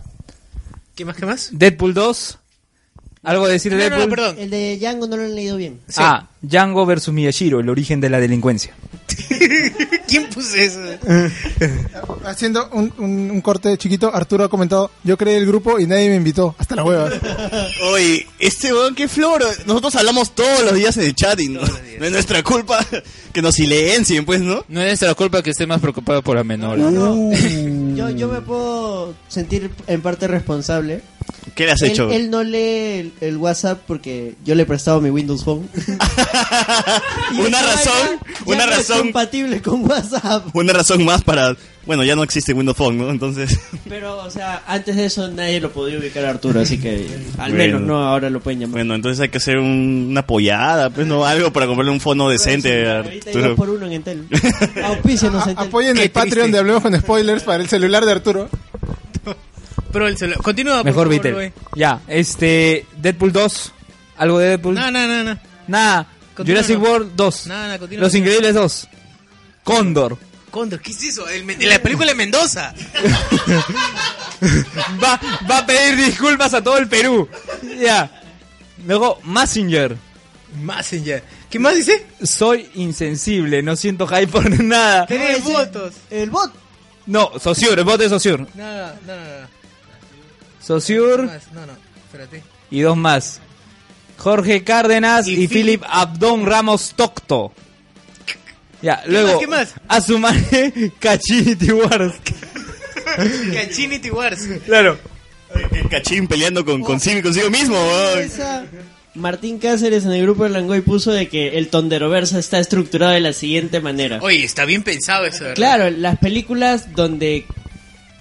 S1: ¿Qué más, qué más?
S9: Deadpool 2. Algo de decir de
S1: No, no,
S9: Deadpool.
S1: no, perdón.
S2: El de Django no lo han leído bien. (laughs)
S1: Sí.
S9: Ah, Django versus Miyashiro, el origen de la
S1: (laughs)
S9: delincuencia.
S1: ¿Quién puso eso?
S5: (laughs) Haciendo un, un- un corte chiquito, Arturo ha comentado, yo creé el grupo y nadie me invitó. Hasta la hueva.
S4: Oye, este weón, qué flor. Nosotros hablamos todos los días en el chat y no, no es nuestra culpa que nos silencien, pues, ¿no?
S3: No es nuestra culpa que esté más preocupado por la menor.
S2: (laughs) Yo, yo me puedo sentir en parte responsable.
S4: ¿Qué le has
S2: Él,
S4: hecho?
S2: él no lee el, el WhatsApp porque yo le he prestado mi Windows Phone. Y
S4: (laughs) una
S2: esa
S4: razón,
S2: vaina ya
S4: una
S2: no es
S4: razón,
S2: compatible con WhatsApp.
S4: una razón más para. Bueno, ya no existe Windows Phone, ¿no? Entonces.
S2: Pero, o sea, antes de eso nadie lo podía ubicar a Arturo, así que al
S4: Bueno.
S2: menos no, ahora lo pueden llamar.
S4: Bueno, entonces hay que hacer un- una apoyada, pues, ¿no? Algo para comprarle un fono decente. a
S2: Pues, Ahorita hay dos
S4: Arturo.
S2: por uno en Entel. Auspícianos,
S5: A-
S2: Entel.
S5: apoyen el Patreon de Hablemos con Spoilers para el celular de Arturo.
S1: Pero el celular. Continúa, por
S9: Mejor
S1: favor,
S9: Beatle.
S1: Luven.
S9: Ya, este. Deadpool 2. Algo de Deadpool.
S1: No, no, no, no.
S9: Nada.
S1: Continúa,
S9: Jurassic
S1: no.
S9: World 2.
S1: No, no, continúa,
S9: Los
S1: continúa.
S9: Increíbles 2. Cóndor. (laughs)
S1: Condor, ¿qué es eso? El men- la película de Mendoza.
S9: Va, va a pedir disculpas a todo el Perú. Ya. Luego, Massinger.
S1: Messenger. ¿Qué más dice?
S9: Soy insensible, no siento hype por (laughs) nada.
S1: Tiene
S2: ese-
S1: votos.
S2: El bot.
S9: No, Sociur, el bot de Sociur.
S1: No, no, no, no.
S9: Sociur
S1: Más, No, no. Espérate.
S9: y dos más. Jorge Cárdenas
S1: Y
S9: y, Philip Abdón Ramos Tocto. Ya, luego.
S1: qué más?
S9: A su madre, (laughs) Cachinity
S1: (laughs)
S9: Wars.
S4: (laughs)
S1: Cachinity Wars.
S9: Claro.
S4: El cachín peleando con, consigo, consigo mismo, weón.
S2: Esa- Martín Cáceres en el grupo de Langoy puso de que el Tonderoverso está estructurado de la siguiente manera.
S1: Oye, está bien pensado eso, ¿verdad?
S2: Claro, las películas donde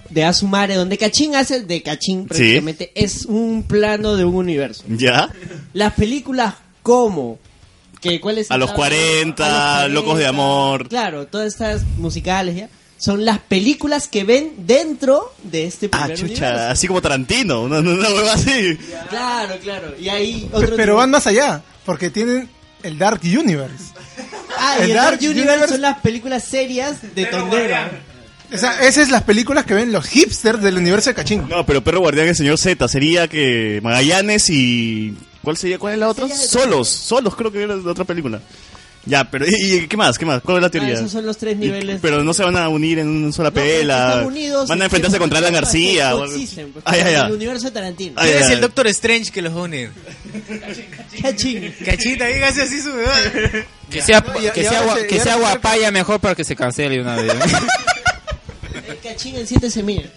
S2: de Asumare, donde Cachín hace el de Cachín prácticamente, es un plano de un universo.
S4: ¿Ya?
S2: Las películas como que cuál es
S4: A los 40, Locos de Amor.
S2: Claro, todas estas musicales ya son las películas que ven dentro de este
S4: Ah,
S2: primer
S4: chucha,
S2: universo.
S4: así como Tarantino, una, una hueva así.
S2: Claro, claro. Y ahí
S5: Pe-
S2: otro
S5: Pero
S2: tipo-
S5: van más allá, porque tienen el Dark Universe.
S2: Ah, y
S5: El
S2: el
S5: Dark
S2: Dark Universe
S5: Universe-
S2: son las películas serias de Tondero.
S5: O sea, esas son las películas que ven los hipsters del universo de Cachín.
S4: No, pero Perro Guardián el señor Z sería que Magallanes y ¿cuál sería cuál es la otra? Solos, Solos creo que era la otra película. Ya, pero ¿y y qué más? ¿Qué más? ¿Cuál es la teoría?
S2: Ah, esos son los tres
S4: Y-
S2: niveles.
S4: Pero no se van a unir en una sola pela.
S2: Están unidos este,
S4: van a
S2: y
S4: enfrentarse
S2: que-
S4: contra Alan García. o algo-
S2: Coexisten, pues,
S4: Ay, ay,
S2: El
S4: ay.
S2: universo de Tarantino.
S4: Ay,
S1: Eres
S4: ay,
S1: el
S4: ay.
S1: Doctor Strange que los va a unir.
S2: (laughs) Cachín.
S1: Cachita, dígase así su bebé.
S3: Que sea,
S5: No, y-
S3: que
S5: y
S3: sea,
S5: ahora
S3: gua-
S5: se- y
S3: que sea
S5: ahora se-
S3: guapaya mejor para que se cancele una
S10: (laughs)
S3: vez.
S2: El cachín en eh, siete semillas.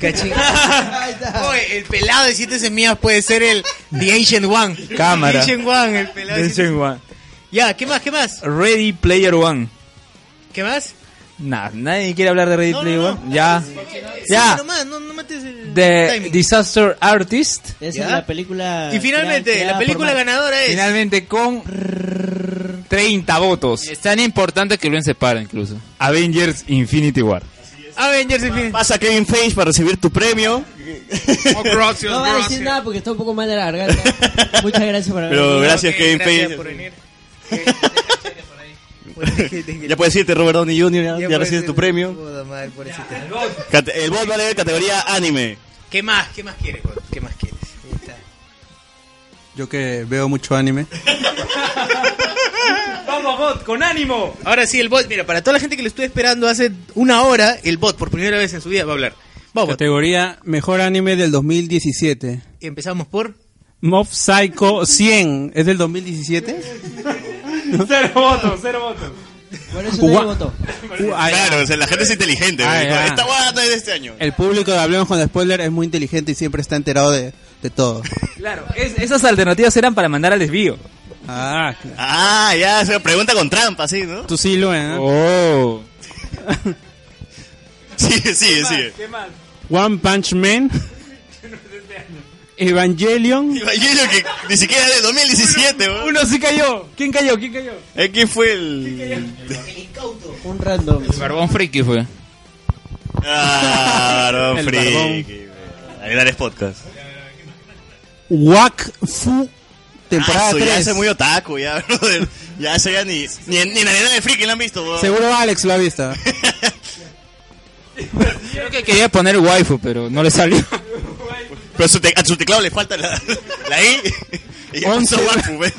S1: Cachín.
S2: (laughs) Ahí está.
S1: Oye, el pelado de siete semillas puede ser el The Ancient One.
S9: Cámara.
S1: The Ancient One, el pelado. de siete- Ya, ¿qué más? ¿Qué más?
S9: Ready Player One.
S1: ¿Qué más?
S9: Nah, nadie quiere hablar de Ready
S1: No, no,
S9: Player
S1: no.
S9: One. Ya.
S1: Sí,
S9: Ya.
S1: nomás, no, no mates el
S9: The
S1: timing.
S9: Disaster Artist.
S2: Esa
S1: ¿Ya?
S2: es la película.
S1: Y finalmente,
S2: creada-
S1: la película
S2: creada
S1: ganadora es.
S9: Finalmente con 30 votos.
S3: es tan importante que lo separa incluso.
S9: Avengers Infinity War.
S1: Avengers Infinity.
S4: Pasa Kevin Feige para recibir tu
S1: (laughs)
S4: premio.
S2: (laughs)
S1: oh,
S2: por Mar- No va a decir nada porque está un poco mal de la garganta.
S4: (laughs)
S2: Muchas gracias por haber
S4: Pero
S2: venido. Este
S4: gracias
S1: Ok,
S4: Kevin
S1: gracias
S4: Feige.
S2: (laughs)
S1: por venir.
S4: (laughs) Ya puedes irte Robert Downey Jr. Ya, ya
S1: puede
S4: recibes
S1: ser.
S4: tu premio.
S1: Puta madre, pobrecito.
S4: Cate- El bot vale de categoría anime.
S1: ¿Qué más? ¿Qué más quieres, Gord? ¿Qué más quieres? Ahí está.
S10: Yo que veo mucho anime.
S9: Vamos, bot, con ánimo.
S1: Ahora sí, el bot. Mira, para toda la gente que lo estuve esperando hace una hora, el bot por primera vez en su vida va a hablar. Vamos, bot.
S10: Categoría Mejor Anime del 2017.
S1: empezamos por.
S10: Mob Psycho 100. ¿Es del 2017?
S9: Cero votos, cero votos.
S2: Por eso nadie
S10: Gua-
S2: votó.
S10: Uh, ah, ya.
S4: Claro, o sea, la gente es inteligente. (laughs)
S10: Ah,
S4: dijo,
S10: ya.
S4: Esta guata es de este año.
S10: El público de Hablemos con Spoiler es muy inteligente y siempre está enterado de, de todo.
S9: Claro, es- esas alternativas eran para mandar al desvío.
S10: Ah, claro.
S4: Ah, ya, se pregunta con trampa, sí, ¿no?
S10: Tú sí lo ves, ¿no?
S3: (laughs) Oh.
S4: (laughs) Sigue, sigue, sigue.
S10: One Punch Man. Evangelion.
S4: Imagino que ni siquiera es de 2017, weón.
S9: Uno sí cayó. ¿Quién cayó? ¿Quién cayó?
S4: Es que fue el. (laughs)
S2: Un random.
S3: El barbón friki fue.
S4: Ah, no,
S10: (laughs) El
S4: friki. Aguilares Podcast.
S10: Wack Fu. Temporada
S4: Ah, eso Ya
S10: 3.
S4: hace muy otaku, ya, brother. Ya eso ya ni. Ni en ni en Arenal de Friki la han visto, weón.
S10: Seguro Alex lo ha visto.
S3: Creo que quería poner waifu, pero no le salió.
S4: Pero su te- a su teclado le falta la, la I. Y ya
S10: Once.
S4: pasó Wafu, ¿ves?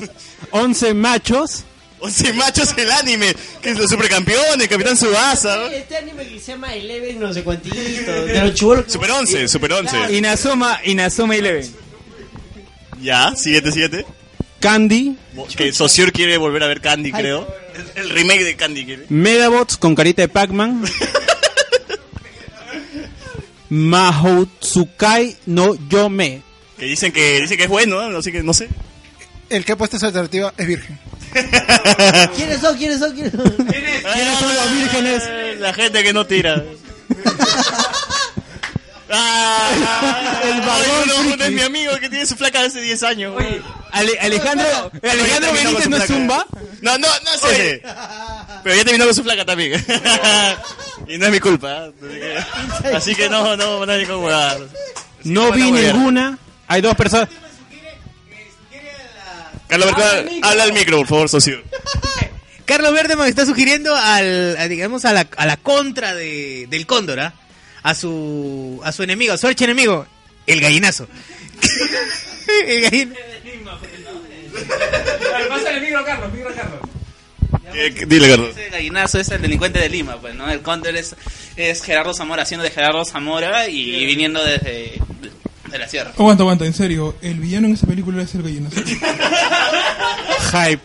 S10: 11 machos.
S4: 11 machos el anime. Que es los supercampeones, Capitán Subasa, weón.
S2: Este anime que se llama Eleven, no sé cuántito.
S4: (laughs)
S2: De los chubolos que-
S4: Super 11, Super 11.
S9: Inazuma, Inazuma Eleven.
S4: Ya, siguiente, siguiente.
S10: Candy.
S4: Que Saussure quiere volver a ver Candy, creo. El, el remake de Candy, quiere.
S10: Medabots con carita de Pac-Man. Mahotsukai no Yome.
S4: Que dicen que, dicen que es bueno, ¿no? Así que no sé.
S5: El que ha puesto esa alternativa es virgen.
S2: ¿Quiénes son? ¿Quiénes son? ¿Quiénes son?
S4: ¿Quiénes son los vírgenes? La gente que no tira. (laughs) Ah, el barbón no, no es mi amigo que tiene su flaca hace 10 años. Oye,
S9: Ale- Alejandro, Alejandro Benítez no es Zumba.
S4: No, no, no sé. Pero ya terminó con su flaca (laughs) también. y no es mi culpa. ¿eh? Así que, así que no, no, nadie con jugar.
S10: No vi ninguna. Hay dos personas.
S4: Carlos Bertrán, habla al micro, por favor, socio.
S1: Carlos Verdeman está sugiriendo al, a, digamos, a la, a la contra de, del cóndor, ¿ah? a su a su enemigo, a su archienemigo, el gallinazo. (laughs) el gallin-
S4: Eh, dile, Carlos.
S6: Ese gallinazo es el delincuente de Lima, pues, ¿no? El cóndor es, es Gerardo Zamora haciendo de Gerardo Zamora y viniendo desde de la sierra.
S7: Aguanta, aguanta, en serio. El villano en esa película es el gallinazo.
S10: Hype.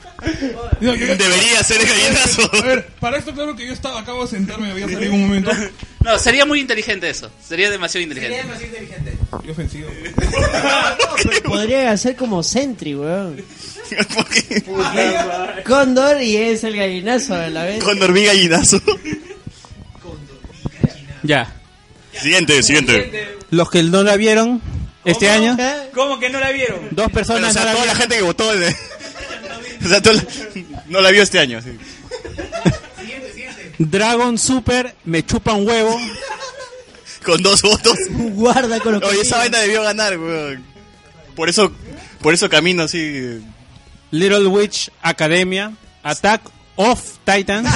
S7: No, yo-
S4: Debería ser el gallinazo.
S7: A ver, para esto claro que yo estaba, acabo de sentarme, había salido un momento.
S6: No, sería muy inteligente eso. Sería demasiado inteligente.
S7: Qué ofensivo.
S2: (laughs) Podría hacer como Sentry, weón.
S4: ¿Por qué?
S2: Cóndor y es el gallinazo a la vez.
S4: Con dormí gallinazo.
S10: Ya.
S4: Siguiente, siguiente.
S10: Los que no la vieron este año.
S2: ¿Eh?
S9: ¿Cómo que no la vieron?
S4: Bueno,
S10: Dos
S4: o
S10: personas
S4: sea,
S10: no la
S4: toda la
S10: vieron.
S4: gente que votó. eh, (laughs) O sea, toda la- no la vio este año. sí.
S10: (laughs) Dragon Super me chupa un huevo.
S4: Con dos votos.
S2: Guarda con los
S4: Oye, esa
S2: colmillos.
S4: vaina debió ganar, weón. Por eso, por eso camino así.
S10: Little Witch Academia. Attack of Titans.
S4: (laughs)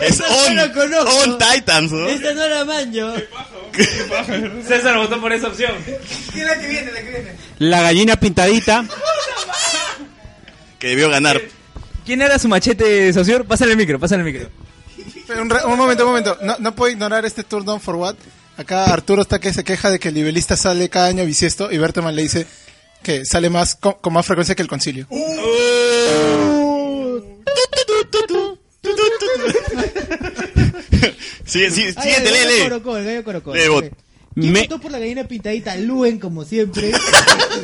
S4: Es on, on Titans, ¿no?
S2: Esta no la manjo.
S3: César votó por esa opción.
S5: ¿Qué es la que viene? La que viene.
S10: La gallina pintadita.
S4: Que debió ganar.
S9: Eh, ¿Quién era su machete, socio? Pásale el micro, pásale el micro.
S5: Pero un, ra- un momento, un momento. No, no puedo ignorar este turn down for what. Acá Arturo está que se queja de que el nivelista sale cada año bisiesto y Berteman le dice que sale más con, con más frecuencia que el concilio.
S1: Uh.
S4: Sí, sí,
S11: Ay,
S4: siguiente,
S11: el
S4: lee,
S11: gallo
S4: lee.
S11: Corocó, el gallo Corocó.
S4: Lee, vot.
S11: ¿Quién
S10: Me-
S11: votó por la gallina pintadita? Luen, como
S4: (laughs)
S11: siempre.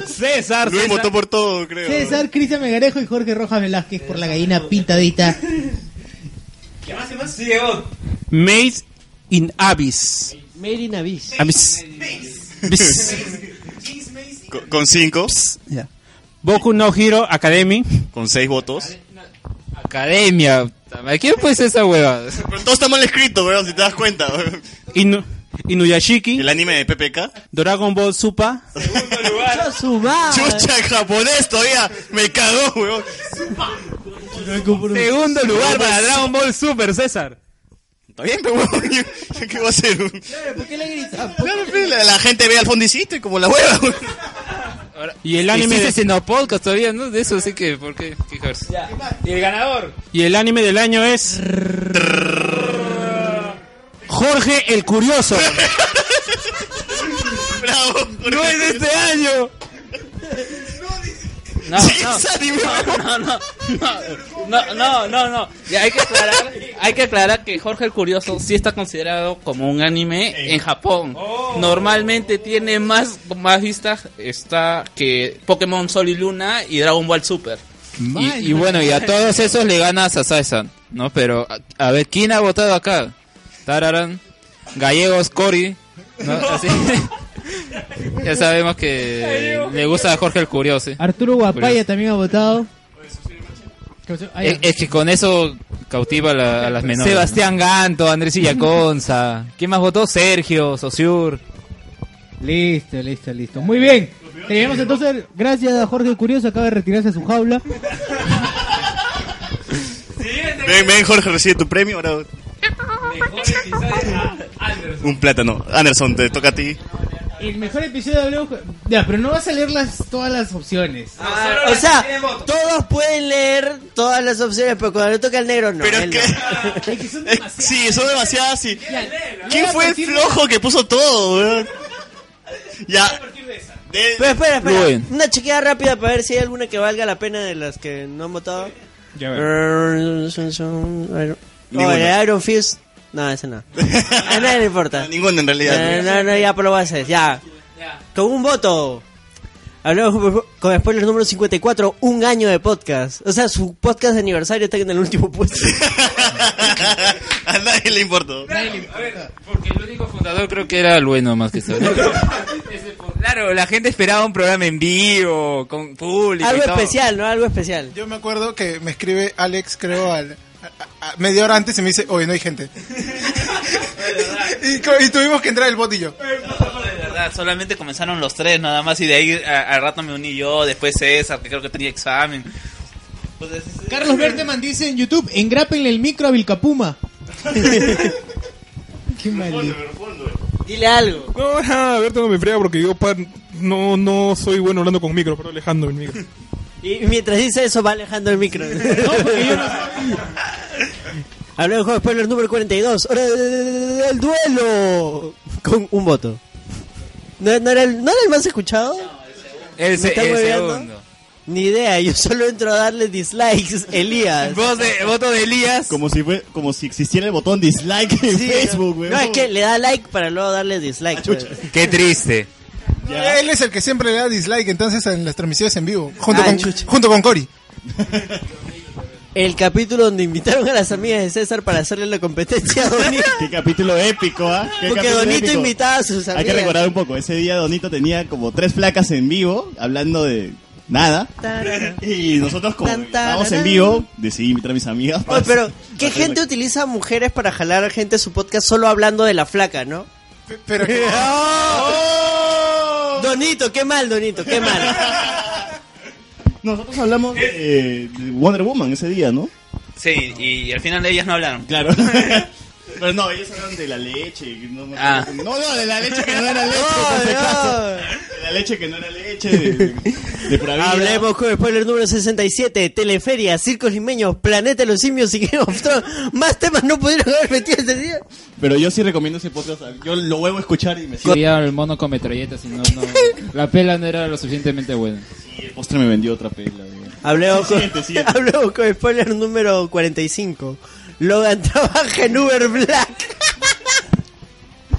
S9: César,
S4: Luis
S9: César.
S4: votó por todo, creo.
S11: César, Cristian Megarejo y Jorge Rojas Velázquez por la gallina pintadita.
S3: Sigue vos.
S10: Made in Abyss.
S2: Made
S10: (laughs)
S2: in Abyss.
S10: Abyss. Abyss.
S4: Con, con cinco,
S10: Ya. Boku no Hero Academy.
S4: con seis votos.
S3: Academia. ¿A quién fue esa hueva?
S4: Pero todo está mal escrito, weón, si te das cuenta. weón.
S10: Inu- Inuyashiki.
S4: El anime de PPK.
S10: Dragon Ball Super.
S4: Chucha, en japonés todavía. Me cagó, weón.
S9: Segundo lugar para Dragon Ball Super, César.
S4: Está bien, pero weón. (laughs) yo- ¿Qué va a hacer? weón?
S11: ¿Por qué le gritan?
S4: Claro, pues, la, la gente ve al fondo y sí, estoy como la hueva, weón.
S10: Y el anime.
S3: Hiciste
S10: de-
S3: sin podcast todavía, ¿no? De eso, así que, ¿por qué fijarse?
S9: Y el ganador.
S10: Y el anime del año es. Jorge el Curioso. (laughs)
S4: Bravo.
S10: ¡No es de este año!
S6: No,
S4: Sí,
S6: no.
S4: es anime, weón.
S6: No, no, no, no, no, no, no. Y hay que aclarar, hay que aclarar que Jorge el Curioso sí está considerado como un anime en Japón. Normalmente tiene más, más vistas está que Pokémon Sol y Luna y Dragon Ball Super.
S3: Y, y bueno, y a todos esos le ganas a Saisan, ¿no? Pero, a, a ver, ¿quién ha votado acá? Tararán, Gallegos, Cori, ¿no? Así. (laughs) ya sabemos que le gusta a Jorge el Curioso. ¿eh?
S11: Arturo Guapaya también ha votado. Ah, ya.
S3: Es, es que con eso cautiva la- a las menores. ¿no?
S9: Sebastián Ganto, Andrés Villaconza. ¿Quién más votó? Sergio, Sosur.
S11: Listo, listo, listo. Muy bien. Tenemos entonces, gracias a Jorge el Curioso, acaba de retirarse a su jaula.
S4: Ven, ven, Jorge, recibe tu premio. Ahora.
S2: (laughs)
S4: Un plátano. Anderson, te toca a ti.
S11: El mejor episodio de Hablemos con- Ya, pero no vas a leer las, todas las opciones.
S2: Ah, o sea, todos pueden leer todas las opciones, pero cuando le toca al negro no.
S4: Pero
S2: él
S4: que.
S2: no.
S4: (laughs) Eh, Sí, son demasiadas. Sí. ¿Quién
S11: Lea a
S4: fue el
S11: partir de-
S4: flojo que puso todo, weón? Ya. De-
S2: Pero espera, espera.
S3: Rubén.
S2: Una chequeada rápida para ver si hay alguna que valga la pena de las que no han votado.
S7: Ya
S2: Iron-
S4: Ninguna.
S2: Oye, Iron Fist. No, ese
S4: (laughs)
S2: no. A nadie le importa.
S4: A ninguno en
S2: No,
S4: realidad.
S2: no, no, ya, pero lo vas a hacer, Ya. Con un voto. Hablamos con spoiler número 54, un año de podcast. O sea, su podcast de aniversario está en el último puesto.
S4: (laughs)
S9: (laughs)
S4: a nadie le importó.
S3: Porque el único fundador (laughs) creo que era el bueno más
S9: (laughs)
S3: que Seba.
S9: Claro, la gente esperaba un programa en vivo, con público.
S2: Algo
S9: y todo.
S2: especial, ¿no? Algo especial.
S5: Yo me acuerdo que me escribe Alex, creo, al, a- a- a- media hora antes y me dice, oye, no hay gente. y, co- y tuvimos que entrar el bot y yo.
S6: De verdad, solamente comenzaron los tres nada más y de ahí a- al rato me uní yo, después César, que creo que tenía examen.
S11: Carlos Berteman dice en YouTube, engrápenle el micro a
S1: (laughs)
S11: Vilcapuma. Qué maldito.
S2: Dile algo.
S7: No, nada, a ver, tengo mi friega porque yo pa- no, no soy bueno hablando con micro, pero alejando el
S4: (laughs)
S7: micro.
S2: Y mientras dice eso, va alejando el micro. Hablamos con spoiler número 42, hora del duelo. Con un voto. ¿No, no era, el, ¿no era el más escuchado?
S9: El, se-
S2: ¿Me está
S9: el
S2: hueveando?
S9: segundo.
S2: Ni idea, yo solo entro a darle dislikes, Elías.
S9: Voz de- voto de Elías.
S4: Como si, fue, como si existiera el botón dislike en
S2: Sí,
S4: Facebook,
S2: no,
S4: weón.
S2: No, es que le da like para luego darle dislike. pues.
S9: Qué triste.
S5: Él es el que siempre le da dislike entonces en las transmisiones en vivo, junto,
S2: Ah,
S5: con,
S2: chucha.
S5: junto con Cory.
S2: El capítulo donde invitaron a las amigas de César para hacerle la competencia a
S9: (laughs)
S2: Donito.
S4: Qué capítulo épico, ¿ah? Qué
S2: Porque
S4: capítulo
S2: Donito
S4: épico.
S2: invitaba a sus amigas.
S4: Hay que recordar un poco, ese día Donito tenía como tres placas en vivo, hablando de nada.
S2: Tarara.
S4: Y nosotros como
S2: Tan,
S4: estábamos en
S2: tararán.
S4: vivo, decidí invitar a mis amigas.
S2: Oye, pero, ¿qué
S4: Para
S2: gente
S4: hacer
S2: utiliza mujeres para jalar a gente a su podcast solo hablando de la flaca, no?
S5: Pe- Pero
S2: (laughs) Oh. Donito, qué mal, Donito, qué mal.
S4: eh, la- Nosotros hablamos de, de Wonder Woman ese día, ¿no?
S6: Sí, y al final ellas no hablaron. (laughs)
S4: Claro. Pero no, ellos hablan de la leche. No, no,
S6: Ah.
S4: no, no, de la leche que no era leche,
S2: (laughs) No,
S4: por si
S2: no.
S4: acaso. De la leche que no era leche. de- de pura vida.
S2: Hablemos con spoiler número 67, Teleferia, Circos Limeños, Planeta de los Simios y Game of Thrones. Más temas no pudieron haber metido este día.
S4: Pero yo sí recomiendo ese podcast. Yo lo vuelvo a escuchar y me siento.
S9: Había el mono con metralletas y no, no- La pela no era lo suficientemente buena.
S4: El postre me vendió otra pela. (laughs)
S2: Hablemos con, hablemos con spoiler número 45, Logan (laughs) trabaja en Uber Black.
S4: (laughs)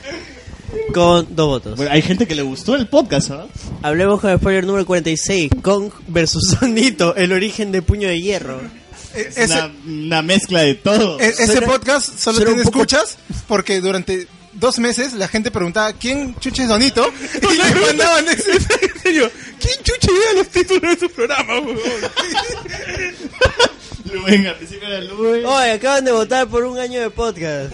S2: Con dos votos.
S4: Bueno, hay gente que le gustó el podcast, ¿ah?
S2: Hablemos con spoiler número 46, Kong versus (laughs) Sonito, el origen de Puño de Hierro.
S5: Es ese-
S4: una, una mezcla de todo.
S5: E- ese
S2: Suena-
S5: podcast
S2: suena
S5: solo tiene
S2: un poco-
S5: (laughs) escuchas porque durante dos meses la gente preguntaba quién chuche es Donito (laughs) y le mandaban (laughs) ese. En serio, ¿quién chuche idea los títulos de su programa?
S4: Luen, al principio era Luen.
S2: Oye, acaban de votar por un año de
S4: (laughs)
S2: podcast.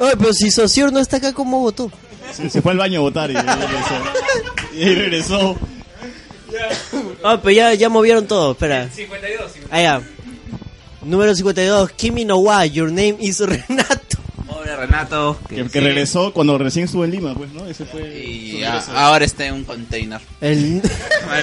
S2: Oye, pero si Socior no está acá, ¿cómo votó?
S4: Se, se fue al baño a votar y, ahí regresó. Y ahí regresó.
S2: Ah, pero ya, ya movieron todo, espera.
S9: 52.
S2: Allá. Número 52, Kimi no wa, your name is (laughs) Renato.
S6: Pobre Renato.
S4: Que, que regresó cuando recién estuvo en Lima, pues, ¿no? Ese fue.
S6: Y
S4: su
S6: a-
S4: regreso.
S6: ahora está en un container.
S2: El...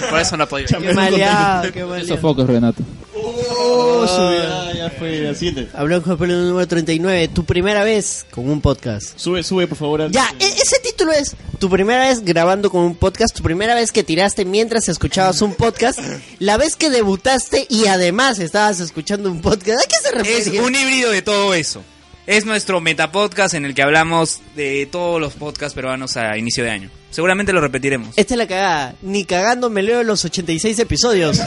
S6: Por eso no
S4: (laughs)
S6: ha podido
S2: Qué
S6: venir.
S2: maleado, qué maleado.
S9: Sofocos, Renato.
S4: Oh, su vida, ya fue la siguiente.
S2: Hablamos con el número 39, tu primera vez con un podcast.
S4: Sube, sube, por favor. al-
S2: Ya, e- ese título es tu primera vez grabando con un podcast, tu primera vez que tiraste mientras escuchabas un podcast, la vez que debutaste y además estabas escuchando un podcast. ¿A qué se
S9: Es
S2: refiere?
S9: un híbrido de todo eso. Es nuestro metapodcast en el que hablamos de todos los podcasts peruanos a inicio de año. Seguramente lo repetiremos.
S2: Esta es la cagada. Ni cagando me leo los 86 episodios.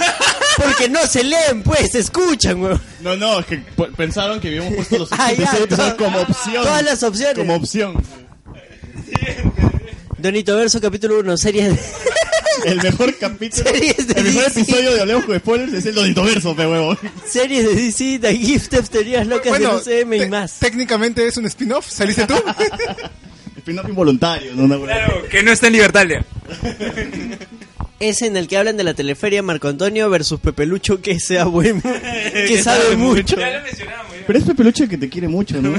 S2: Porque no se leen, pues, se escuchan, weón.
S4: No, no, es que p- pensaron que habíamos puesto los
S2: (laughs) Ah, ya,
S4: 86 episodios
S2: todas-
S4: como opción.
S2: Todas las opciones.
S4: Como opción.
S2: Donito Verso, capítulo 1, series.
S4: (laughs) El mejor capítulo.
S2: Series de
S4: el mejor
S2: DC.
S4: episodio de Hablemos con Spoilers es el Donitoverso, pe huevo.
S2: Series de DC, The Gift of Teorías Locas
S5: Bueno,
S2: de UCM y
S5: te-
S2: más.
S5: técnicamente es (laughs) un spin-off, saliste tú.
S4: Spin-off involuntario, no una hueá.
S9: que no está en Libertalia.
S2: Es en el que hablan de la teleferia Marco Antonio versus Pepelucho, que sea
S9: (laughs)
S2: bueno, que sabe mucho.
S4: Pero es Pepeluche el que te quiere mucho, (laughs) ¿no?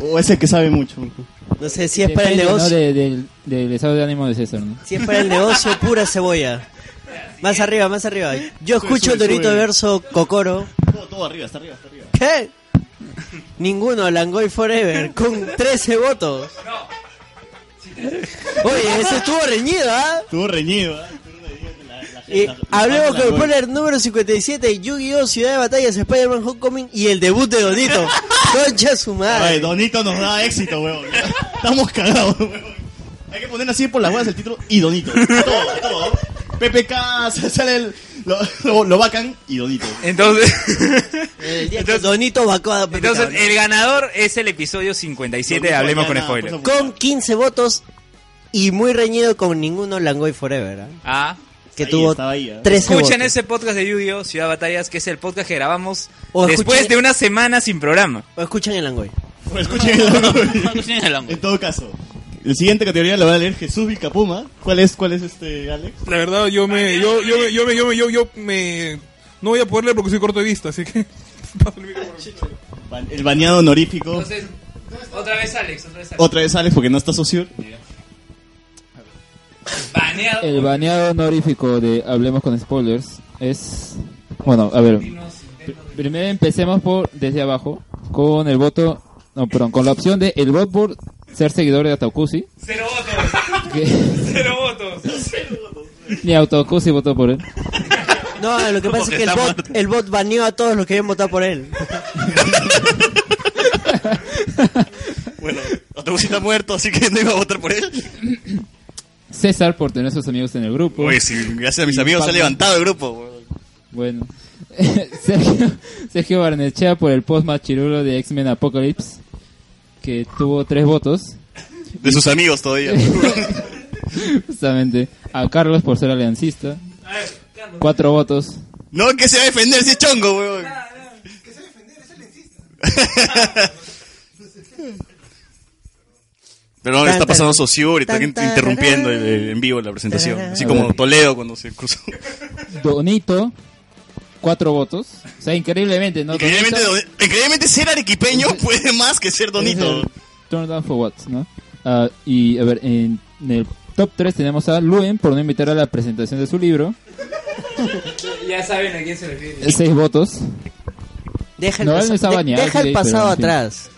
S4: o es el que sabe mucho.
S2: No sé si es para el
S9: ¿no?
S2: negocio,
S9: De- del, del estado de ánimo de César, ¿no?
S2: si es para el negocio pura
S9: (laughs)
S2: cebolla. Más arriba, más arriba. Yo
S4: Sube,
S2: escucho
S4: sube,
S2: Dorito
S4: sube.
S2: Verso Cocoro.
S4: Todo, todo arriba, está arriba, está arriba.
S2: ¿Qué? Ninguno, Langoy Forever, con 13 votos. Oye, ese estuvo reñido, ¿ah?
S4: Estuvo reñido, ¿eh? Estuvo reñido con la- la-
S2: Y
S4: la-
S2: hablemos
S4: la-
S2: con el
S4: la-
S2: spoiler número 57, Yu-Gi-Oh! Ciudad de Batallas, Spider-Man Homecoming y el debut de
S4: (laughs)
S2: Donito. Concha su
S4: Ay,
S2: madre.
S4: Donito nos da éxito, huevón. Estamos cagados, huevón. Hay que poner así por las huevas el título y Donito. Todo, todo. PPK, (laughs) sale el, lo, lo, lo vacan y Donito.
S9: Entonces,
S2: (laughs) El día que Donito vacó a Pepe
S9: entonces
S2: Cabrera.
S9: el ganador es el episodio 57 de
S4: Donito
S9: Hablemos con
S4: gana,
S9: Spoiler.
S4: pues,
S2: Con 15 votos y muy reñido con ninguno Langoy Forever, ¿ah?
S9: Ah.
S2: Que
S4: Ahí
S2: tuvo
S4: estaba ahí, ¿ah?
S2: 13
S9: Escuchen
S2: votos.
S9: ese podcast de Yu-Gi-Oh! Ciudad Batallas, que es el podcast que grabamos
S2: O
S9: después
S2: escuchen-
S9: de una semana sin programa.
S2: O escuchan el Langoy.
S4: Pues escuchen el (laughs)
S6: Escuchen el amor.
S4: En todo caso, la siguiente categoría la va a leer Jesús Vicapuma. ¿Cuál es, cuál es este, Alex?
S7: La verdad, yo me, yo, yo, me- yo, me, yo, me, yo, yo me... No voy a poder leer porque soy corto de vista, así que... (laughs) Paso el micrófono.
S4: Ban- El bañado honorífico.
S9: otra vez Alex, otra vez
S4: Otra vez Alex porque no está socio.
S9: Baneado.
S12: El baneado honorífico de Hablemos con Spoilers es... Bueno, a ver. pr- Primero empecemos por desde abajo con el voto... No, perdón, con la opción de el voto por ser seguidor de Autocusi.
S9: Cero
S2: (laughs)
S9: votos.
S12: que
S9: Cero votos.
S12: ni Autocusi votó por él.
S2: No, lo que pasa es que el bot, el bot baneó a todos los que habían votado por
S4: (laughs)
S2: él.
S4: Bueno, Otaku está muerto, así que no iba a votar por él.
S12: César por tener sus amigos en el grupo.
S4: Oye, sí, gracias a mis amigos se ha levantado el grupo. weón.
S2: (laughs)
S12: Bueno. Sergio, Sergio Barnechea por el post más chirulo de X-Men Apocalypse. Que tuvo tres votos.
S4: De sus amigos todavía.
S12: Justamente. A Carlos por ser aliancista. Cuatro votos.
S4: (laughs) No, que se va a defender ese chongo, weón. Pero no,
S2: Tan,
S4: está pasando
S2: tan.
S4: Sociur y está
S2: Tan,
S4: int-
S2: tan,
S4: interrumpiendo
S2: tarán.
S4: el- el- en vivo la presentación.
S2: Tarán.
S4: Así como Toledo cuando se cruzó.
S12: Donito
S3: cuatro votos. O sea, increíblemente, ¿no?
S4: Increíblemente,
S3: Donito-
S4: Don- increíblemente ser arequipeño puede más que ser donito.
S3: Ese- Turn down for what, ¿no? Ah, y a ver, en, en el top 3 tenemos a Luen por no invitar a la presentación de su libro.
S9: Ya saben a quién se refiere.
S3: Eh, Seis votos.
S2: Deja el,
S3: No, él
S2: pasa-
S3: no estaba
S2: de-
S3: ni
S2: deja
S3: ahí,
S2: el
S3: pero,
S2: pasado
S3: en fin.
S2: atrás.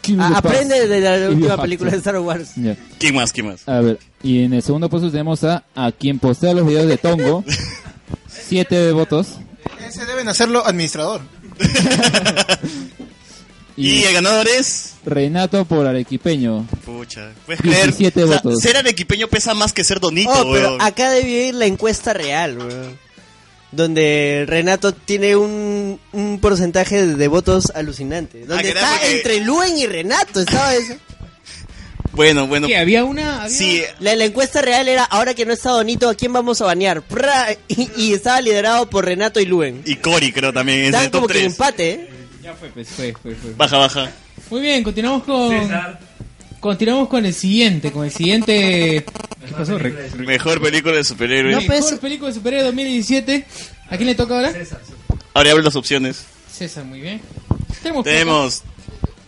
S3: ¿Quién
S2: A-
S3: le pasa?
S2: aprende de la
S3: Idiota.
S2: última película de Star Wars.
S3: Ya.
S4: ¿Quién más? ¿Quién más?
S3: A ver, y en el segundo puesto tenemos a a quien postea los videos de
S2: (laughs)
S3: Tongo. Siete votos.
S5: Ese deben hacerlo (laughs) administrador.
S4: Y el ganador es.
S3: Renato por Arequipeño.
S4: Pucha, puedes creer.
S3: 17
S4: O sea,
S3: votos.
S4: ser arequipeño pesa más que ser donito,
S2: Oh, pero
S4: weón.
S2: acá debió ir la encuesta real, weón. Donde Renato tiene un, un porcentaje de votos alucinante. Donde
S4: Ah, que era
S2: está
S4: porque-
S2: entre Luen y Renato, estaba eso.
S4: Bueno, (laughs) bueno.
S2: había una. La, la encuesta real era: ahora que no está Donito, ¿a quién vamos a banear? Prra, Y, y estaba liderado por Renato y Luen.
S4: Y Cory, creo también. Es
S2: Estaban
S4: el top
S2: como que en
S4: 3.
S2: empate, ¿eh?
S4: Baja, baja.
S13: Muy bien, continuamos con. Continuamos con el siguiente, con el siguiente. ¿Qué pasó, Rick?
S4: Mejor película de superhéroes.
S13: No, Mejor película de superhéroes 2017. ¿A quién le toca ahora? César.
S4: Ahora ya abro las opciones.
S13: César, muy bien. (laughs) Tenemos.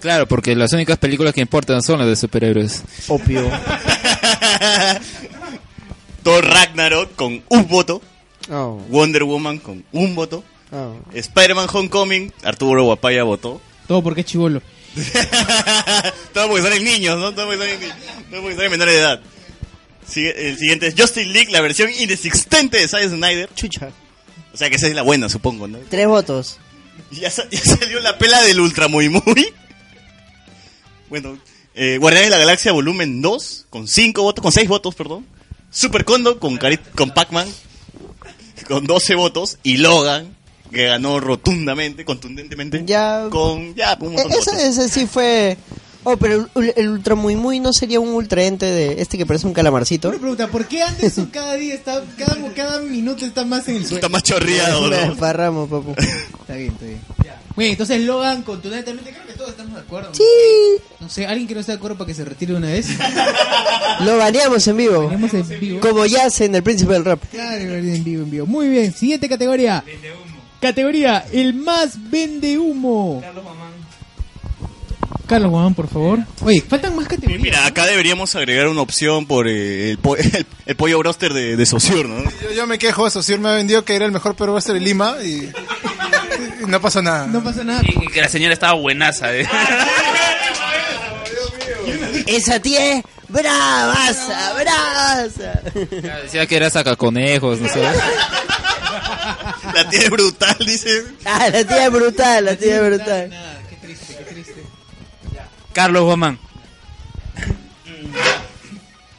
S14: Claro, porque las únicas películas que importan son las de superhéroes.
S3: (laughs)
S2: Opio.
S4: Thor Ragnarok con un voto.
S2: Oh.
S4: Wonder Woman con un voto. Spider-Man Homecoming. Arturo Guapaya votó.
S13: Todo porque es chivolo.
S4: Todo porque salen niños, ¿no? Todo porque salen, ni- todo porque salen menores de edad. Sigue- el siguiente es Justin League, la versión inexistente de Zack Snyder.
S2: Chucha.
S4: O sea que esa es la buena, supongo, ¿no?
S2: Tres votos.
S4: Ya, sa- (laughs) ya salió la pela del Ultra Muy Muy. (laughs) Bueno, eh, Guardianes de la Galaxia volumen 2, con 5 votos, con 6 votos, perdón. Super Condo con, Cari- con Pac-Man, con 12 votos. Y Logan, que ganó rotundamente, contundentemente.
S2: Ya.
S4: Con, ya, pues, un montón de votos.
S2: E-, Ese, ese sí fue. Oh, pero el, ul- el ultra muy muy no sería un ultraente de este que parece un calamarcito.
S1: Una pregunta, ¿por qué Anderson (laughs) cada día está, cada, cada minuto está más en el suelo?
S4: Está más
S2: (laughs)
S4: chorreado,
S2: Me
S4: ¿no?
S2: desparramo,
S4: (laughs)
S2: papu.
S1: Está bien, está bien. Güey, entonces Logan, contundentemente, creo que todos estamos de acuerdo. ¿no?
S2: Sí.
S1: No sé, ¿alguien que no esté de acuerdo para que se retire de una (laughs) vez?
S2: Lo baneamos en vivo. Como ya hacen el príncipe del rap.
S1: Claro, en vivo, en vivo. Muy bien, siguiente categoría. Categoría, el más vende humo. Carlos Guamán. Carlos Guamán, por favor. Oye, faltan más categorías.
S4: Mira, acá deberíamos agregar una opción por eh, el, po- (laughs) el, el pollo broster de, de Saussure, ¿no?
S5: Yo, yo me quejo, Sosur me ha vendido que era el mejor perro de Lima y, y no pasó nada. No
S1: pasó nada.
S6: Y, y que la señora estaba buenaza. ¿eh? (laughs)
S2: Esa tía es bravaza,
S4: (laughs)
S2: bravaza.
S14: Decía que era sacaconejos, no sé.
S4: La tía es brutal, dice.
S2: Ah, (laughs) la tía es brutal, la tía es brutal.
S14: Carlos Guamán.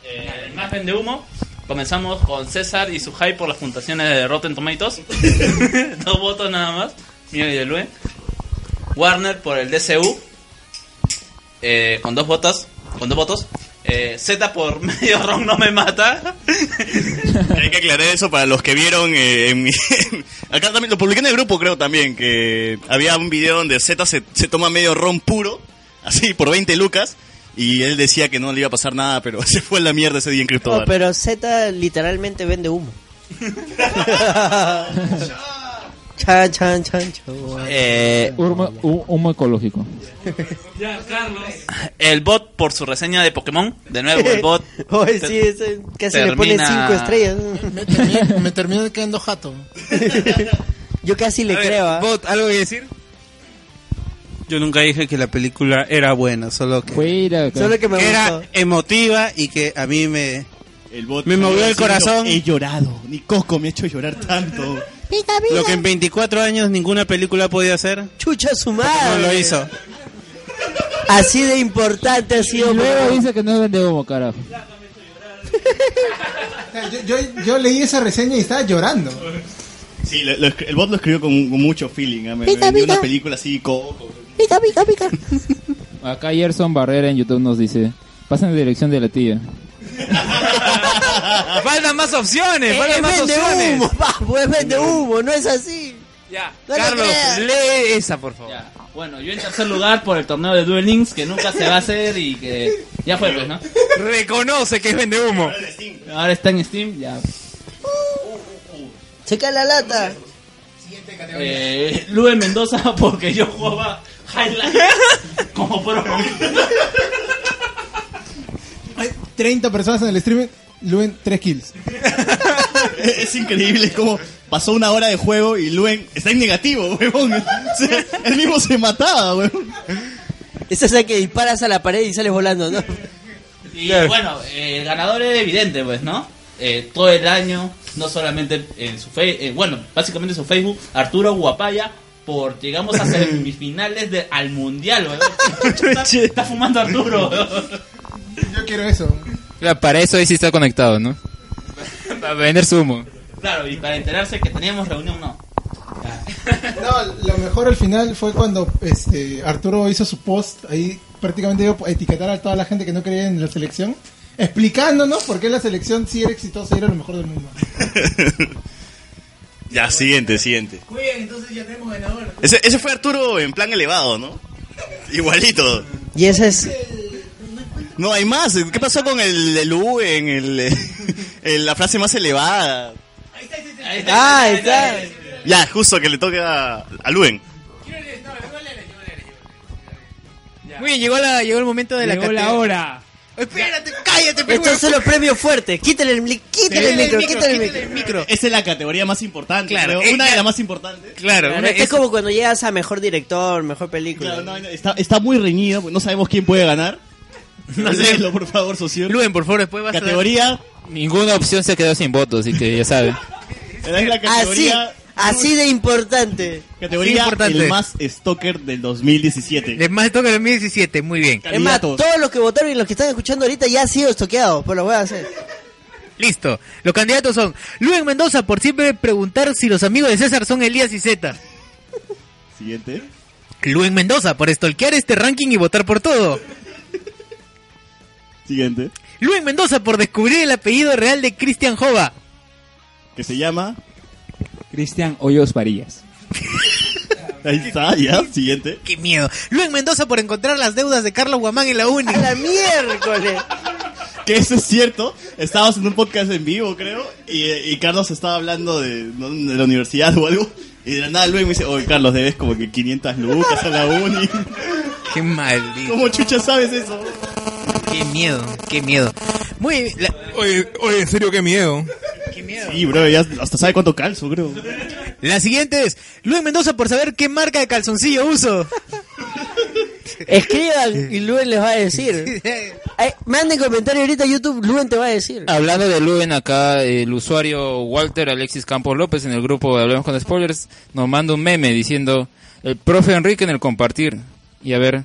S6: Eh, El más vende humo. Comenzamos con César y su hype por las puntuaciones de Rotten
S4: (laughs)
S6: Tomatoes. Dos votos nada más. Mío y de Lue. Warner por el DCU. eh, con dos votos. Con dos votos. Eh, Z por (laughs) medio ron no
S4: (laughs)
S6: me mata.
S4: Hay que aclarar eso para los que vieron eh, en mi... (laughs) Acá también lo publiqué en el grupo, creo también, que había un video donde Z se, se toma medio ron puro, así, por 20 lucas, y él decía que no le iba a pasar nada, pero (laughs) se fue a la mierda ese día en
S2: Oh,
S4: Cryptobar.
S2: pero Z literalmente vende humo. chan, chan, chan, chan.
S3: Humo, hu- humo ecológico.
S6: El bot por su reseña de Pokémon. De nuevo,
S2: (laughs)
S6: el bot.
S2: Oye, sí, ese casi le pone
S6: termina-
S2: cinco estrellas.
S5: Me terminé, me terminé
S2: (laughs)
S5: quedando jato.
S2: Yo casi le creo. ¿ah?
S14: ¿Algo que decir?
S10: Yo nunca dije que la película era buena, solo que,
S2: Solo que me
S10: era
S2: gustó.
S10: emotiva y que a mí me, me movió el
S1: diciendo,
S10: corazón.
S1: "He
S10: llorado, ni Coco me ha hecho llorar tanto. Lo que en 24 años ninguna película podía hacer.
S2: Chucha su
S10: No
S2: madre.
S10: lo hizo.
S2: Así de importante ha sido.
S3: Luego
S2: Pokémon.
S3: dice que no vende humo,
S5: (laughs)
S3: carajo.
S5: Yo, yo- yo leí esa reseña y estaba llorando.
S4: Sí, lo- lo escri- el bot lo escribió con, con mucho feeling, ¿eh? me, me
S5: Pita,
S4: vendió
S5: pita.
S4: una película así, coco. (laughs)
S2: Pica, pica, pica.
S3: Acá Gerson Barrera en YouTube nos dice: Pasen en dirección de la tía.
S9: Faltan más opciones,
S2: Eh,
S9: faltan más
S2: vende
S9: opciones.
S2: humo, (laughs) papu, es vende humo, no es así.
S6: Ya,
S2: No lo
S9: Carlos,
S2: creas.
S9: lee esa, por favor.
S6: Bueno, yo en tercer lugar por el torneo de Duel Links que nunca se va a hacer y que ya fue, pues, ¿no?
S9: Reconoce (laughs) que vende humo.
S6: Ahora está en Steam, ya.
S2: Checa la lata.
S15: Siguiente
S6: Eh, Lube Mendoza (laughs) porque yo jugaba Highlight
S2: (laughs)
S6: como pro.
S11: 30 personas en el streaming, Luen 3
S3: (laughs)
S11: kills.
S4: es increíble cómo pasó una hora de juego y Luen está en negativo, (laughs) huevón. O sea, él mismo se mataba, huevón.
S2: Esa es la que disparas a la pared y sales volando, ¿no?
S6: Y bueno, eh, el ganador es evidente, pues, ¿no? Eh, todo el año, no solamente en su Facebook, bueno, básicamente en su Facebook, Arturo Guapaya, por llegamos a semifinales de, al mundial, weón. está, está fumando Arturo, weón.
S5: Yo quiero eso.
S3: Claro, para eso ahí sí está conectado, ¿no? (laughs) Para vender sumo.
S6: Claro, y para enterarse que teníamos reunión, no.
S5: No, lo mejor al final fue cuando este Arturo hizo su post ahí prácticamente iba a etiquetar a toda la gente que no creía en la selección, explicándonos por qué la selección sí era exitosa y era lo mejor del mundo.
S4: Ya, siguiente, siguiente.
S15: Muy bien, entonces ya tenemos ganador.
S4: Ese, ese fue Arturo en plan elevado, ¿no? Igualito.
S2: Y ese es.
S4: No hay más. ¿Qué pasó con el, el U en el, (laughs) en la frase más elevada?
S6: Ahí
S4: está,
S2: Ah,
S1: Ah,
S4: ahí está. Ya, justo que le toca a Luen.
S1: Muy bien, llegó, la, llegó el momento de
S2: Llegó
S1: la
S2: la
S1: categoría.
S2: hora.
S1: Espérate, cállate, pe
S2: Estos son
S1: huevón.
S2: los premios fuertes. Quítale el, mic- quítale el micro, quítale el micro.
S4: Esa es la categoría más importante.
S2: Claro,
S4: creo. Una
S2: es-
S4: de las más importantes.
S2: Claro, es, como cuando llegas a mejor director, mejor película.
S4: Está, está muy reñido, pues, no sabemos quién puede ganar. No Léelo, (laughs) por favor, socio.
S1: Luen, por favor, después vas a-
S4: Categoría.
S3: Ninguna opción se quedó sin votos, así que ya saben.
S4: Es la categoría.
S2: Así, así de importante.
S4: Categoría el más stalker del 2017.
S1: El más stalker del 2017, muy bien.
S2: Es más, todos los que votaron y los que están escuchando ahorita ya han sido estoqueados, pues lo voy a hacer.
S1: Listo. Los candidatos son Luen Mendoza por siempre preguntar si los amigos de César son Elías y Z.
S4: Siguiente.
S1: Luen Mendoza por estolquear este ranking y votar por todo.
S4: Siguiente.
S1: Luen Mendoza por descubrir el apellido real de Cristian Jova.
S4: Que se llama.
S12: Cristian Hoyos Varillas.
S4: Ahí está, ya. Siguiente.
S1: Qué miedo. Luen Mendoza por encontrar las deudas de Carlos Guamán en la uni.
S2: la miércoles!
S4: Que eso es cierto. Estábamos en un podcast en vivo, creo. Y, y Carlos estaba hablando de, no, de la universidad o algo. Y de la nada luego me dice: Oye, Carlos, debes como que 500 lucas a la uni.
S1: Qué maldito.
S4: ¿Cómo chucha sabes eso?
S1: Qué miedo, qué miedo. Muy
S7: Oye, oye, en serio, qué miedo.
S4: Sí, bro, ya hasta sabe cuánto calzo, creo.
S1: La siguiente es Luen Mendoza por saber qué marca de calzoncillo uso.
S2: Escriban y Luen les va a decir. Ay, manden comentario ahorita a YouTube, Luen te va a decir.
S3: Hablando de Luven acá, el usuario Walter Alexis Campos López en el grupo de Hablemos con Spoilers nos manda un meme diciendo el profe Enrique en el compartir. Y a ver,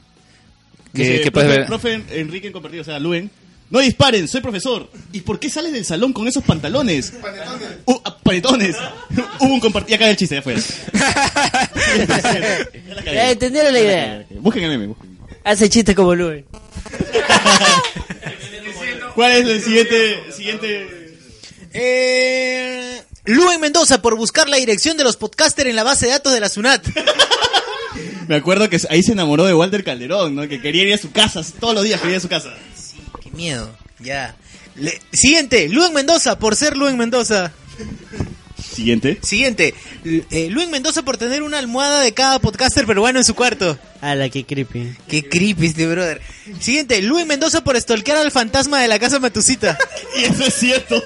S3: ¿qué,
S4: Dice,
S3: qué puedes
S4: profe,
S3: ver?
S4: profe Enrique en compartido, o sea, Luen. No disparen, soy profesor. ¿Y por qué sales del salón con esos pantalones? Uh, ah, panetones. Hubo un compartido. Ya cae el chiste,
S3: (laughs)
S4: ya fue.
S2: Ya entendieron Eh, la idea.
S4: Busquen el meme. busquen.
S2: Hace chistes este como Luen.
S4: ¿Cuál es el siguiente? siguiente?
S1: Eh, Luen Mendoza por buscar la dirección de los podcasters en la base de datos de la SUNAT.
S4: Me acuerdo que ahí se enamoró de Walter Calderón, ¿no? Que quería ir a su casa. Todos los días quería ir a su casa.
S1: Qué miedo, ya. Le- siguiente, Luen Mendoza por ser Luen Mendoza.
S4: Siguiente.
S1: Siguiente, L- eh, Luen Mendoza por tener una almohada de cada podcaster peruano en su cuarto.
S2: A la que creepy.
S1: Qué creepy este brother. Siguiente, Luen Mendoza por estolquear al fantasma de la casa Matucita.
S4: (laughs) Y eso es cierto.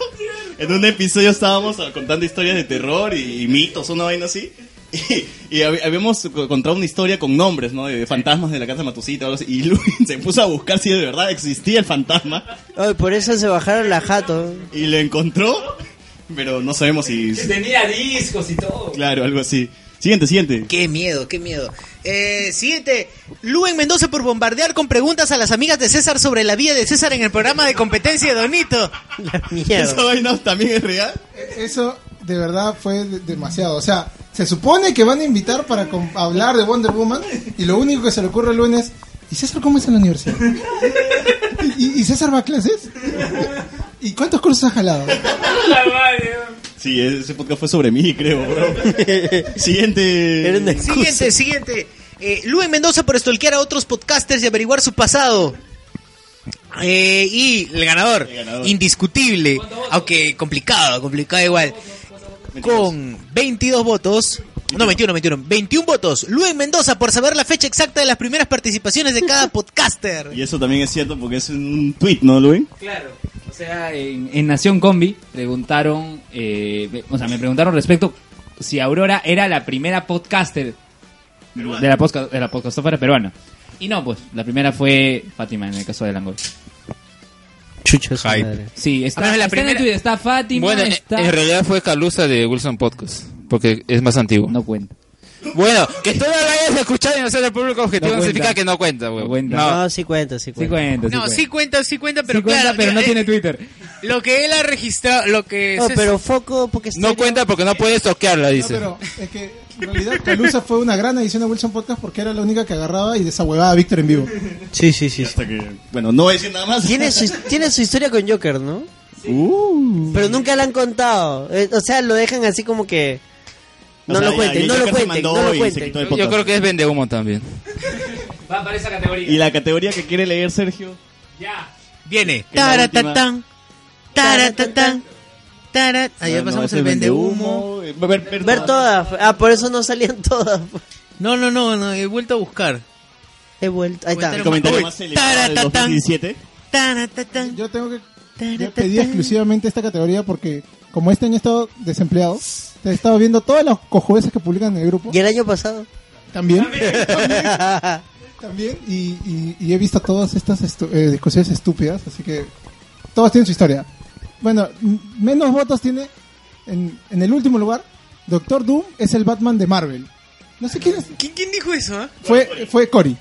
S4: En un episodio estábamos ah, contando historias de terror y, y mitos, una vaina así. (laughs) Y, y hab- habíamos co- contado una historia con nombres, ¿no? De fantasmas de la casa Matusita o algo así. Y (laughs) Luis se puso a buscar si de verdad existía el fantasma.
S2: Ay, por eso se bajaron la jato.
S4: Y lo encontró, pero no sabemos si...
S1: Tenía discos y todo.
S4: Claro, algo así. Siguiente, siguiente.
S1: Qué miedo, qué miedo. Eh, siguiente, Luen Mendoza por bombardear con preguntas a las amigas de César sobre la vida de César en el programa de competencia
S2: (laughs)
S1: de Donito.
S4: Esa vaina también es real.
S5: Eso de verdad fue de- demasiado. O sea, se supone que van a invitar para com- hablar de Wonder Woman y lo único que se le ocurre al lunes ¿y César cómo es en la universidad? ¿Y, y César va a clases? ¿Y cuántos cursos ha jalado?
S4: Sí, ese podcast fue sobre mí, creo, bro. (laughs) Siguiente.
S1: Siguiente, siguiente. Eh, Luen Mendoza por estolquear a otros podcasters y averiguar su pasado. Eh, y el ganador, indiscutible, aunque complicado, complicado igual. Con 22 votos, No, 21, 21. 21 votos. Luis Mendoza por saber la fecha exacta de las primeras participaciones de cada podcaster.
S4: Y eso también es cierto porque es un tweet, ¿no, Luis?
S8: Claro. O sea, en, en Nación Combi preguntaron, eh, me- o sea, me preguntaron respecto si Aurora era la primera podcaster de la, posca- de la podcastófera peruana. Y no, pues, la primera fue Fátima en el caso de Langoy.
S2: Chucho,
S8: Sí, está,
S6: Ah, pero
S8: está
S6: la
S8: en
S6: primera-
S8: el Twitter, está Fátima,
S3: Bueno, en-
S8: está...
S3: en realidad fue Calusa de Wilson Podcast, porque es más antiguo.
S8: No cuenta.
S3: Bueno, que tú no la hayas escuchado y no seas el público objetivo
S8: No
S3: no,
S8: cuenta.
S3: significa que no cuenta, güey.
S2: No, sí cuenta, sí cuenta.
S1: No, sí cuenta, sí cuenta, pero
S8: Sí cuenta,
S1: claro,
S8: pero no
S1: eh,
S8: tiene Twitter.
S1: Lo que él ha registrado, lo que
S2: No,
S1: se-
S2: pero foco porque está...
S3: No cuenta porque no puedes toquearla, dice.
S5: pero es que en realidad Calusa fue una gran edición de Wilson Podcast porque era la única que agarraba y desahuevaba a Víctor en vivo.
S2: Sí, sí, sí.
S4: bueno, no voy a decir nada más.
S2: Tiene su, tiene su historia con Joker, ¿no?
S3: Uh.
S2: Pero nunca la han contado. Eh, O sea, lo dejan así como que... No
S3: O sea,
S2: lo cuenten,
S3: y
S2: no
S3: Joker
S2: lo
S3: se
S2: cuenten,
S3: mandó
S2: no lo
S3: y se
S2: cuenten.
S3: quitó el podcast. Yo creo que es vende humo también.
S8: Va para esa categoría.
S4: Y la categoría que quiere leer Sergio.
S8: Ya.
S1: Viene.
S4: Es la
S1: Taratatán. Taratatán. Tarat.
S2: No,
S1: Ayer
S2: no,
S1: pasamos
S2: ese
S1: el
S2: es
S1: vende humo.
S2: vendehumo.
S4: Ver,
S2: Ver todas. Ah, por eso no salían todas.
S1: No, no, no, no, he vuelto a buscar.
S2: He vuelto. Ahí está.
S1: El comentario más celebrado del 2017.
S5: Yo tengo que. Yo pedí exclusivamente esta categoría porque, como este año he estado desempleado, he estado viendo todas las cojudeces que publican en el grupo.
S2: ¿Y el año pasado?
S5: También.
S2: (laughs)
S5: También. Y, y- y he visto todas estas estu- eh, discusiones estúpidas, así que todas tienen su historia. Bueno, m- menos votos tiene en, en el último lugar. Doctor Doom es el Batman de Marvel. No sé quién es.
S1: ¿Qui- ¿Quién dijo eso? ah?
S5: Fue, fue Cory.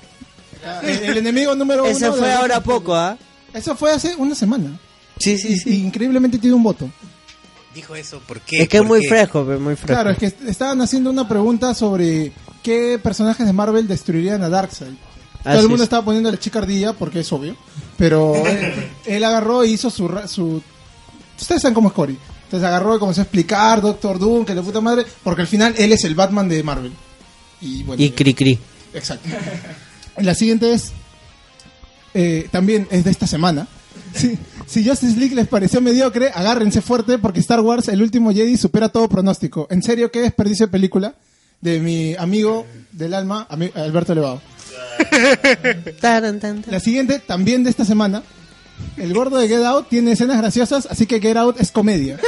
S5: El, el enemigo número
S2: Ese
S5: uno.
S2: fue
S5: de-
S2: ahora poco, ¿ah?
S5: Eso fue hace una semana.
S2: Sí, sí,
S5: sí. increíblemente tiene un voto.
S1: Dijo eso, ¿por qué?
S2: Es que es
S1: ¿Por
S2: muy
S1: qué?
S2: fresco, pero muy fresco.
S5: Claro, es que est- estaban haciendo una pregunta sobre qué personajes de Marvel destruirían a Darkseid. Todo
S2: Así
S5: el mundo
S2: es.
S5: estaba poniendo a la chica ardilla porque es obvio,
S2: (laughs)
S5: pero él, él agarró y hizo su, ra- su... Ustedes saben cómo es Cory. Entonces agarró y comenzó a explicar Doctor Doom, que la puta madre, porque al final él es el Batman de Marvel. Y bueno,
S2: Y cri cri.
S5: Exacto. La siguiente es. eh, también es de esta semana. (laughs) Si, si Justice League les pareció mediocre, agárrense fuerte porque Star Wars, el último Jedi, supera todo pronóstico. En serio, qué desperdicio de película de mi amigo del alma, ami- Alberto Levado. La siguiente, también de esta semana. El gordo de Get Out tiene escenas graciosas, así que Get Out es comedia.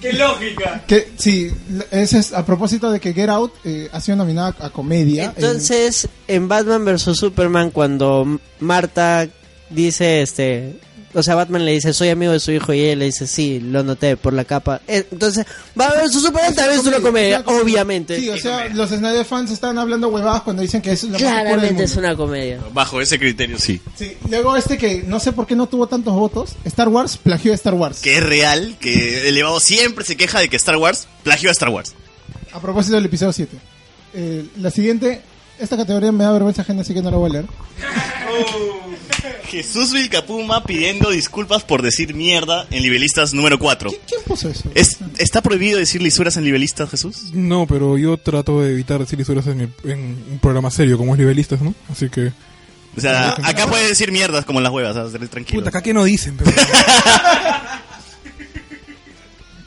S9: ¡Qué lógica!
S5: Que, sí, ese es a propósito de que Get Out eh, ha sido nominada a comedia. en-
S2: Entonces, en Batman vs Superman, cuando Marta dice, este, o sea, Batman le dice, soy amigo de su hijo, y él le dice, sí, lo noté por la capa. Eh, Entonces, Batman vs Superman también es una comedia, obviamente.
S5: Sí, o sea, los Snyder fans están hablando huevadas cuando dicen que es la más oscura del mundo.
S2: Claramente es una comedia.
S4: Bajo ese criterio, sí.
S5: Sí, Luego este que no sé por qué no tuvo tantos votos, Star Wars plagió a Star Wars.
S4: Que es real, que Elevado siempre se queja de que Star Wars plagió a Star Wars.
S5: A propósito del episodio 7. Eh, la siguiente, esta categoría me da vergüenza ajena, así que no la voy a leer.
S4: Jesús Vilcapuma pidiendo disculpas por decir mierda en Libelistas número 4.
S5: ¿Quién puso eso?
S4: ¿Es, ¿Está prohibido decir lisuras en Libelistas, Jesús?
S7: No, pero yo trato de evitar decir historias en, el- en un programa serio como es Nivelistas, ¿no? Así que...
S4: O sea, acá puedes decir mierdas como las huevas, o sea, tranquilo.
S7: Puta, acá que no dicen,
S4: (laughs)
S7: pero...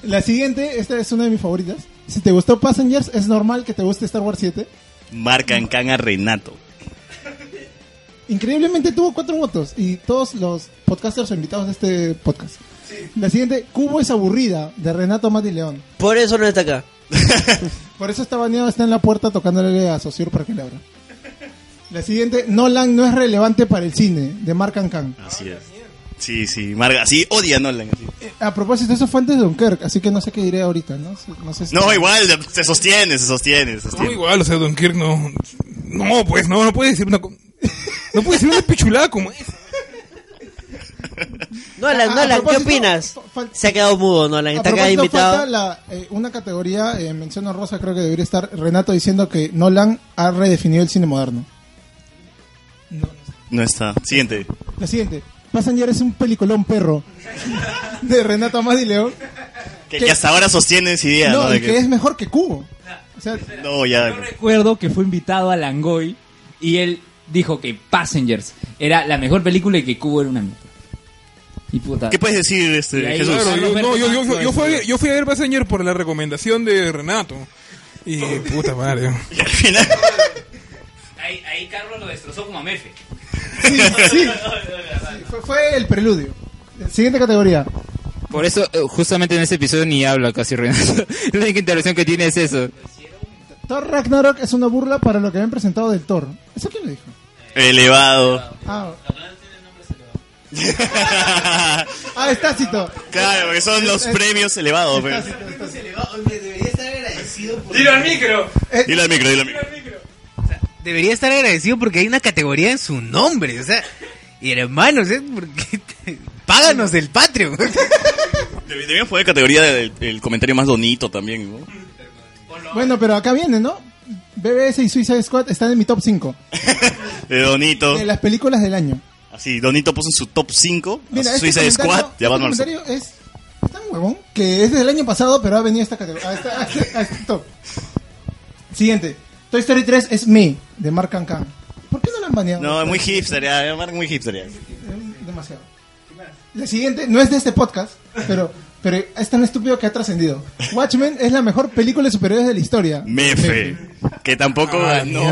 S5: La siguiente, esta es una de mis favoritas. Si te gustó Passengers, es normal que te guste Star Wars 7.
S4: Marca en can a Renato.
S5: Increíblemente tuvo cuatro votos y todos los podcasters son invitados de este podcast. La siguiente, Cubo es aburrida, de Renato Mati León.
S2: Por eso no está acá.
S5: Por eso está baneado, está en la puerta tocándole a Sociur para que le abra. La siguiente, Nolan no es relevante para el cine, de Mark Ancan.
S2: Ah.
S4: Así es. Sí, sí, Marga, sí, odia a Nolan. así.
S5: Eh, A propósito, eso fue antes de Dunkirk, así que no sé qué diré ahorita, ¿no? sé- No, sé si-
S4: No, igual, se sostiene, se sostiene, se sostiene.
S7: No, igual, o sea, Dunkirk no... No, pues no, no puede decir una... co- No puede decir una pichulada como esa.
S2: Nolan,
S5: a
S2: Nolan, ¿qué
S5: propósito,
S2: opinas?
S5: fal-
S2: Se ha quedado mudo, Nolan,
S5: A
S2: está acá
S5: propósito,
S2: invitado.
S5: falta la, eh, una categoría, eh, mención rosa creo que debería estar Renato diciendo que Nolan ha redefinido el cine moderno.
S4: No está. Siguiente.
S5: La siguiente, Passenger es un peliculón perro, (laughs) de Renato Mati León.
S4: Que, que hasta ahora sostiene esa idea, ¿no?
S5: No,
S4: De
S5: y que es mejor que Cubo. O sea,
S4: No, ya.
S8: recuerdo que fue invitado a Langoy y él dijo que Passengers era la mejor película y que Cubo era una mierda. Y puta.
S4: ¿Qué puedes decir,
S8: Y
S4: este,
S8: ahí-
S4: Jesús?
S7: Claro, yo, no, yo, yo- yo- yo fui, yo fui a ver Passenger por la recomendación de Renato. Y puta madre.
S4: (laughs) Y al final.
S9: Ahí, ahí Carlos lo destrozó como a Mefe. (laughs)
S5: Sí, sí. Fue, fue el preludio. Siguiente categoría.
S3: Por eso, eh, justamente en ese episodio ni habla casi Renato. (laughs) La única intervención que tiene es eso.
S5: Thor Ragnarok es una burla para lo que habían presentado del Thor. ¿Eso quién lo dijo?
S4: Elevado.
S5: Ah, ah es tácito.
S4: Claro, porque son los
S5: Es-
S4: premios elevados. pues.
S1: Debería estar agradecido por...
S9: Dilo al micro.
S5: Eh,
S4: Dile al micro, dile al micro.
S1: Debería estar agradecido porque hay una categoría en su nombre, o sea... Y hermanos, ¿eh? ¿Por qué te- (laughs) Páganos del Patreon.
S4: Deb- Debíamos poner categoría del el comentario más bonito también, ¿no?
S5: Bueno, pero acá viene, ¿no? BBS y Suicide Squad están en mi top 5
S4: De Donito.
S5: de las películas del año.
S4: Así, Donito puso en su top 5
S5: Mira, este
S4: Suicide
S5: comentario-
S4: Squad y a
S5: este
S4: Batman.
S5: comentario es tan huevón que es del año pasado, pero ha venido a esta categoría. A, esta- a este- a este top. Siguiente. Toy Story 3 es Me, de Mark Cancan. ¿Por qué no lo han baneado?
S4: No, es muy hipster, ya, es muy hipster. ya.
S5: Demasiado. La siguiente no es de este podcast, pero, pero es tan estúpido que ha trascendido. Watchmen es la mejor película de superhéroes de la historia.
S4: Mefe. Que tampoco
S5: Ah,
S4: ganó.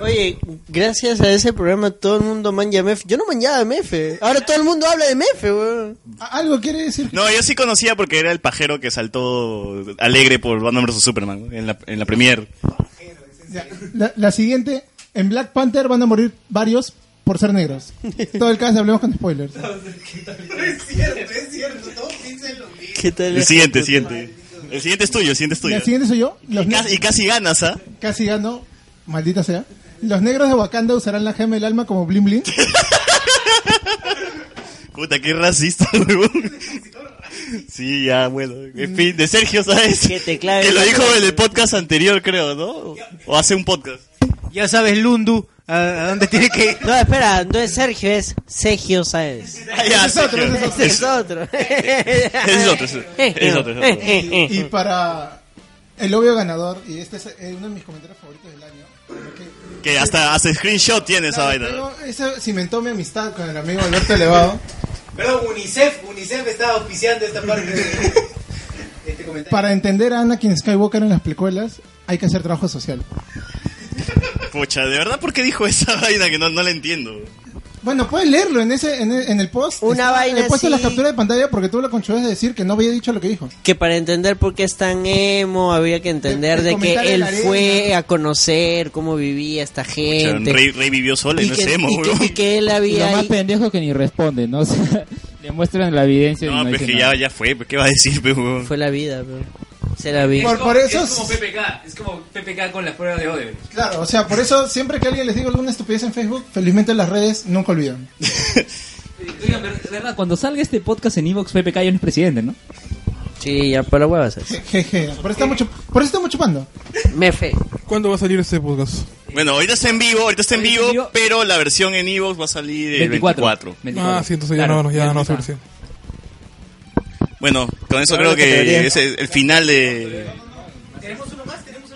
S2: Oye, gracias a ese programa todo el mundo manja a Mefe. Yo no manjaba a Mefe. Ahora todo el mundo habla de Mefe, weón.
S5: Algo quiere decir.
S4: No, yo sí conocía porque era el pajero que saltó alegre por Batman vs Superman ¿no? en la, en la premier.
S5: La, la siguiente, en Black Panther van a morir varios por ser negros. Todo el caso hablemos con spoilers.
S1: es cierto, es cierto. Todos piensan lo mismo.
S2: ¿Qué tal?
S4: El siguiente, el siguiente. El siguiente es tuyo, el siguiente es tuyo.
S5: La siguiente soy yo. Los
S4: Y casi, y casi ganas, ¿ah?
S5: Casi ganó, maldita sea. Los negros de Wakanda usarán la gema del alma como bling bling.
S4: Puta, qué racista, (laughs) weón. Sí, ya, bueno. En fin, de Sergio, ¿sabes? Que
S2: te
S4: lo dijo en el podcast anterior, creo, ¿no? O hace un podcast.
S1: Ya sabes, Lundu, a,
S5: Ah,
S1: a dónde tiene que ir.
S2: No, espera, no es Sergio, es Sergio Sáenz.
S4: Ah, ya,
S2: Ese es otro,
S4: Sergio.
S2: ese es otro. Ese
S4: (laughs) es
S5: (laughs)
S4: otro, ese es otro, ese es otro.
S5: Y para el obvio ganador, y este es eh, uno de mis comentarios favoritos del año.
S4: Que hasta, hasta screenshot tiene esa vaina.
S5: Pero eso cimentó mi amistad con el amigo Alberto Elevado.
S1: Pero UNICEF, UNICEF está auspiciando esta parte de este comentario.
S5: Para entender a Anakin Skywalker en las películas, hay que hacer trabajo social.
S4: Pucha, ¿de verdad por qué dijo esa (laughs) vaina que no, no la entiendo?
S5: Bueno, puedes leerlo en ese en, el- en el post.
S2: Una
S5: Está-
S2: vaina
S5: He puesto
S2: así.
S5: la captura de pantalla porque tuve la conchuda de decir que no había dicho lo que dijo.
S2: Que para entender por qué es tan emo había que entender
S5: El- el
S2: de que
S5: comentario de
S2: él
S5: la arena.
S2: fue a conocer cómo vivía esta
S4: Pucha,
S2: gente.
S4: Rey, Rey vivió sola y, no
S2: que,
S4: es emo,
S2: y que-
S4: weón.
S2: y
S12: (laughs)
S2: que él había
S12: Lo más
S2: ahí-
S12: pendejo que ni responde, ¿no? (laughs) O sea, le muestran la evidencia y
S4: No,
S12: no
S4: pues
S12: dice
S4: que
S12: nada.
S4: ya, ya fue, pues qué va a decir, pues, weón.
S2: Fue la vida, weón. Se la vi.
S5: Por-
S9: Es como-
S5: por eso
S9: Es como PPK. Es como PPK con las pruebas de odio.
S5: Claro, o sea, por eso siempre que alguien les diga alguna estupidez en Facebook, felizmente las redes nunca olvidan.
S8: Oigan, ver- verdad, cuando salga este podcast en Evox, PPK ya no es presidente, ¿no?
S2: Sí, ya para huevas.
S5: Jeje, por eso está mucho, por eso está mucho pando.
S2: Mefe.
S7: ¿Cuándo va a salir este podcast?
S4: Bueno, ahorita está en vivo, ahorita está en vivo, pero la versión en Evox va a salir el 24.
S7: 24. Ah, sí, entonces ya
S4: Claro,
S7: no, ya no se versión.
S4: Bueno, con eso
S2: Ahora la
S4: creo
S2: categoría.
S4: que es el el final de...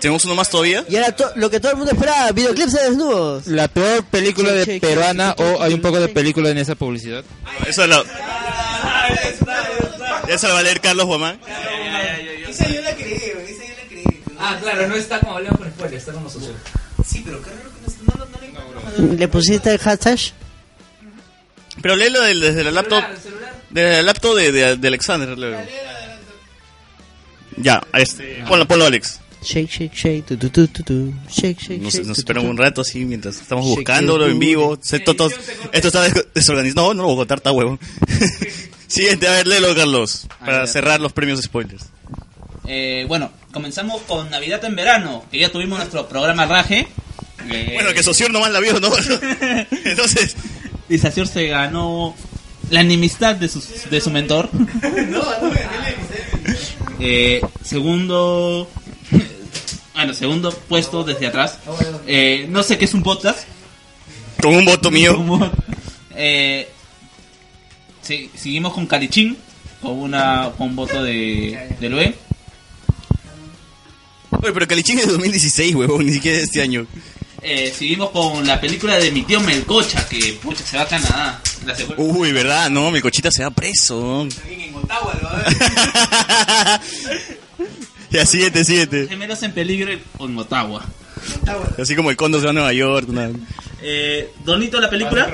S4: ¿Tenemos uno más todavía?
S2: Y era to- lo que todo el mundo esperaba, videoclips de desnudos.
S3: La peor película
S2: Che,
S3: de
S2: che, che,
S3: peruana
S2: che, che,
S3: o hay un
S2: che,
S3: poco de
S2: che.
S3: película en esa publicidad.
S4: Eso es lo...
S9: Ah,
S4: Eso lo va a leer Carlos Guamán.
S1: Esa yo la creí, güey, esa yo la creí.
S9: Ah, claro, no está como hablando con spoilers, está como nosotros.
S1: Sí, pero qué raro que no está- no, no, no, no, no, no.
S2: ¿Le pusiste el hashtag?
S4: Pero léelo del- desde la laptop. Desde la laptop de, de, de Alexander. léelo. Ya, este, ponlo, ponlo Alex.
S2: Shake, shake, shake, tu, tu, tu, tu, tu. Shake, shake,
S4: Nos,
S2: shake.
S4: nos
S2: tu, tu,
S4: esperamos
S2: tu.
S4: un rato así mientras estamos
S2: Shake
S4: buscándolo
S2: your
S4: en vivo. Se- to- to- esto está des- desorganizado. No, no lo voy a contar, está huevo. (laughs) Siguiente, a ver, léelo, Carlos. Para
S9: ver.
S4: cerrar los premios spoilers.
S6: Eh, bueno, comenzamos con Navidad en verano, que ya tuvimos nuestro programa Raje. Eh,
S4: Bueno, que Socior nomás la
S6: (laughs)
S4: vio, ¿no? Entonces.
S6: Y Sacior se ganó la enemistad de su, de su mentor. Eh, segundo. Bueno, segundo puesto desde atrás. Eh, no sé qué es un podcast.
S4: Con un voto mío.
S6: Eh, sí, seguimos con Calichín, con, una, con un voto de, de Lue.
S4: Oye, pero Calichín es de 2016, huevón, ni siquiera es de este año.
S6: Eh, seguimos con la película de mi tío Melcocha, que pucha, se va a Canadá.
S4: (laughs)
S6: La secuela.
S4: Uy, ¿verdad? No, mi cochita se va preso.
S9: Alguien en Ottawa lo va a ver.
S4: Ya, siguiente, siguiente.
S6: Gemelos en peligro en Motagua.
S4: Así como el condo se va a Nueva York. una-
S6: Eh, Donito, la película.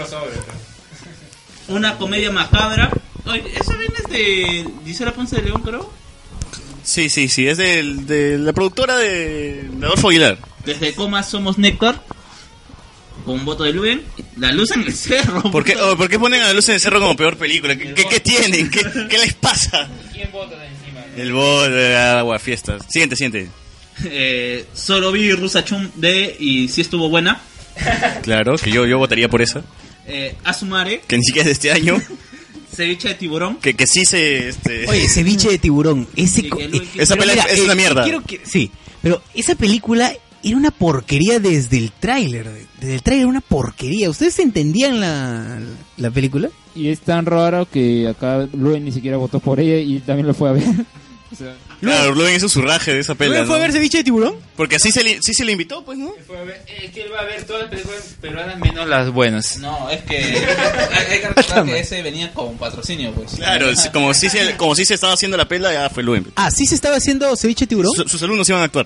S6: Una comedia macabra. Oye, ¿esa bien es de Gisela Ponce de León, creo?
S4: Sí, sí, sí. Es del- de la productora de, de Adolfo Aguilar.
S6: Desde Comas somos Néctar. Con voto de Luen. La luz en el cerro.
S4: ¿Por qué, oh, por qué ponen a Luz en el Cerro como peor película? ¿Qué, qué- qué tienen? ¿Qué, qué les pasa? El bol, el agua, fiestas. Siguiente, siguiente.
S6: Eh, solo vi Rusachum de y sí estuvo buena.
S4: Claro, que yo, yo votaría por esa.
S6: Eh, Azumare,
S4: Que ni siquiera es de este año.
S6: ceviche de tiburón.
S4: Que, que sí se... Este...
S1: (laughs) Oye, ceviche de tiburón. Ese, co- eh,
S4: Esa
S1: pero
S4: pelea
S1: mira,
S4: es
S1: eh,
S4: una mierda.
S1: quiero que- sí, pero esa película era una porquería desde el tráiler. Desde el tráiler era una porquería. ¿Ustedes entendían la, la película?
S12: Y es tan raro que acá Luen ni siquiera votó por ella y también lo fue a ver. O sea,
S4: Claro, Rubén hizo su raje de esa pelea. ¿no?
S1: ceviche de tiburón?
S4: Porque así se, le, sí se le invitó, pues, ¿no?
S6: Es que él va a ver todas las películas peruanas
S3: menos las buenas.
S6: No, es (laughs) que hay, (laughs) hay que recordar que ese venía con patrocinio, pues.
S4: Claro, es- como sí se, como sí se estaba haciendo la pela, ya fue Luen.
S1: Ah, sí se estaba haciendo ceviche de tiburón.
S4: Su- sus alumnos iban a actuar.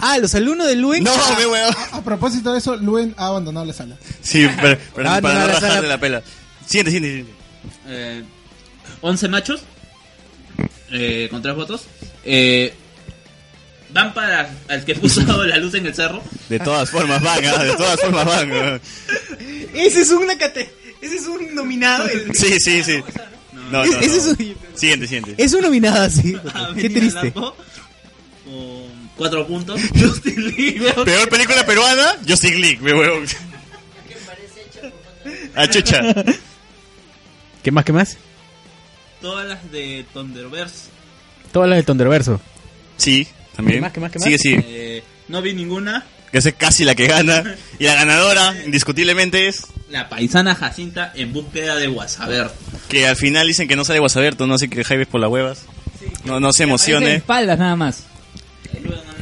S1: Ah, los alumnos de Luen.
S4: No,
S1: Ah,
S4: me weón.
S5: A, a propósito de eso, Luen ha abandonado la sala.
S4: Sí, pero, pero
S5: Ah, no,
S4: (laughs) para
S5: no,
S4: no
S5: la
S4: rajar
S5: sala-
S4: de la pela. Siguiente, siguiente, siguiente.
S6: Eh, 11 machos. Eh, con tres votos. Eh, van para al
S4: (laughs)
S6: que puso la luz en el cerro.
S4: De todas formas van, ah, de todas formas van. ah.
S1: Ese es una cate- Ese es un nominado. el-
S4: Sí, sí, sí. No, no,
S1: Es- ese
S4: no.
S1: es un-
S4: Siguiente, siguiente.
S1: Es un nominado así. Qué
S6: Avenida
S1: triste.
S6: Lambo, Con cuatro puntos. Justin Lee, weón.
S4: Peor película peruana, Justin League, me huevón. Ah,
S6: (laughs)
S4: chucha.
S2: ¿Qué más, qué más?
S6: Todas las de Thunderverse.
S2: Todas las del Tonderverso.
S4: Sí, también.
S6: ¿Qué más, qué más, qué más?
S4: Sigue, sigue.
S6: Eh, no vi ninguna.
S4: Que esa es casi la que gana. Y la ganadora, indiscutiblemente, es.
S6: La paisana Jacinta en búsqueda de Guasaber.
S4: Que al final dicen que no sale Guasaberto, no sé que Jaime es por las huevas. No, no se
S8: de
S4: emocione.
S8: espaldas nada más.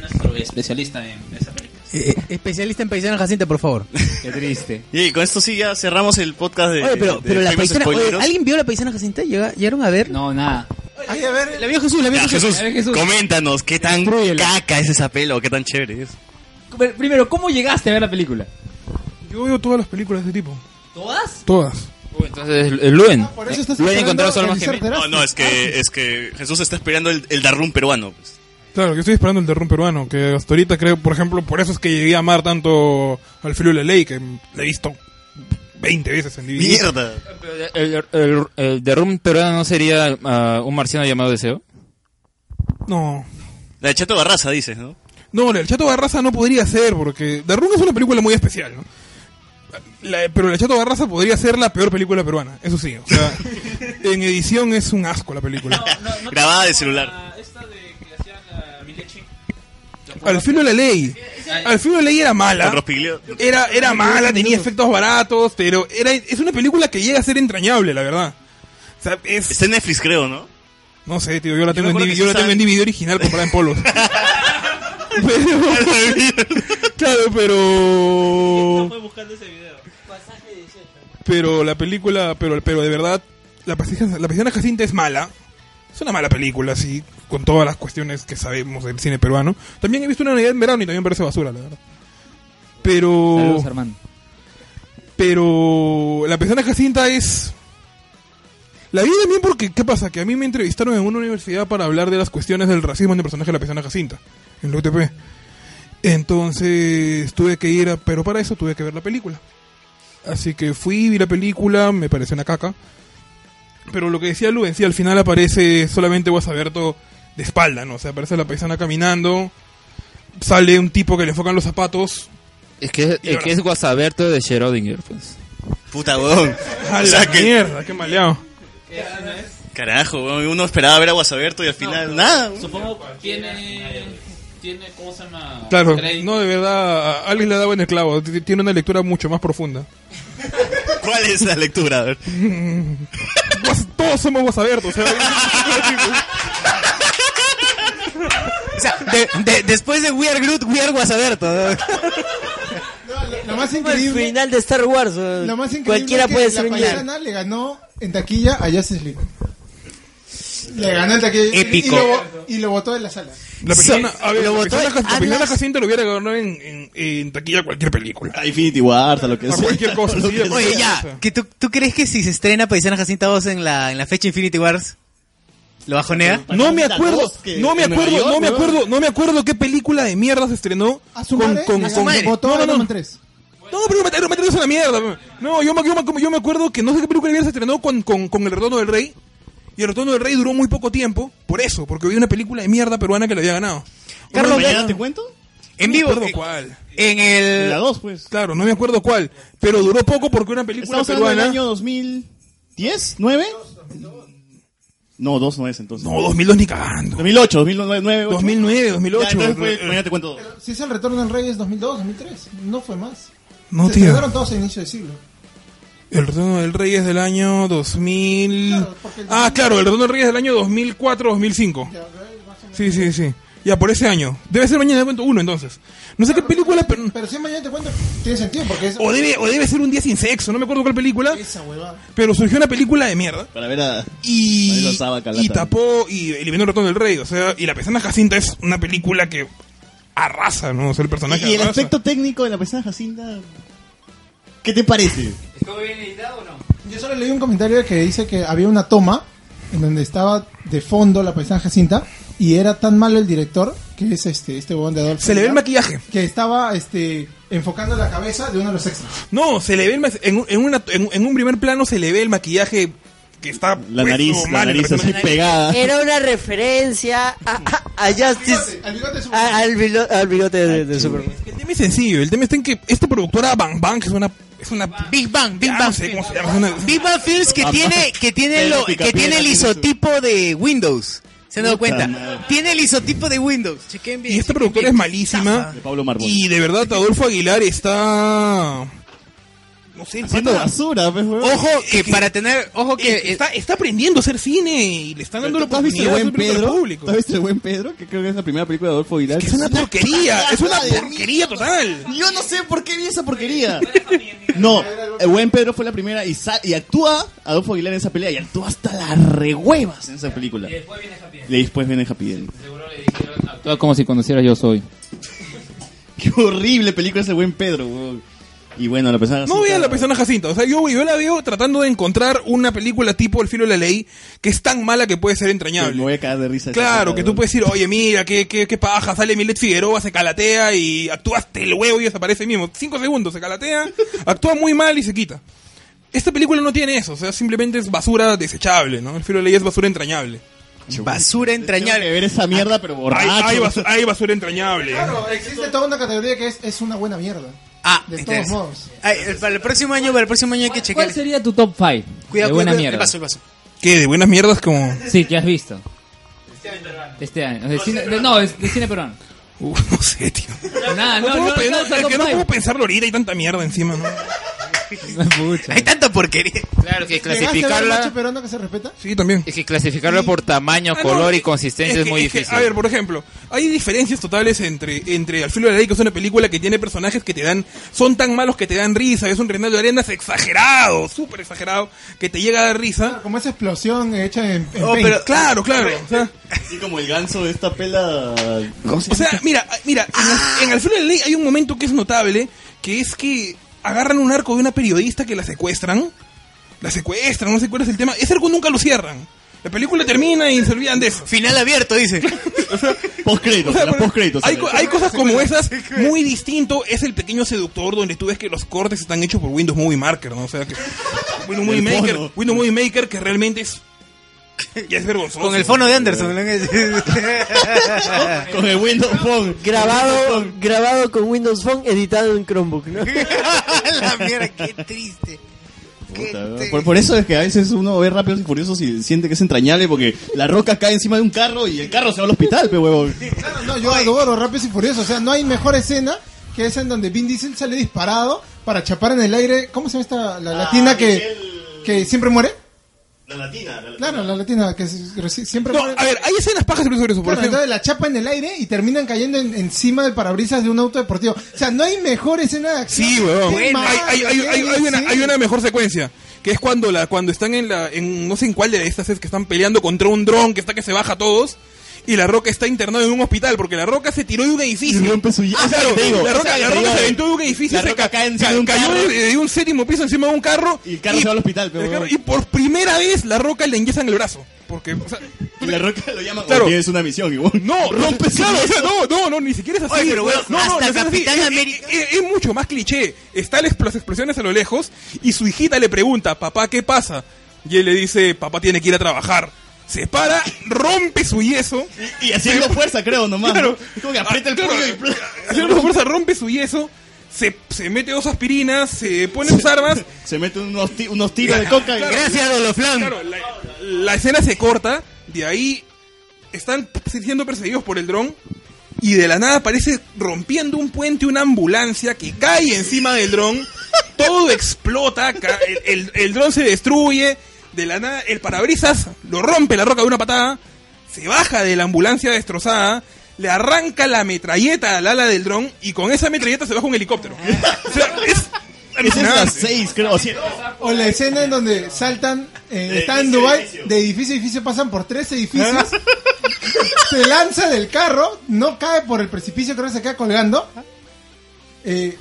S6: Nuestro especialista en esa película.
S1: Eh, especialista en paisana Jacinta, por favor.
S8: Qué triste.
S4: Y con esto sí ya cerramos el podcast de.
S1: Oye, pero,
S4: de- de
S1: pero la
S4: Famous
S1: paisana.
S4: Spoileros.
S1: oye, ¿Alguien vio la paisana Jacinta? ¿Llega- ¿Llegaron a ver?
S8: No, nada.
S5: Ay, a ver,
S1: La vio Jesús, la vio
S4: Ya,
S1: Jesús.
S4: Jesús, coméntanos qué tan caca es esa pelo, qué tan chévere es.
S8: Pero Primero, ¿cómo llegaste a ver la película?
S7: Yo veo todas las películas de este tipo.
S8: ¿Todas?
S7: (laughs) Todas.
S3: Entonces, el Luen.
S5: por eso estás
S3: Luen
S5: esperando
S3: encontró solo
S5: el
S3: más gemelos.
S5: Certeras.
S4: No, no, es que, es que Jesús está esperando el, el Darrum peruano. pues.
S7: Claro, que estoy esperando el derrum peruano, que hasta ahorita creo, por ejemplo, por eso es que llegué a amar tanto al filo de la ley, que le he visto 20 veces en DVD.
S4: ¡Mierda!
S3: El, el, el de Room peruano no sería ah, un marciano llamado Deseo.
S7: No.
S4: La de Chato Barraza, dices, ¿no?
S7: No, el Chato Barraza no podría ser, porque Derrum es una película muy especial, ¿no? La- pero el Chato Barraza podría ser la peor película peruana, eso sí. O sea, en edición es un asco la película.
S4: Grabada de celular.
S7: Al filo de la ley. Al filo de la ley era mala.
S4: Con Rospiglio.
S7: Era, era mala, tenía efectos baratos, pero era, es una película que llega a ser entrañable, la verdad. O sea, es,
S4: Está en Netflix, creo, ¿no?
S7: No sé, tío, yo la
S4: Yo me
S7: tengo, en,
S4: acuerdo
S7: DVD,
S4: que
S7: yo la
S4: Susan-
S7: tengo en DVD original comprada en
S4: (laughs)
S7: polos. (laughs) pero, (laughs) claro,
S4: Uh.
S7: pero... Pero la película, pero, pero de verdad, la paisana, la paisana Jacinta es mala. Es una mala película, sí, con todas las cuestiones que sabemos del cine peruano. También he visto una Navidad en verano y también parece basura, la verdad. Pero...
S8: Saludos, Armando.
S7: Pero la persona Jacinta es. La vi también porque, ¿qué pasa? Que a mí me entrevistaron en una universidad para hablar de las cuestiones del racismo en el personaje de la persona Jacinta, en la UTP. Entonces tuve que ir, a- pero para eso tuve que ver la película. Así que Eh, fui, vi la película, me pareció una caca. Pero lo que decía Lu, en sí, al final aparece solamente Guasaberto de espalda, ¿no? O sea, aparece la paisana caminando, sale un tipo que le enfocan los zapatos,
S3: Es que, es que es Guasaberto de Schrödinger, pues.
S4: Puta, weón.
S7: ¡A
S4: O
S7: la
S4: sea, que-
S7: mierda! ¡Qué maleado!
S6: Eh,
S4: Carajo, weón, uno esperaba ver a Guasaberto y al final, nada. weón.
S6: Supongo que tiene. Tiene, ¿cómo se llama?
S7: Claro,
S6: Crédito.
S7: no, de verdad, Alex le daba en el clavo. T- Tiene una lectura mucho más
S1: (laughs)
S7: profunda.
S4: ¿Cuál es la lectura? A ver.
S7: Mm. Guas- Todos somos guasabertos. o sea,
S1: O sea, de- (laughs) de- después de We Are Groot, We Are Guasaberto. ¿no?
S5: Lo más
S2: El
S5: increíble,
S2: final de Star Wars. eh.
S5: lo más increíble
S2: Cualquiera
S5: es que
S2: puede
S5: la
S2: ser un
S5: paisana le ganó en taquilla a Justice League. Le ganó el taquillo.
S9: Épico.
S5: Y lo, y lo botó de la sala.
S7: La persona,
S5: Sí.
S7: a ver,
S5: Lo
S7: la
S5: botó
S7: persona,
S5: de
S7: la persona
S5: alas.
S7: Jacinto lo hubiera ganado en, en, en taquilla a cualquier película.
S4: A Infinity War, a lo que
S7: sea. cualquier cosa. sí, a
S1: Oye,
S7: cualquier
S1: ya,
S7: cosa.
S1: que tú, ¿tú crees que si se estrena Paisana Jacinta 2 en la, en la fecha Infinity Wars, lo bajonea?
S7: No me acuerdo, no me acuerdo, no me acuerdo, no me acuerdo qué película de mierda se estrenó con
S11: madre,
S7: con
S11: a su
S7: con-
S11: madre. Votó
S7: no, no,
S11: Iron
S7: no.
S11: Man 3.
S7: No, pero Metal Metal es una mierda. pe. No, yo me, yo me- yo me acuerdo que no sé qué película de mierda se estrenó con, con, con El Retorno del Rey. Y El Retorno del Rey duró muy poco tiempo, por eso, porque había una película de mierda peruana que le había ganado.
S1: Carlos, ¿mañana
S7: te
S11: cuento?
S1: En
S7: vivo. No me
S1: eh,
S7: acuerdo cuál.
S1: En el...
S7: La 2, pues. Claro, no me acuerdo cuál. Pero duró poco porque una película
S11: Estamos hablando del
S7: peruana...
S11: año 2010, 9.
S4: No, dos no es entonces.
S7: No, 2002 ni cagando.
S4: 2008, 2009,
S7: 2009, 2008.
S4: pues, Mañana te cuento.
S5: Pero Si es el retorno del rey es 2002, 2003. No fue más.
S7: No,
S5: se
S7: tío.
S5: estrenaron todos a inicio de siglo.
S7: El Retorno del Rey es del año 2000... ah, claro, El Retorno del Rey es del año 2004-2005. Sí, sí, sí. Ya, por ese año. Debe ser Mañana de Cuento 1, entonces. No sé qué película... pero-
S5: Pero si es mañana te cuento, tiene sentido porque es.
S7: O debe, o debe ser un día sin sexo, no me acuerdo cuál película.
S5: Esa huevada.
S7: Pero surgió una película de mierda.
S4: Para ver a.
S7: Y,
S4: Ahí lo sabe Calata.
S7: y tapó y eliminó el ratón del rey. O sea, y la persona Jacinta es una película que arrasa, ¿no? O sea, el personaje
S11: Y el
S7: arrasa.
S11: aspecto técnico de la persona Jacinta. ¿Qué te parece?
S5: Yo solo leí un comentario que dice que había una toma en donde estaba de fondo la paisana Jacinta y era tan malo el director que es este este huevón de Adolfo.
S7: Se le ve el
S5: Aguilar,
S7: maquillaje.
S5: Que estaba este enfocando la cabeza de uno de los extras.
S7: No, se le ve el ma- en, un- en una- en- en un primer plano se le ve el maquillaje que está. pues,
S4: La nariz, la nariz así pegada.
S2: Era una referencia a, a- a Justice.
S5: Al bigote,
S2: a- al bilo- al bigote de,
S4: Ah,
S2: de Superman.
S7: El tema es sencillo. El tema está en que esta productora Bang Bang, que es una. Es una
S1: Big Bang, Big Bang.
S7: No sé cómo se llama. es una-
S1: Big Bang Films que tiene, que Ah, tiene,
S7: Ah, Pedro
S1: lo, que
S7: Picapiedra
S1: tiene el
S7: tiene su-
S1: isotipo de Windows. ¿Se han dado
S7: Puta
S1: cuenta?
S7: madre.
S1: Tiene el isotipo de Windows. Chequen bien.
S7: Y este esta productora es malísima.
S4: Pablo Marbón.
S7: Y de verdad, Adolfo Aguilar está. No sé,
S4: Haciendo
S7: está-
S4: basura, pues, weón.
S1: Ojo que para tener, ojo que
S7: está, está aprendiendo a hacer cine y le están dando la
S4: ¿Tú has visto el
S7: oportunidad de hacer
S4: buen
S7: películas al
S4: Pedro?
S7: público.
S4: ¿Tú has visto el buen Pedro? Que creo que es la primera película de Adolfo Aguilar.
S7: es una porquería, es una porquería total.
S4: Yo no sé por qué vi esa porquería. No, el buen Pedro fue la primera y, sa- y actúa Adolfo Aguilar en esa pelea y actúa hasta las rehuevas en esa película. Y después viene Happy End. Y después viene Happy End.
S12: Actúa como si conociera Yo Soy.
S4: Qué horrible película ese buen Pedro, weón. Y bueno, la persona...
S7: No vean la persona Jacinta. O sea, yo, yo la veo tratando de encontrar una película tipo El filo de la ley que es tan mala que puede ser entrañable.
S4: Me voy a cagar de risa.
S7: Claro, que tú puedes decir, oye, mira, qué, qué, qué paja, sale Milet Figueroa, se calatea y actúa hasta el huevo y desaparece mismo. Cinco segundos, se
S4: (laughs)
S7: calatea, actúa muy mal y se quita. Esta película no tiene eso, o sea, simplemente es basura desechable, ¿no? El filo de ley es basura entrañable.
S1: Basura entrañable.
S4: ver esa mierda, pero
S7: Hay,
S4: borracho.
S7: hay basura, hay basura entrañable.
S4: (laughs)
S5: Claro, existe toda una categoría que es, es una buena mierda.
S1: Ah,
S5: De todos
S1: interesante.
S5: modos.
S1: Ay, el- para el próximo año, para el próximo año hay que chequear.
S8: ¿Cuál sería tu top 5?
S1: Cuidado,
S8: de buena
S1: cuidado, cuidado.
S8: mierda.
S1: El vaso, el vaso.
S7: ¿Qué? ¿De buenas mierdas como...?
S8: Sí, que has visto. Este año. De cine- de- no, es de cine peruano.
S7: Uh, (laughs) no sé, tío.
S8: Nada, no,
S7: No
S8: no,
S7: puedo pe- no,
S8: alcanza
S7: es
S8: top
S7: que no
S8: five.
S7: puedo pensarlo ahorita, hay tanta mierda encima, ¿no?
S1: Hay tanta porquería.
S3: Claro, que
S5: ¿Llegaste a ver el macho
S3: clasificarla,
S5: peruano que se respeta?
S7: Sí, también.
S3: es que clasificarla por tamaño,
S7: Ah, no,
S3: color y
S7: que-
S3: consistencia es,
S7: que-
S3: muy
S7: que,
S3: difícil.
S7: A ver, por ejemplo, hay diferencias totales entre, entre Al filo de la ley, que es una película que tiene personajes que te dan, son tan malos que te dan risa, es un Reinaldo Arenas exagerado, súper exagerado, que te llega a dar risa.
S5: Como esa explosión hecha en. en
S7: Oh,
S5: Paint.
S7: pero, claro, claro. O sea,
S4: Así como el ganso de esta pela... ¿Cómo se
S7: o sea, mira, mira, en, Al- en
S1: ¡Ah!
S7: Al filo de la ley hay un momento que es notable, que es que agarran un arco de una periodista que la secuestran, la secuestran, no sé cuál es el tema, ese arco nunca lo cierran. La película termina y se olvidan de eso.
S1: Final
S7: (laughs)
S1: abierto, dice.
S4: Postcréditos,
S7: O sea,
S4: la
S7: pero
S4: postcréditos.
S7: Hay, co- hay cosas
S1: (laughs)
S7: como esas, muy distinto es el pequeño seductor donde tú ves que los cortes están hechos por Windows Movie Marker, ¿no? O sea, que Windows Movie
S4: El
S7: Maker,
S4: fono.
S7: Windows Movie Maker que realmente es ya es vergonzoso.
S1: Con el fono de Anderson.
S7: (laughs)
S1: ¿no?
S4: Con el Windows Phone.
S2: Grabado, grabado con Windows Phone, editado en Chromebook,
S4: (laughs)
S2: ¿no?
S1: la mierda, qué triste. Qué
S4: Puta, ¿no?
S1: triste.
S4: Por, por eso es que a veces uno ve Rápidos y Furiosos y siente que es entrañable porque la roca cae encima de un carro y el carro se va al hospital, pe huevón.
S5: Claro, no, yo adoro Rápidos y Furiosos. O sea, no hay mejor escena que esa en donde Vin Diesel sale disparado para chapar en el aire. ¿Cómo se llama esta? La latina que, que siempre muere.
S4: Ah, La latina, la latina.
S5: Claro, la latina que se- reci- siempre
S7: No,
S5: muere.
S7: a ver, hay escenas pajas sobre eso, por
S5: Claro,
S7: ejemplo.
S5: entonces la chapa en el aire y terminan cayendo en- encima del parabrisas de un auto deportivo. O sea, no hay mejor escena de acción.
S7: Sí, weón.
S5: Qué
S7: Hay,
S5: mal,
S7: hay- hay- hay- hay
S5: sí.
S7: una, hay una mejor secuencia. que es cuando la cuando están en la en no sé en cuál de estas es que están peleando contra un dron que está que se baja a todos y la roca está internado en un hospital porque la roca se tiró de un edificio y rompe su ah,
S4: Esa
S7: claro,
S4: que te digo,
S7: la roca,
S4: esa que
S7: la
S4: te
S7: roca
S4: digo,
S7: se aventó de un edificio
S4: la
S7: se
S4: roca
S7: ca-
S4: cae encima
S7: ca-
S4: de un
S7: cayó
S4: carro.
S7: de, de un séptimo piso encima de un carro y el
S4: carro se va al hospital, pero-
S7: el carro- y por primera vez la roca le en el brazo porque o sea,
S4: Y la roca lo llama
S7: Claro.
S4: claro. tienes una misión igual.
S7: No,
S4: (laughs)
S7: rompe
S4: rompes
S7: claro, o sea, no, no, no, ni siquiera es así.
S4: Oye, pero bueno,
S7: no,
S4: hasta
S7: no, no es así.
S4: Capitán
S7: Es- Es, es mucho más cliché. Está el ex- las explosiones a lo lejos y su hijita le pregunta, papá, ¿qué pasa? Y él le dice, papá tiene que ir a trabajar. Se para, rompe su
S4: (laughs)
S7: yeso.
S4: Y, haciendo fuerza, creo, nomás.
S7: Claro.
S4: ¿no? Es como que aprieta el
S7: Ah, claro.
S4: cuello y...
S7: Haciendo fuerza, rompe su yeso. Se, se mete dos aspirinas, se pone sus armas.
S4: Se mete unos, unos
S7: (laughs)
S4: tiros de coca. Gracias, Doloflán.
S7: Claro, la, la escena se corta. De ahí están siendo perseguidos por el dron. Y de la nada aparece rompiendo un puente una ambulancia que cae encima del dron. Todo explota. ca- El, el- el dron se destruye. De la nada, el parabrisas lo rompe la roca de una patada. Se baja de la ambulancia destrozada. Le arranca la metralleta al ala del dron. Y con esa metralleta se baja un helicóptero. O sea, es.
S4: Esa es la
S7: alucinante.
S4: 6, creo. así-
S5: O la escena en donde saltan, eh,
S4: De
S5: están en
S4: edificio a
S5: Dubai,
S4: edificio.
S5: de edificio a edificio pasan por
S4: (laughs)
S5: tres edificios, se lanza del carro, no cae por el precipicio, creo que se queda colgando, eh,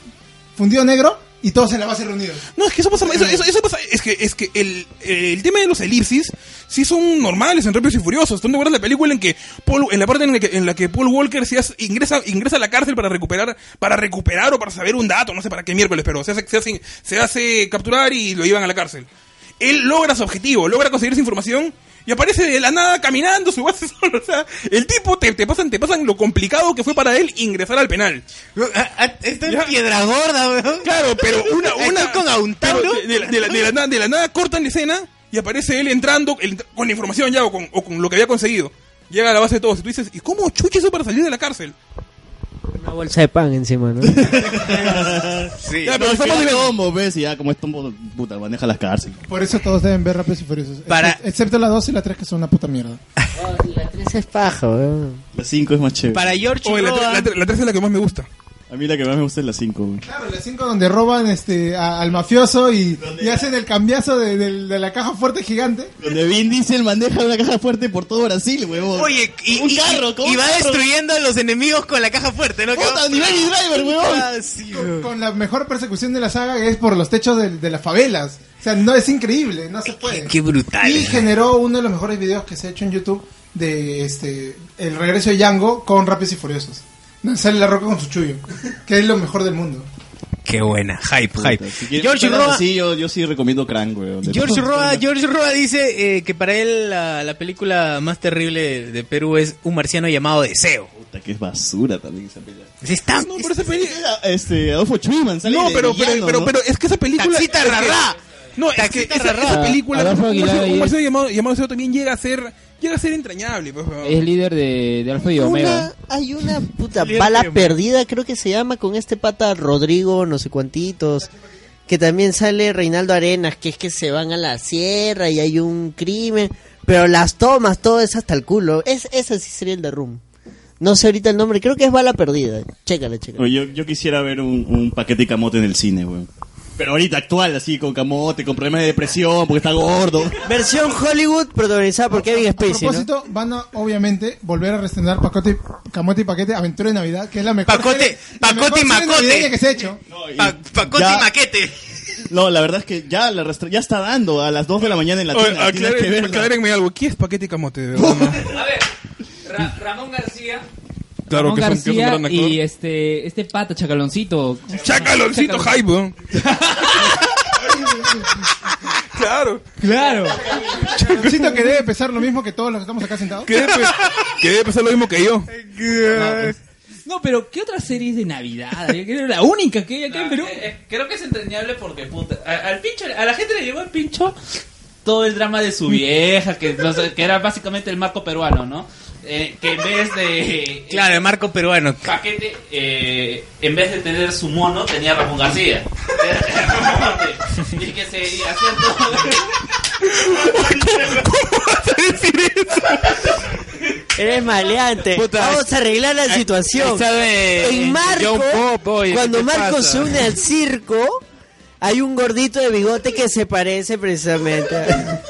S5: fundido negro y todos en la base reunidos.
S7: No, es que eso pasa, eso, eso- eso pasa- es que, es que el, el tema de los elipsis sí son normales en Rápidos y Furiosos. ¿Están de acuerdo en la película en que Paul, en la parte en la que, en la que Paul Walker se hace- ingresa, ingresa a la cárcel para recuperar, para recuperar o para saber un dato, no sé para qué miércoles, pero se hace, se hace, se hace capturar y lo llevan a la cárcel. Él logra su objetivo, logra conseguir esa información y aparece de la nada caminando su base (laughs) solo. O sea, el tipo te, te pasan, te pasan lo complicado que fue para él ingresar al penal. Está en piedra gorda, weón. Claro, pero una, una con de, la- de la, de la nada, de la nada cortan la escena y aparece él entrando el- con la información ya o con, o con lo que había conseguido. Llega a la base de todos y tú dices, ¿y cómo chucha eso para salir de la cárcel?
S2: Una bolsa de pan (laughs) encima, ¿no?
S4: sí.
S7: Ya,
S4: Ya,
S7: pero
S4: pero
S7: estamos
S4: estamos de
S7: en-
S4: tombo, ves, y ya como es tombo, puta, maneja las cárceles.
S5: Por eso todos deben ver Rápidos y Furiosos.
S4: Para-
S5: Excepto, excepto la 2 y la 3 que son una puta mierda.
S2: Esa es paja, weón.
S4: La 5 es más chévere.
S5: Para George
S7: Oye, la,
S5: Roa.
S7: tre- la tre- la tres es la que más me gusta.
S4: A mí la que más me gusta es la 5, güey.
S5: Claro, la 5 donde roban este, a- al mafioso y, y hacen el cambiazo de, del- de la caja fuerte gigante.
S4: Donde Vin Diesel maneja una caja fuerte por todo Brasil, huevón.
S1: Oye, y,
S4: un
S1: y-
S4: carro, ¿cómo
S1: y
S4: un
S1: va
S4: carro?
S1: destruyendo a los enemigos con la caja fuerte, ¿no?
S4: Puta, ni Baby Driver, weón.
S1: Ah, sí,
S5: con,
S1: weón.
S5: con la mejor persecución de la saga que es por los techos de, de las favelas. O sea, no es increíble, no se puede.
S1: Qué brutal.
S5: Y generó uno de los mejores videos que se ha hecho en YouTube de este el regreso de Django con Rápidos y Furiosos. Donde Sale la roca con su chullo, que es lo mejor del mundo.
S1: Qué buena, hype, hype.
S4: Si quieres
S1: George
S4: verlas
S1: Roa-
S4: así, yo, yo sí recomiendo Crank, weón. De-
S1: George Roa, George Roa dice eh, que para él la, la película más terrible de Perú es Un marciano llamado Deseo.
S4: Puta, que es basura también esa película.
S1: Es tan-
S4: No, pero esa película. Este, Adolfo Chuyman sale
S7: No,
S4: de
S7: pero, pero,
S4: villano,
S7: pero,
S4: ¿no?
S7: pero es que esa película.
S1: Taxista
S7: es que-
S1: rarrá.
S7: no, es que
S1: Taxista
S7: esa, esa
S1: rarrá.
S7: película.
S12: Adolfo
S7: Un
S12: Aguilar
S7: marciano- un
S12: ahí
S7: marciano llamado, llamado Deseo también llega a ser. Llega a ser entrañable, pues, weón.
S12: Es líder de, de Alfa y
S2: Una,
S12: Omega.
S2: hay una puta bala perdida, creo que se llama, con este pata Rodrigo, no sé cuantitos. Que también sale Reinaldo Arenas, que es que se van a la sierra y hay un crimen. Pero las tomas, todo es hasta el culo. Es, ese sí sería el de Room. No sé ahorita el nombre, creo que es bala perdida. Chécala, chécala.
S4: Oye, Yo, yo quisiera ver un, un paquete de camote en el cine, weón. Pero ahorita actual, así, con camote, con problemas de depresión, porque está (laughs) gordo.
S2: Versión Hollywood protagonizada por Kevin
S5: A
S2: Spacey. ¿no?
S5: propósito, van a obviamente volver a restrenar Pacote, Camote y Paquete Aventura de Navidad, que es la mejor
S1: Pacote-
S5: serie- la
S1: Pacote y
S5: mejor serie
S1: Macote.
S5: navideña que se
S1: (laughs)
S5: ha hecho.
S1: Pa- Pacote
S4: Ya.
S1: y Maquete.
S4: No, la verdad es que ya, la restra- ya está dando a las 2 de la mañana (laughs) en la
S7: Oye,
S4: tienda. tienes que
S7: aclaren-
S4: verla.
S7: aclárenme algo. ¿Quién es Paquete y Camote? de verdad?
S6: Ra- Ramón García.
S7: Claro
S8: Ramón
S7: que es un- que es un
S8: García
S7: gran actor.
S8: Y este, este pata, Chacaloncito.
S7: Chacaloncito
S8: Chacal-
S7: Hype, weón. Claro.
S8: Claro.
S5: Siento que debe pesar lo mismo que todos los que estamos acá sentados.
S7: Que debe, que debe pensar lo mismo que yo.
S8: No, pero ¿qué otra serie de Navidad? había? Que era la única que hay acá en Perú.
S6: creo que es entrañable porque, puta, a- al pincho, a la gente le llegó el pincho todo el drama de su vieja, que, no sé, que era básicamente el marco peruano, ¿no? Eh, que en vez de...
S1: Claro, el marco peruano.
S6: Paquete, eh, en vez de tener su mono, tenía Ramón García. Era Ramón, Y que se hacía
S2: Eres maleante.
S6: Puta,
S2: Vamos a arreglar la
S6: ahí-
S2: situación.
S6: ahí está de- eh,
S2: en Marco,
S6: John Pop, oye,
S2: cuando
S6: ¿qué te
S2: Marco
S6: pasa?
S2: se une al circo, Hay un gordito de bigote que se parece precisamente. a-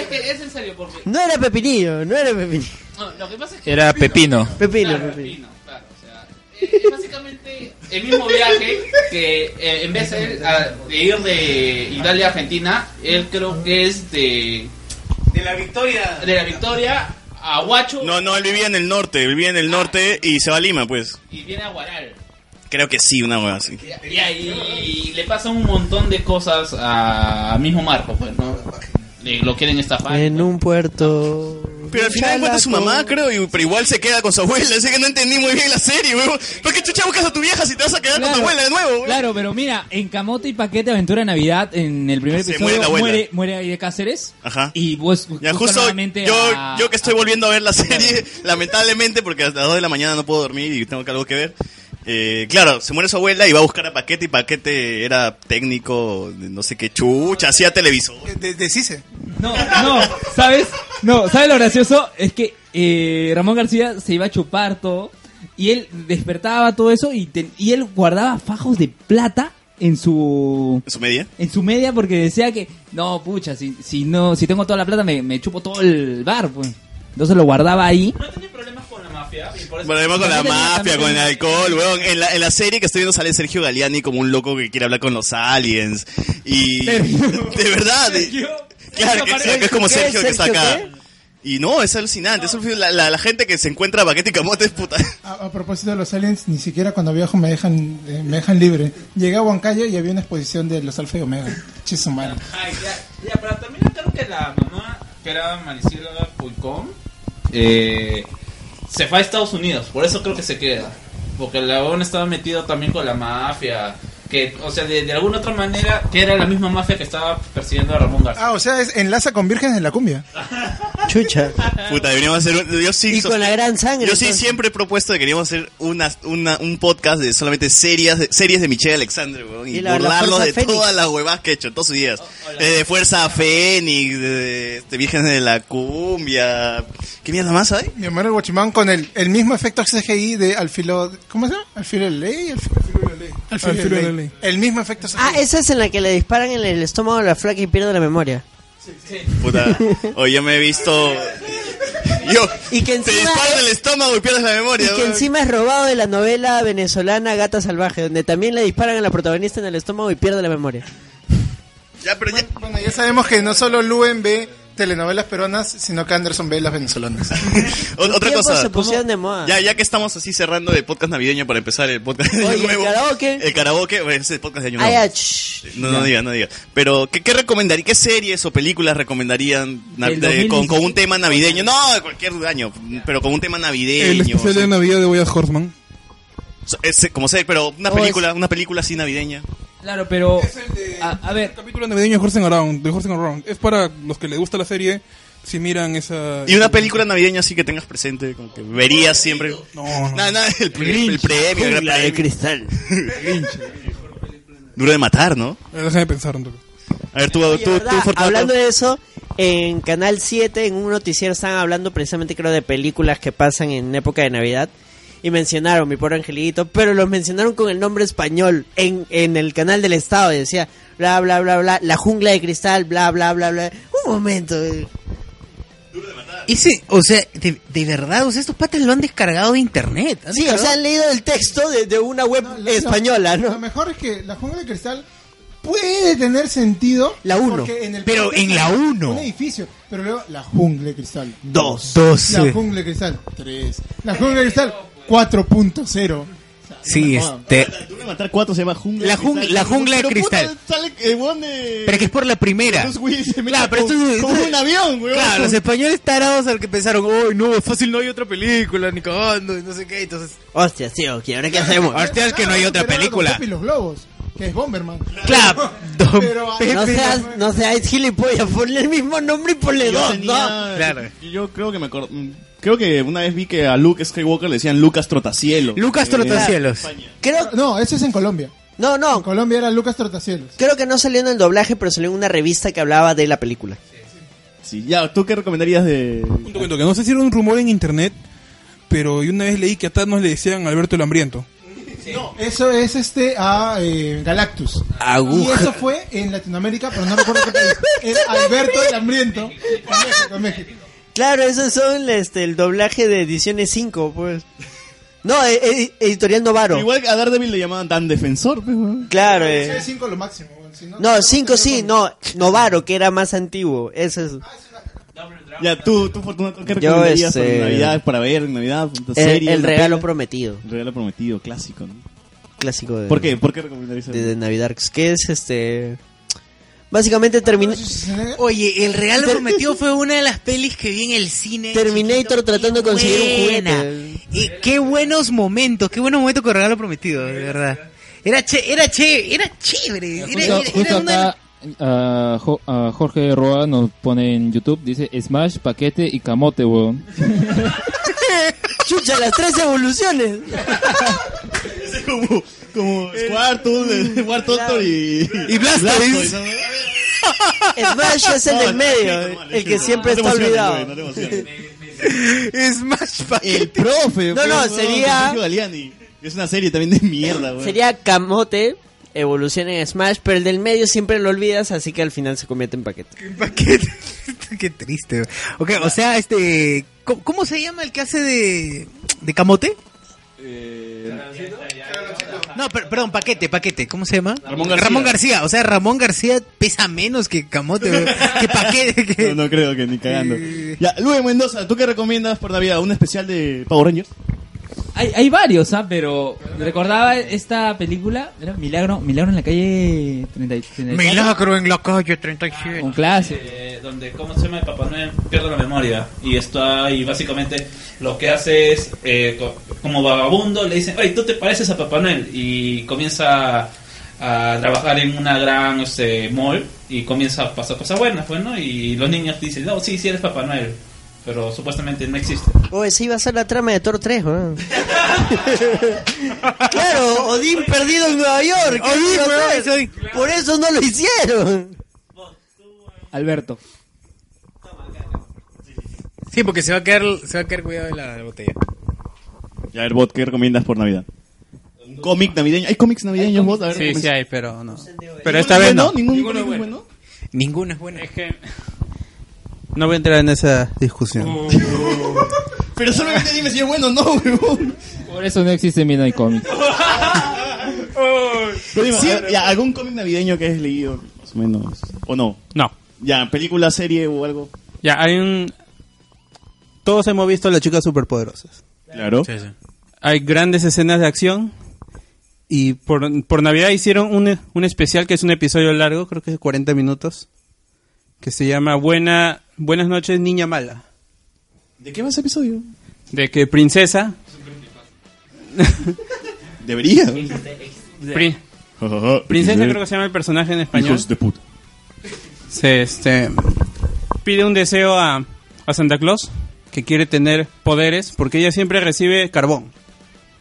S6: Es que es en serio, porque.
S2: No era Pepinillo, no era Pepinillo.
S6: No, lo que pasa es que.
S3: Era Pepino.
S2: Pepino,
S6: Claro,
S2: Pepino.
S6: claro, o sea, eh, es básicamente el mismo viaje que eh, en vez de, él, a- de ir de Italia a Argentina, él creo que es de.
S9: De la victoria.
S6: De la victoria a Huacho
S4: No, no, él vivía en el norte, vivía en el norte y se va a Lima, pues.
S6: y viene a Guaral.
S4: Creo que sí, una hueá así.
S6: Y, ahí- y le pasan un montón de cosas a, a mismo Marco, pues, ¿no? Le- lo quieren estafar.
S2: En un puerto.
S4: Pero al final encuentra a su mamá, creo, y, pero igual se queda con su abuela. Así que no entendí muy bien la serie, huevón. ¿Por qué chucha buscas a tu vieja si te vas a quedar con tu abuela de nuevo, huevón?
S8: Claro, pero mira, en Camote y Paquete Aventura de Navidad, en el primer
S4: Se
S8: episodio,
S4: muere la abuela.
S8: muere, muere ahí de Cáceres.
S4: Ajá.
S8: Y pues,
S4: Ya
S8: busca
S4: justo
S8: nuevamente
S4: yo,
S8: a-
S4: yo que estoy volviendo a ver la serie, (laughs) lamentablemente, porque a las 2 de la mañana no puedo dormir y tengo que algo que ver. Eh, claro, se muere su abuela y va a buscar a Paquete y Paquete era técnico, de no sé qué chucha, hacía televisor.
S5: Eh, Deshice.
S8: No, no, ¿sabes? No, ¿sabes lo gracioso? Es que eh, Ramón García se iba a chupar todo y él despertaba todo eso y, te- y él guardaba fajos de plata en su...
S4: ¿En su media?
S8: En su media porque decía que, no, pucha, si, si, no, si tengo toda la plata me, me chupo todo el bar, pues. Entonces lo guardaba ahí.
S4: Bueno, además con la
S8: También tenía-
S4: mafia,
S8: también
S4: con el
S8: tenía-
S4: alcohol, weón. En la, en la serie que estoy viendo sale Sergio Galeani como un loco que quiere hablar con los aliens. Y. De verdad. de- claro, que,
S5: Sergio,
S4: que es como
S5: ¿qué?
S4: Sergio, que está
S5: ¿Sergio
S4: acá. Y no, es alucinante. Es alucinante. la, la- la gente que se encuentra a Paquete y Camote es puta.
S5: A, a propósito de los aliens, ni siquiera cuando viajo me dejan, eh, me dejan libre. Llegué a Huancayo y había una exposición de los Alfa y Omega. Chisumara.
S6: Ay, ya, ya, pero también creo que la mamá, que era Maricela Pulcón, eh, se fue a Estados Unidos, por eso creo que se queda. Porque el león estaba metido también con la mafia. Que, o sea, de, de alguna otra manera, que era la misma mafia que estaba persiguiendo a Ramón García.
S5: Ah, o sea, es, enlaza con Virgen en la cumbia.
S2: Chucha.
S4: Puta, deberíamos hacer. un- Yo sí.
S2: Y con
S4: sost-
S2: la gran sangre,
S4: Yo sí
S2: entonces.
S4: siempre he propuesto que queríamos hacer una, una- un podcast de solamente series, de- series de Michelle Alexandre, weón. Y,
S2: Y la- la
S4: burlarnos
S2: Fuerza
S4: de
S2: Fénix.
S4: todas las huevas que he hecho en todos sus días. Eh, de Fuerza Fénix, de, de, de Virgen de la Cumbia. ¿Qué mierda más hay?
S5: Mi hermano el Guachimán con el, el mismo efecto CGI de Al filo. ¿Cómo se llama? Al filo de la ley. Al filo de la ley. Al filo, de, la ley. El mismo efecto CGI.
S2: Ah, esa es en la que le disparan en el estómago a la flaca y pierde la memoria. (laughs)
S4: Puta. Hoy yo me he visto. Yo.
S2: Y que
S4: te
S2: encima
S4: disparan en el estómago y pierdes la
S2: Y
S4: memoria,
S2: que
S4: weón.
S2: encima es robado de la novela venezolana Gata Salvaje, donde también le disparan a la protagonista en el estómago y pierde la memoria.
S4: Ya, pero ya.
S5: Bueno, ya sabemos que no solo Luen ve telenovelas peruanas, sino que Anderson ve las venezolanas.
S4: O- otra
S5: tiempo
S4: cosa.
S5: se pusieron
S2: de moda.
S4: Ya, ya que estamos así cerrando de podcast navideño para empezar el podcast de año
S2: Oye, ¿el
S4: nuevo.
S2: karaoke?
S4: El karaoke, bueno, ese es el podcast de año
S2: Ay,
S4: nuevo.
S2: ah, shh.
S4: No, no diga, no diga. Pero, ¿qué, qué recomendaría? ¿Qué series o películas recomendarían nav-
S7: Del
S4: de- con,
S7: 2017?
S4: con un tema navideño? No, de cualquier año, pero con un tema
S7: Este El
S4: navideño.
S7: especial de Navidad de Boyas Horseman.
S4: So- ese, como sé, pero una
S7: Oh, es-
S4: película, una película así navideña.
S8: Claro, pero...
S7: A, ver. El capítulo navideño de Horseman Around, de Horseman Around. Es para los que les gusta la serie, si miran esa...
S4: Y una película navideña así que tengas presente, como que verías siempre.
S7: No, no.
S4: Nada, nada, el, pre- el premio, el gran
S7: Jungla de
S4: premio.
S2: cristal.
S4: Duro de matar, ¿no?
S7: Eh, (laughs) Déjame pensar un toque.
S4: A ver, tú,
S2: Oye,
S4: tú,
S2: ¿verdad?
S4: tú, Fortunato.
S2: Hablando de eso, en Canal 7, en un noticiero, estaban hablando precisamente, creo, de películas que pasan en época de Navidad. Y mencionaron mi pobre angelito, pero los mencionaron con el nombre español en, en el canal del Estado. Y decía, bla, bla, bla, bla, la jungla de cristal, bla, bla, bla, bla. Un momento. eh.
S16: Ese, o sea, de, de verdad, o sea, estos patas lo han descargado de internet. ¿Han
S2: Sí, o
S16: descargado?
S2: sea, han leído el texto de, de una web (laughs) española, ¿no?
S5: Lo mejor es que la jungla de cristal puede tener sentido. La
S2: uno.
S16: Pero en la uno.
S5: Un edificio. Pero luego la jungla de cristal.
S16: Dos. Dos.
S5: La jungla de cristal. Tres. La jungla de cristal. 4.0.
S16: Sí,
S17: Ah,
S16: este.
S17: Duro de matar cuatro se llama jungla.
S16: La
S17: de Cristal.
S16: jungla- la jungla de
S17: Pero puta,
S16: cristal.
S17: sale el weón de-
S16: Pero que es por la primera.
S17: Bruce Willis se mete
S16: Claro, pero
S17: con-
S16: esto es-
S17: con un avión, weón.
S16: Claro, los españoles tarados al que pensaron, uy, no, fácil no hay otra película, ni cagando, y no sé qué, entonces...
S2: Hostia, sí, ok, ahora qué hacemos.
S16: Hostia, es que
S17: Ah,
S16: no hay otra película.
S5: Y los globos. Que es Bomberman.
S16: Claro.
S5: Pero
S2: No seas, no seas gilipollas, ponle el mismo nombre y ponle
S17: Yo
S2: dos,
S17: tenía-
S2: ¿no?
S17: Yo creo que me acuerdo.
S4: mm,
S17: Creo que una vez vi que a Luke Skywalker le decían Lucas Trotacielos.
S16: Lucas
S17: Trotacielos.
S2: Creo...
S5: No, eso es en Colombia.
S2: No, no. En
S5: Colombia era Lucas Trotacielos.
S2: Creo que no salió en el doblaje, pero salió en una revista que hablaba de la película.
S17: Sí, ya, ¿tú qué recomendarías de...?
S7: Un toque, un toque. No sé si era un rumor en internet, pero yo una vez leí que a Thanos le decían Alberto el Hambriento.
S5: No, eso es este a eh, Galactus.
S1: Aguja.
S5: Y
S17: (laughs)
S5: eso fue en Latinoamérica, pero no recuerdo qué país. Era Alberto el Hambriento. en México, en México.
S2: Claro, esos son este, el doblaje de Ediciones 5, pues. No, e- e- Editorial Novaro.
S4: Igual a Daredevil le llamaban Dan Defensor.
S2: Claro,
S5: Eso
S2: eh.
S5: es 5 lo máximo. weón, si no-
S2: No, 5 sí, no, Novaro, que era más antiguo. Ese es.
S4: Ya, tú, tú Fortuna, ¿qué
S2: Yo,
S4: recomendarías para
S2: este,
S4: Navidad, para ver en Navidad?
S2: El-
S4: serie,
S2: el
S4: una
S2: regalo
S4: peli?
S2: prometido.
S4: El regalo prometido, clásico, ¿no?
S2: Clásico de.
S4: ¿Por qué? ¿Por qué recomendarías
S2: De, de Navidad, que es este. Básicamente
S4: Ah,
S2: termina.
S1: Oye, El Real Prometido fue una de las pelis que vi en el cine.
S2: Terminator tratando de conseguir un
S1: Buena.
S2: juguete.
S1: Y qué buenos momentos, qué buenos momentos con Regalo Prometido, de verdad. Era che, era che, era chévere. Era,
S3: Justo,
S1: era-
S3: justo
S1: era una de
S3: acá ah, Jo- ah, Jorge Roa nos pone en YouTube, dice Smash, paquete y camote, weón.
S2: Chucha, las tres evoluciones.
S4: como, como Squirtle, eh, Wartortle y,
S1: y Blastoise.
S2: Smash es el del medio, el que siempre está olvidado.
S1: Smash
S4: El profe.
S2: No,
S4: pues,
S2: no,
S4: weón,
S2: sería-
S4: Sergio Galiani. Es una serie también de mierda, güey.
S2: Sería Camote, evoluciona en Smash, pero el del medio siempre lo olvidas, así que al final se convierte en paquete.
S1: Qué triste. Ok, o sea, este. ¿Cómo, cómo se llama el que hace de. de camote? No, per- perdón, paquete, paquete. ¿Cómo se llama?
S4: Ramón García.
S1: García. O sea, Ramón García pesa menos que camote.
S4: (laughs)
S1: güey. que paquete. que-
S4: No, no creo que ni cagando. Ya, Luis Mendoza, ¿tú qué recomiendas por Navidad? ¿Un especial de Power Rangers?
S9: Hay, hay varios, ¿ah? Pero recordaba esta película, era Milagro, Milagro en la calle 37.
S1: en la calle 37.
S9: Un clásico.
S6: Eh, donde, ¿cómo se llama el Papá Noel? Pierde la memoria. Y está, y básicamente lo que hace es, eh, co- como vagabundo, le dicen, oye, tú te pareces a Papá Noel. Y comienza a trabajar en una gran este, mall y comienza a pasar cosas buenas, pues, ¿no? Y los niños dicen, no, sí, sí eres Papá Noel. Pero supuestamente no existe.
S2: O Oh, esa iba a ser la trama de Thor 3, weón. (laughs) claro, Odín perdido en Nueva York. ¿qué
S1: Odín,
S2: iba a
S1: weón,
S2: hacer?
S1: soy-
S2: Por eso no lo hicieron.
S4: (laughs)
S9: Alberto.
S1: Sí, porque se va a caer, se va a caer cuidado de la botella.
S4: Ya, el bot, ¿qué recomiendas por Navidad? Un cómic navideño. ¿Hay cómics navideños, bot? A ver,
S18: Sí,
S4: ¿cómo
S18: sí
S4: es?
S18: hay, pero no.
S4: ¿Ninguno
S18: Pero esta
S4: es
S18: vez
S4: bueno?
S18: no.
S4: ¿Ningún
S18: Ninguno
S4: cómic
S18: es
S4: bueno?
S1: Ninguno es bueno. Es
S6: que
S10: No voy a entrar en esa discusión.
S4: Pero solamente dime si es bueno o no, weón.
S3: Por eso no existe Midnight Comics.
S4: Pero dime, a ver, ya, ¿Algún cómic navideño que hayas leído? Más o menos. ¿O no?
S10: No.
S4: Ya, película, serie o algo.
S10: Ya, hay un... Todos hemos visto Las Chicas Superpoderosas.
S4: Claro.
S10: Hay grandes escenas de acción. Y por, por Navidad hicieron un, un especial que es un episodio largo, creo que es de 40 minutos. Que se llama Buena, Buenas noches, Niña Mala.
S4: ¿De qué va ese episodio?
S10: De que Princesa...
S4: Debería.
S10: Pri- Princesa creo que se llama el personaje en español.
S4: Hijos de puta.
S10: Se, este, pide un deseo a, a Santa Claus que quiere tener poderes porque ella siempre recibe carbón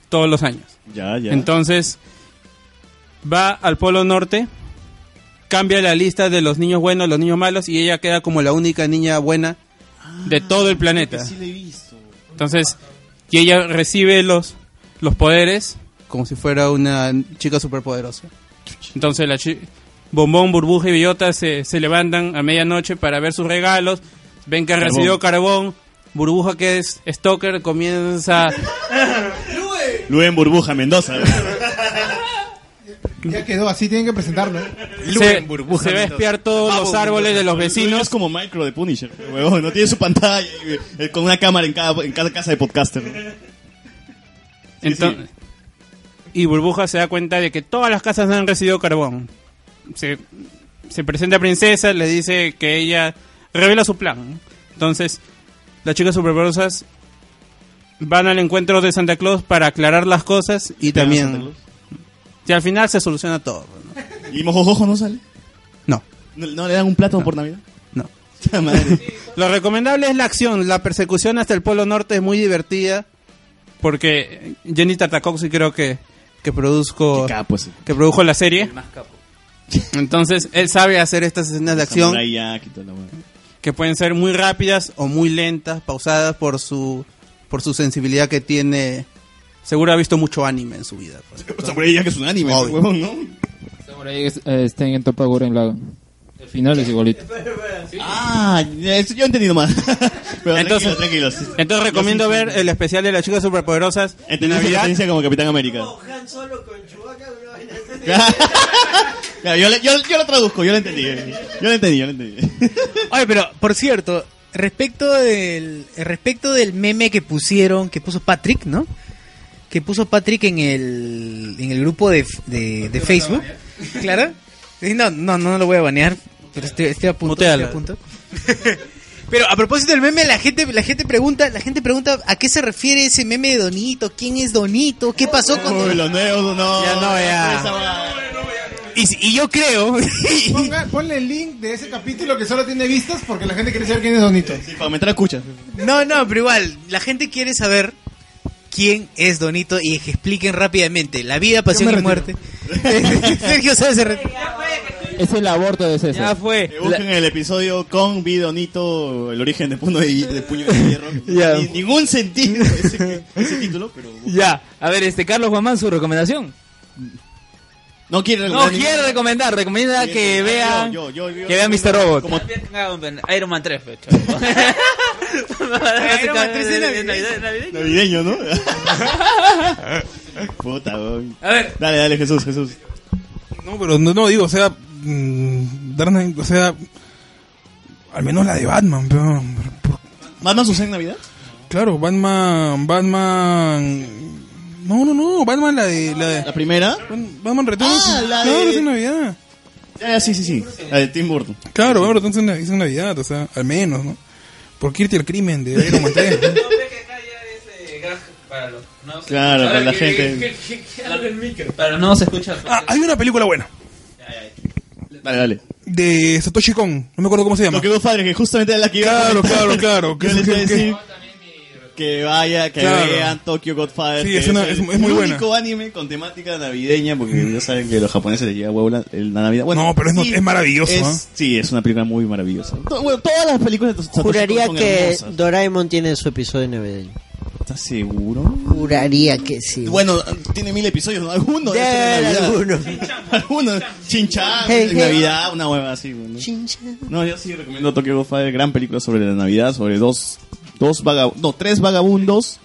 S10: todos los años.
S4: Ya, ya.
S10: Entonces va al Polo Norte, cambia la lista de los niños buenos, los niños malos y ella queda como la única niña buena de todo el planeta. Entonces, y ella recibe los, los poderes como si fuera una chica superpoderosa. Entonces la chi- Bombón, Burbuja y Bellota se, se levantan a medianoche para ver sus regalos, ven que han
S4: Carbón.
S10: recibido carbón, Burbuja que es stalker comienza
S4: Luen Burbuja Mendoza.
S5: Ya quedó, así tienen que presentarlo.
S10: se, se va a espiar todos los árboles de los
S4: vecinos. Es como Micro de Punisher, huevón, no tiene su pantalla y, eh, con una cámara en cada, en cada casa de podcaster.
S10: Entonces, Y Burbuja se da cuenta de que todas las casas han recibido carbón. Se, se presenta a Princesa, le dice que ella revela su plan. Entonces, las chicas superpoderosas van al encuentro de Santa Claus para aclarar las cosas y también... Y al final se soluciona todo.
S4: ¿Y Mojojojo no sale?
S10: No.
S4: ¿No, no le dan un plato por Navidad?
S10: No. (laughs)
S4: madre.
S10: Lo recomendable es la acción. La persecución hasta el Polo Norte es muy divertida. Porque Jenny Tartakovsky creo que, que produzco- que produjo la serie. Entonces, él sabe hacer estas escenas de acción
S4: Samurai Jack y toda la hueá.
S10: que pueden ser muy rápidas o muy lentas, pausadas por su por su sensibilidad que tiene Seguro ha visto mucho anime en
S4: (laughs)
S10: su vida.
S4: Samurai Jack es un anime,
S10: Obvio.
S4: huevón, ¿no?
S3: Samurai X, eh, está en Topagura en Lago. El final es igualito.
S4: Ah, eso yo he entendido más. (laughs)
S10: entonces,
S4: tranquilos,
S10: entonces recomiendo ver el especial de las chicas superpoderosas de
S4: Tiene
S10: Navidad.
S4: experiencia como Capitán América.
S2: Solo con Chewbacca,
S4: Ya, yo, le- yo, yo lo traduzco, yo lo entendí. Yo lo entendí, yo lo entendí.
S1: (laughs) Oye, pero por cierto, respecto del respecto del meme que pusieron, que puso Patrick, ¿no? Que puso Patrick en el en el grupo de, f- de, de Facebook. (laughs) Claro. Sí, No, no, no lo voy a banear, pero estoy, estoy a punto,
S10: Muteala.
S1: estoy a punto. Pero a propósito del meme, la gente la gente pregunta, la gente pregunta a qué se refiere ese meme de Donito, quién es Donito, qué pasó con
S4: Uy, los nuevos, no.
S1: Ya no,
S4: ya.
S1: Y, si- y yo creo (laughs)
S5: Ponga- ponle el link de ese capítulo que solo tiene vistas porque la gente quiere saber quién es Donito.
S4: para aumentar escucha.
S1: No, no, pero igual, la gente quiere saber quién es Donito y que expliquen rápidamente la vida, pasión
S3: Yo me
S1: y muerte. (laughs) Sergio Sáenz se retira.
S3: Es el aborto de César.
S10: fue.
S4: Busquen el episodio con Vidonito, el origen de puño de, de, puño de (laughs) hierro.
S3: Ya.
S4: Ni- ningún sentido ese, ese título, pero.
S9: Ya, a ver, este Carlos Guamán, su recomendación.
S4: No quiere
S9: No
S4: recomendar
S9: quiere
S4: ningún-
S9: recomendar, recomienda
S4: Sí,
S9: que
S4: yo,
S9: vean
S4: yo, yo, yo.
S9: que vean Mr. Robot.
S6: (laughs)
S4: Como-
S6: Iron Man
S4: (laughs)
S6: 3, fecha. Iron
S9: Man 3 es
S4: Navideño,
S7: (laughs)
S4: ¿no? (laughs) Puta, weón.
S9: A ver.
S4: Dale, dale, Jesús, Jesús.
S7: No, pero no, no, digo, o sea, mm, Dark Knight, o sea, al menos la de Batman, pero...
S4: ¿Batman sucede en Navidad?
S7: Claro, Batman, Batman... No, no, no, Batman la de... ¿La, de...
S4: ¿La primera?
S7: Batman Returns.
S4: Ah, la
S7: claro,
S4: de-
S7: es en Navidad.
S4: Ya, ya, sí, sí, sí. La de Tim Burton.
S7: Claro, Batman Returns es en Nav- es en Navidad, o sea, al menos, ¿no? Por irte al crimen de Iron Man 3, ¿no?
S6: eh, Para los nuevos-
S4: Claro,
S6: Ahora
S4: para la
S6: que-
S4: gente.
S6: que- que- que hable el micro. Para los nuevos escuchas.
S7: Ah, hay una película buena.
S4: Dale, dale.
S7: De Satoshi Kon, no me acuerdo cómo se llama.
S4: Lo que vos padre, que justamente es la que iba a
S7: Claro,
S4: comentar.
S7: claro, claro. que-
S4: Yo les
S7: que-
S4: voy a
S7: que-
S4: decir que vaya, que
S7: Claro.
S4: vean Tokyo Godfather.
S7: Sí,
S4: que
S7: es una-
S4: el
S7: es- es muy buena.
S4: único anime con temática navideña, porque ya saben que a los japoneses les llega huevo la, el- la Navidad. Bueno,
S7: No, pero es no- es maravilloso,
S4: es-
S7: ¿ah.
S4: Sí, es una película muy maravillosa. To- bueno, todas las películas de Satoshi
S2: Juraría
S4: Kon son
S2: que
S4: hermosas.
S2: Doraemon tiene su episodio navideño.
S4: ¿Estás seguro?
S2: Juraría que sí.
S4: Bueno, tiene mil episodios, ¿no? Alguno debe ser de
S2: Debe haber
S4: Navidad. Alguno. Chinchán,
S2: Hey,
S4: de
S2: hey.
S4: Navidad, una hueva así. ¿no? No, yo sí recomiendo Tokyo Godfather, gran película sobre la Navidad, sobre dos, dos vagabundos, no, tres vagabundos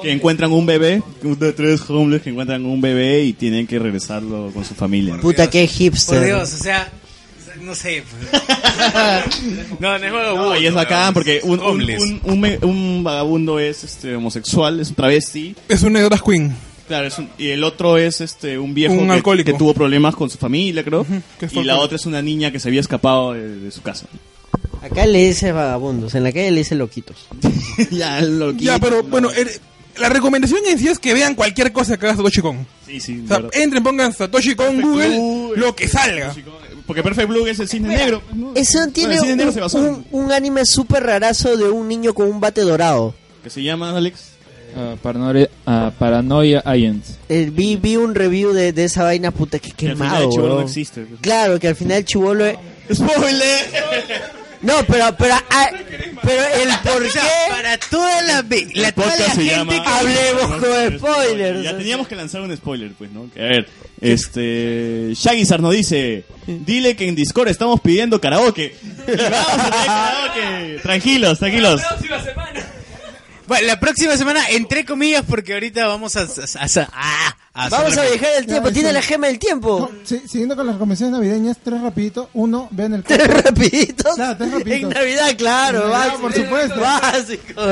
S4: que encuentran un bebé, un de tres homeless que encuentran un bebé y tienen que regresarlo con su familia.
S2: Puta, qué hipster.
S1: Por Dios, o sea, no sé. no, no es
S4: No, y es bacán porque un, un, un, un me- un vagabundo es este homosexual, es un travesti.
S7: Es un drag queen.
S4: Claro, es un- y el otro es este un viejo
S7: Un
S4: que,
S7: alcohólico.
S4: que tuvo problemas con su familia, creo.
S7: que fue
S4: y la
S7: alcohólico.
S4: otra es una niña que se había escapado de, de su casa.
S2: Acá le dice vagabundos, en la calle le dice loquitos.
S4: ya, loquitos.
S7: Ya, pero bueno, er- la recomendación en sí es que vean cualquier cosa que haga Satoshi Kon.
S4: Sí, sí,
S7: O sea,
S4: verdad.
S7: entren, pongan Satoshi Kon Google, lo que salga.
S4: eh, Porque Perfect Blue es el cine negro.
S2: Eso tiene
S4: el cine negro
S2: un,
S4: se basó en-
S2: un- un anime súper rarazo de un niño con un bate dorado.
S4: que se llama Alex.
S3: Ah, paranoia, ah, paranoia Agents.
S2: Eh, vi, vi un review de, de esa vaina puta que
S3: al final
S2: quemado.
S3: el chibolo no
S2: weón.
S3: existe.
S2: Claro, que al final el chivolo es...
S4: (laughs) ¡Spoiler!
S2: No, pero, pero, ah, pero
S1: (laughs)
S2: el por qué...
S1: Para toda la, ve- la-
S4: El
S1: toda la
S4: podcast se
S1: gente
S4: llama-
S1: que-
S2: Hablemos con spoilers.
S4: Ya teníamos que lanzar un spoiler, pues, ¿no? A ver, este. Shagizar nos dice: Dile que en Discord estamos pidiendo karaoke. Y vamos
S2: (laughs)
S4: a tener karaoke. Tranquilos, tranquilos.
S1: Bueno, la próxima semana, entre comillas, porque ahorita vamos a... a- a- a- a-
S2: Vamos a viajar el tiempo,
S5: Ya,
S2: tiene
S5: eso.
S2: la gema del tiempo.
S5: No, sí, siguiendo con las recomendaciones navideñas, tres rapidito. Uno, vean el
S2: Tres rapiditos.
S5: Claro, tres
S2: En
S5: rapiditos.
S2: Navidad, claro,
S5: En Navidad,
S2: básico.
S5: por supuesto.
S2: Básico.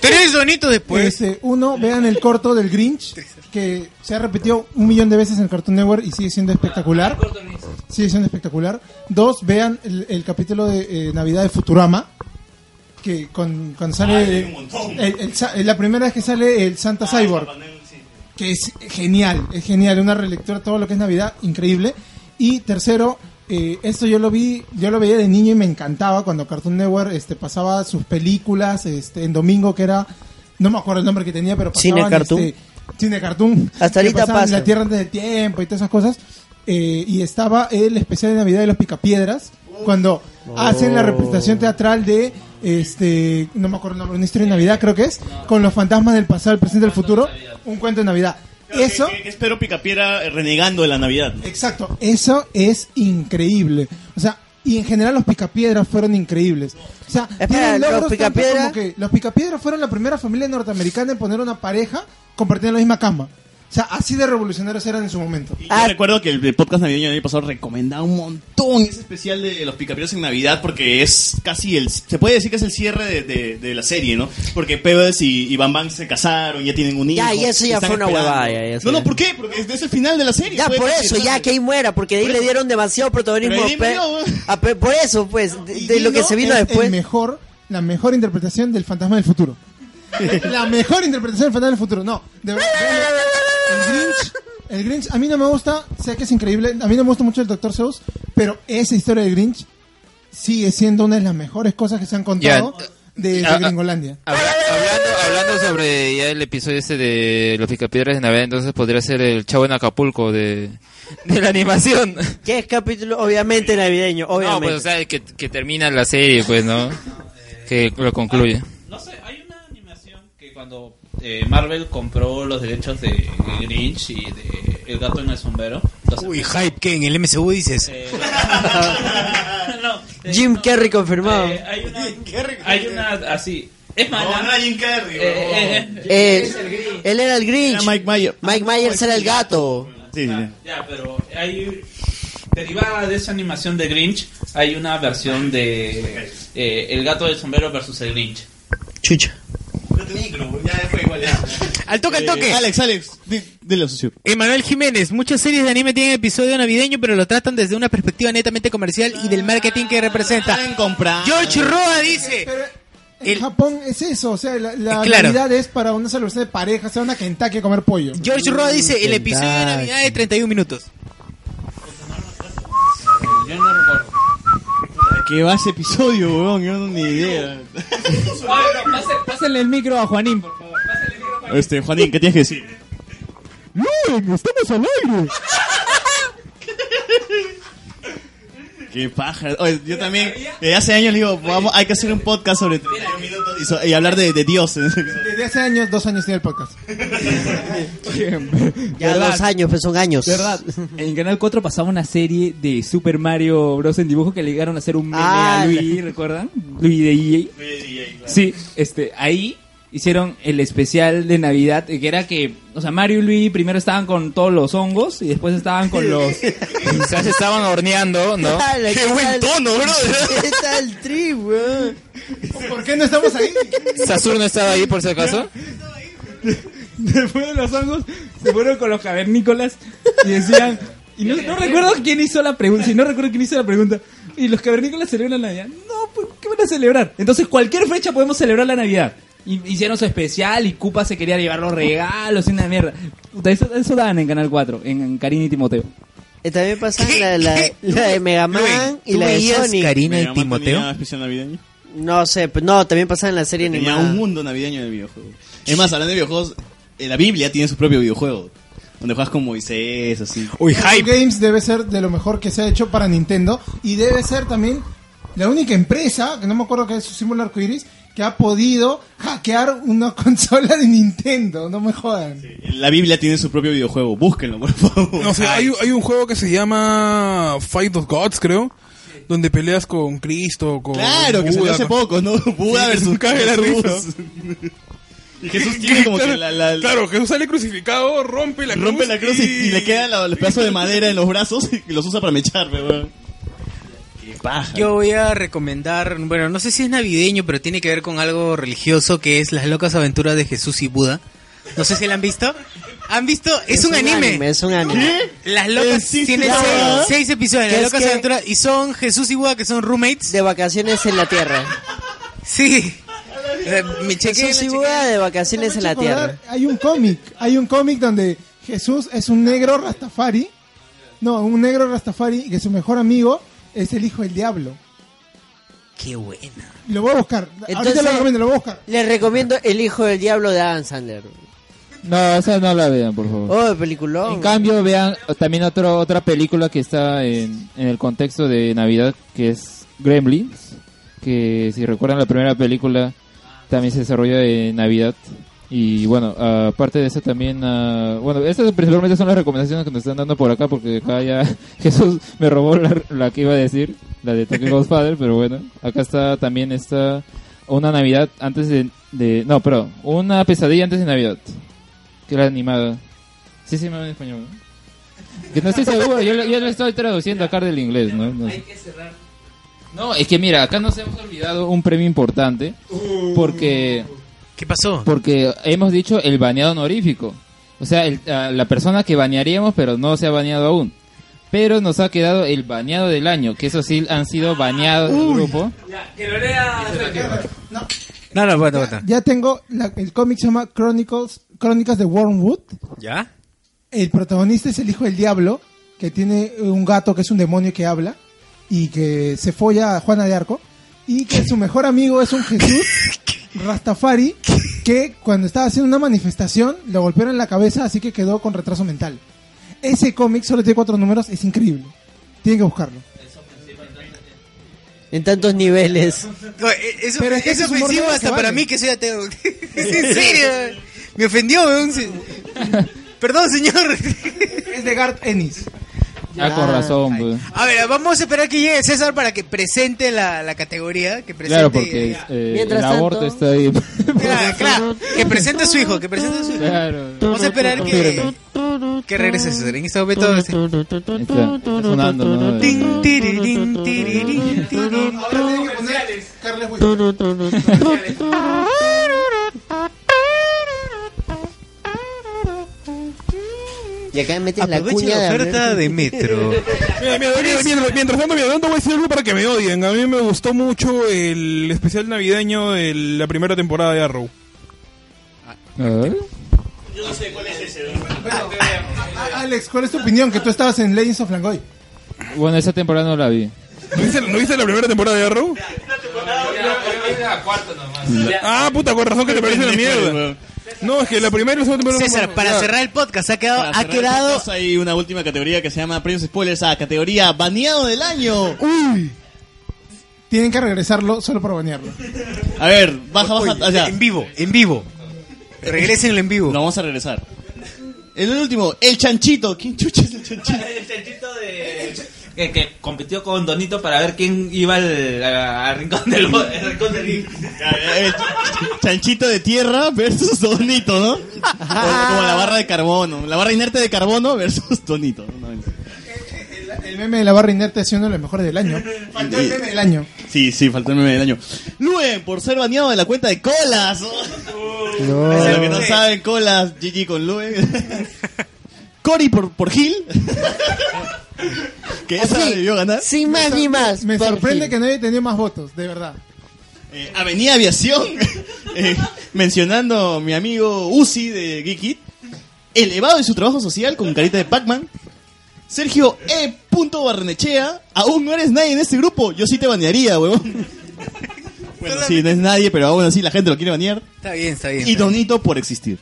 S1: Tres donitos después.
S5: Este, uno, vean el corto del Grinch, que se ha repetido un millón de veces en Cartoon Network y sigue siendo espectacular. Sigue siendo espectacular. Dos, vean el, el capítulo de eh, Navidad de Futurama, que con, cuando
S4: Ah,
S5: sale...
S4: hay un montón.
S5: el- el sa- la primera vez que sale el Santa Cyborg, que es genial, es genial, una relectura de todo lo que es Navidad, increíble. Y tercero, eh, esto yo lo vi, yo lo veía de niño y me encantaba cuando Cartoon Network este, pasaba sus películas este, en domingo, que era, no me acuerdo el nombre que tenía, pero pasaban,
S2: Cine Cartoon.
S5: este, Cine Cartoon.
S2: Hasta
S5: que
S2: ahorita
S5: pasaban
S2: pasa.
S5: La Tierra antes del tiempo y todas esas cosas. Eh, y estaba el especial de Navidad de los Picapiedras, cuando hacen la representación teatral de este, no me acuerdo el nombre, una historia de Navidad creo que es, con los fantasmas del pasado, el presente y el futuro, un cuento de Navidad. Eso,
S4: Es Pedro Picapiera renegando de la Navidad. ¿no?
S5: exacto, eso es increíble. O sea, y en general los picapiedras fueron increíbles. O sea,
S2: Espera,
S5: tienen
S2: ¿los
S5: logros tanto
S2: Picapiedra?
S5: como que los picapiedras fueron la primera familia norteamericana en poner una pareja compartiendo la misma cama. O sea, así de revolucionarios eran en su momento.
S4: Yo
S2: Ah.
S4: recuerdo que el el podcast navideño del año pasado recomendaba un montón ese especial de los picapiedras en Navidad porque es casi el... Se puede decir que es el cierre de, de- de la serie, ¿no? Porque Pebbles y, y Bam Bam se casaron, ya tienen un hijo.
S2: Ya, y eso ya
S4: están
S2: fue una
S4: esperando.
S2: huevada. ya, ya
S4: no,
S2: fue.
S4: no, ¿por qué? Porque es, es el final de la serie.
S2: Ya,
S4: fue
S2: por
S4: casi
S2: eso,
S4: el-
S2: ya que ahí muera, porque de ahí le dieron demasiado protagonismo
S4: Pero
S2: a
S4: ahí
S2: Pe- a Pe- Por eso, pues, de, de lo que
S5: Dino
S2: se vino
S5: es
S2: después.
S5: el mejor, la mejor interpretación del fantasma del futuro. la mejor interpretación del fantasma del futuro. No, de verdad. véanlo. El Grinch, el Grinch, a mí no me gusta, sé que es increíble, a mí no me gusta mucho el Dr. Seuss, pero esa historia del Grinch sigue siendo una de las mejores cosas que se han contado
S3: Ya,
S5: de, de
S3: ah, ah,
S5: Gringolandia.
S3: Hablando sobre ya el episodio ese de los picapiedras de Navidad, entonces podría ser el chavo en Acapulco de,
S2: (laughs)
S3: de la animación.
S2: Que es capítulo, obviamente, navideño,
S3: No,
S2: obviamente.
S3: pues o sea, que, que termina la serie, pues, ¿no? Que lo concluye.
S6: que cuando eh, Marvel compró los derechos de Grinch y de El gato en el sombrero.
S1: Uy, hype, ¿qué? ¿En el MCU dices?
S6: Eh,
S1: (laughs)
S6: (laughs)
S2: Jim Carrey confirmado.
S6: Eh, hay una, hay una así. Es mala.
S4: No, no era Jim Carrey, oh.
S6: Eh, eh, eh.
S2: Eh, él era el Grinch. Mike Myers. era el gato.
S4: Sí, sí, sí.
S6: Ya, pero hay derivada de esa animación de Grinch, hay una versión de eh, El gato del sombrero versus el Grinch.
S1: Chucha. Al
S6: Eh,
S1: toque, al toque.
S4: Alex, Alex, dile socio.
S1: Emanuel Jiménez, muchas series de anime tienen episodio navideño, pero lo tratan desde una perspectiva netamente comercial y del marketing que representa. George Roa dice.
S5: En Japón es eso, o sea, la, la
S1: Claro.
S5: Navidad es para una celebración de pareja, se van a Kentucky a comer pollo.
S1: George Roa dice el episodio de Navidad de 31 minutos.
S6: Yo
S4: (laughs)
S6: no recuerdo.
S19: ¿Qué va ese episodio, weón? Yo no ni idea.
S9: Pásenle el micro a Juanín.
S19: Este, Juanín, ¿qué tienes que decir?
S9: ¡Luen! ¡Estamos al aire!
S4: Qué paja. Oye, yo también, desde hace años le digo, vamos, hay que hacer un podcast sobre... Y, so- y hablar de, de Dios.
S5: Desde hace años, dos años tiene el podcast.
S2: Ya
S9: ¿Verdad?
S2: dos años, pues son años. (laughs)
S9: ¿Verdad? En Canal 4 pasaba una serie de Super Mario Bros. en dibujo que le llegaron a hacer un meme
S2: Ah,
S9: a Luis, ¿recuerdan? Luis de EA. Sí, este, ahí hicieron el especial de Navidad, eh, que era que, o sea, Mario y Luis primero estaban con todos los hongos y después estaban con
S2: (laughs)
S9: los...
S3: Quizás estaban horneando, ¿no?
S2: ¡Qué buen
S4: tono,
S1: (laughs)
S4: bro!
S2: ¿Qué (laughs) tal tri, weón?
S5: ¿Por qué no estamos ahí?
S3: ¿Sasur no estaba ahí por si acaso?
S9: Después de los hongos, se fueron con los cavernícolas y decían... Y no, no recuerdo quién hizo la pregunta, si no recuerdo quién hizo la pregunta. Y los cavernícolas celebran la Navidad. No, pues, ¿qué van a celebrar? Entonces, cualquier fecha podemos celebrar la Navidad. Y- Hicieron su especial y Cupa se quería llevar los regalos y una mierda. Puta, eso, eso daban en Canal 4, en, en Karina y Timoteo.
S2: Eh, también pasan la, la, la de Mega Man y la de Sonic.
S4: Mega Man tenía especial navideño?
S2: No sé, pues, no, también pasan en la serie
S4: Tenía
S2: animada.
S4: un mundo navideño de videojuegos. Es más, hablando de videojuegos, eh, la Biblia tiene su propio videojuego. Donde juegas con Moisés, así.
S5: Video Games debe ser de lo mejor que se ha hecho para Nintendo y debe ser también la única empresa, que no me acuerdo que es su símbolo arcoiris, que ha podido hackear una (laughs) consola de Nintendo, no me jodan.
S4: La Biblia tiene su propio videojuego. Búsquenlo, por
S7: (laughs)
S4: favor.
S7: No sé, hay, hay un juego que se llama Fight of Gods, creo. Donde peleas con Cristo, con.
S4: Claro, que salió hace poco, ¿no? (laughs) Buda
S7: Sí, que se
S4: versus
S7: cague la
S4: Jesús. Y (laughs) Jesús tiene como que la- la-
S7: Claro, Jesús sale crucificado, rompe la
S4: Rompe
S7: cruz.
S4: la cruz y, y le quedan los pedazos de madera en los brazos y los usa para mechar, weón. Qué paja.
S1: Yo voy a recomendar, bueno, no sé si es navideño, pero tiene que ver con algo religioso que es Las locas aventuras de Jesús y Buda. No sé si la han visto. ¿Han visto? Es, un, anime.
S2: Es un anime.
S1: Las locas
S2: Sí, sí,
S1: tienen
S2: sí.
S1: seis, seis episodios.
S2: Que
S1: Las
S2: es
S1: locas
S2: que-
S1: aventuras y son Jesús y Buda que son roommates
S2: de vacaciones en la tierra.
S1: Sí. Eh, Me chequeé.
S2: Jesús y Buda de vacaciones en la tierra.
S5: Hay un cómic, hay un cómic donde Jesús es un negro rastafari, no, un negro rastafari y que su mejor amigo es el hijo del diablo.
S1: Qué buena.
S5: Lo voy a buscar. Ahorita
S2: Entonces-
S5: lo recomiendo, lo voy a buscar.
S2: Les recomiendo El Hijo del Diablo de Adam Sandler.
S20: No, esa no la vean, por favor.
S2: Oh, peliculón.
S20: En cambio, vean también otra otra película que está en, en el contexto de Navidad, que es Gremlins.
S3: que si recuerdan la primera película también se desarrolla de Navidad. Y bueno, aparte de eso también, ah, bueno, estas principalmente son las recomendaciones que nos están dando por acá porque acá ya (laughs) Jesús me robó la, la que iba a decir, la de Tokyo Godfather, pero bueno, acá está también esta una Navidad antes de, de no, perdón, una pesadilla antes de Navidad, que era animada. Sí, sí, me habla en español. ¿no? Que no estoy seguro, yo, lo- yo lo estoy traduciendo acá del inglés, ¿no? No sé.
S21: que cerrar.
S3: No, es que mira, acá nos hemos olvidado un premio importante porque...
S1: ¿Qué pasó?
S3: Porque hemos dicho el baneado honorífico. O sea, el- a la persona que banearíamos pero no se ha baneado aún. Pero nos ha quedado el baneado del año, que eso sí han sido baneados del grupo.
S1: No, no, bueno,
S5: Ya tengo, la- el cómic se llama Chronicles, Crónicas de Wormwood.
S1: ¿Ya?
S5: El protagonista es el hijo del diablo, que tiene un gato que es un demonio que habla y que se folla a Juana de Arco. Y que su mejor amigo es un Jesús Rastafari, que cuando estaba haciendo una manifestación le golpearon en la cabeza, así que quedó con retraso mental. Ese cómic solo tiene cuatro números, es increíble. Tienen que buscarlo.
S2: En tantos niveles.
S1: Eso,
S2: Pero es que ese
S1: eso
S2: es humor
S1: ofensivo
S2: negro
S1: hasta
S2: que
S1: para
S2: vale.
S1: mí que soy ateo. es en serio. Me ofendió, weón. Se- Perdón, señor.
S5: es de Garth Ennis.
S3: Ah, con razón, pues.
S1: A ver, vamos a esperar que llegue César para que presente la, la categoría. Que presente,
S3: Claro, porque eh, el aborto está ahí. (laughs)
S1: Claro, claro, que presente a su hijo, que presente a su hijo. Vamos a esperar que, que regrese César. En este momento... sí.
S3: Está sonando, ¿no?
S1: Tin, tirirín, tirirín, tirirín.
S2: Y acá metes la
S1: Aprovecha
S2: cuña
S1: la oferta
S2: de (laughs)
S1: de Metro.
S7: (laughs) Mira, mira, mira, mientras, mientras tanto, mira, tanto voy a decir algo para que me odien. A mí me gustó mucho el especial navideño de la primera temporada de Arrow.
S6: Yo no sé cuál es ese.
S5: A- Alex, ¿cuál es tu opinión? Que tú estabas en Legends of Langoy.
S3: Bueno, esa temporada no la vi.
S7: ¿No viste, no viste la primera temporada de Arrow? Ah, puta, con razón que te parece la mierda. No, es que la primera y la segunda temporada...
S1: César, para cerrar el podcast, ha quedado...
S5: Ah, ha quedado-
S4: Hay una última categoría que se llama Premios Spoilers a categoría Baneado del Año.
S5: Uy. Tienen que regresarlo solo para banearlo.
S4: A ver, baja, baja.
S5: en
S1: vivo, en vivo. Regrésenlo en vivo.
S4: Lo vamos a regresar. El último, el chanchito. ¿Quién chucha es el chanchito?
S6: El chanchito de. Que, que compitió con Donito para ver quién iba al, a- al rincón del. bo- al rincón del-
S4: Eh, El chanchito de tierra versus Donito, ¿no? Como, como la barra de carbono. La barra inerte de carbono versus Donito. No, no.
S5: El meme de la barra inerte ha sido uno de los mejores del año. Faltó el meme del año.
S4: Sí, sí, faltó el meme del año. Luen, por ser baneado de la cuenta de colas. Para los que no saben, colas, GG con Luen. Cory por, por Gil. (laughs) que esa debió ganar.
S5: Sin más ni más. Me sorprende que nadie tenía más votos, de verdad.
S4: Eh, Avenida Aviación. (laughs) eh, mencionando a mi amigo Uzi de Geek It. Elevado en su trabajo social con carita de Pac-Man. Sergio E. Barnechea. Aún no eres nadie en este grupo. Yo sí te banearía, huevón. bueno, sí, no es nadie, pero aún así la gente lo quiere banear.
S1: Está bien, está bien.
S4: Y Donito por existir.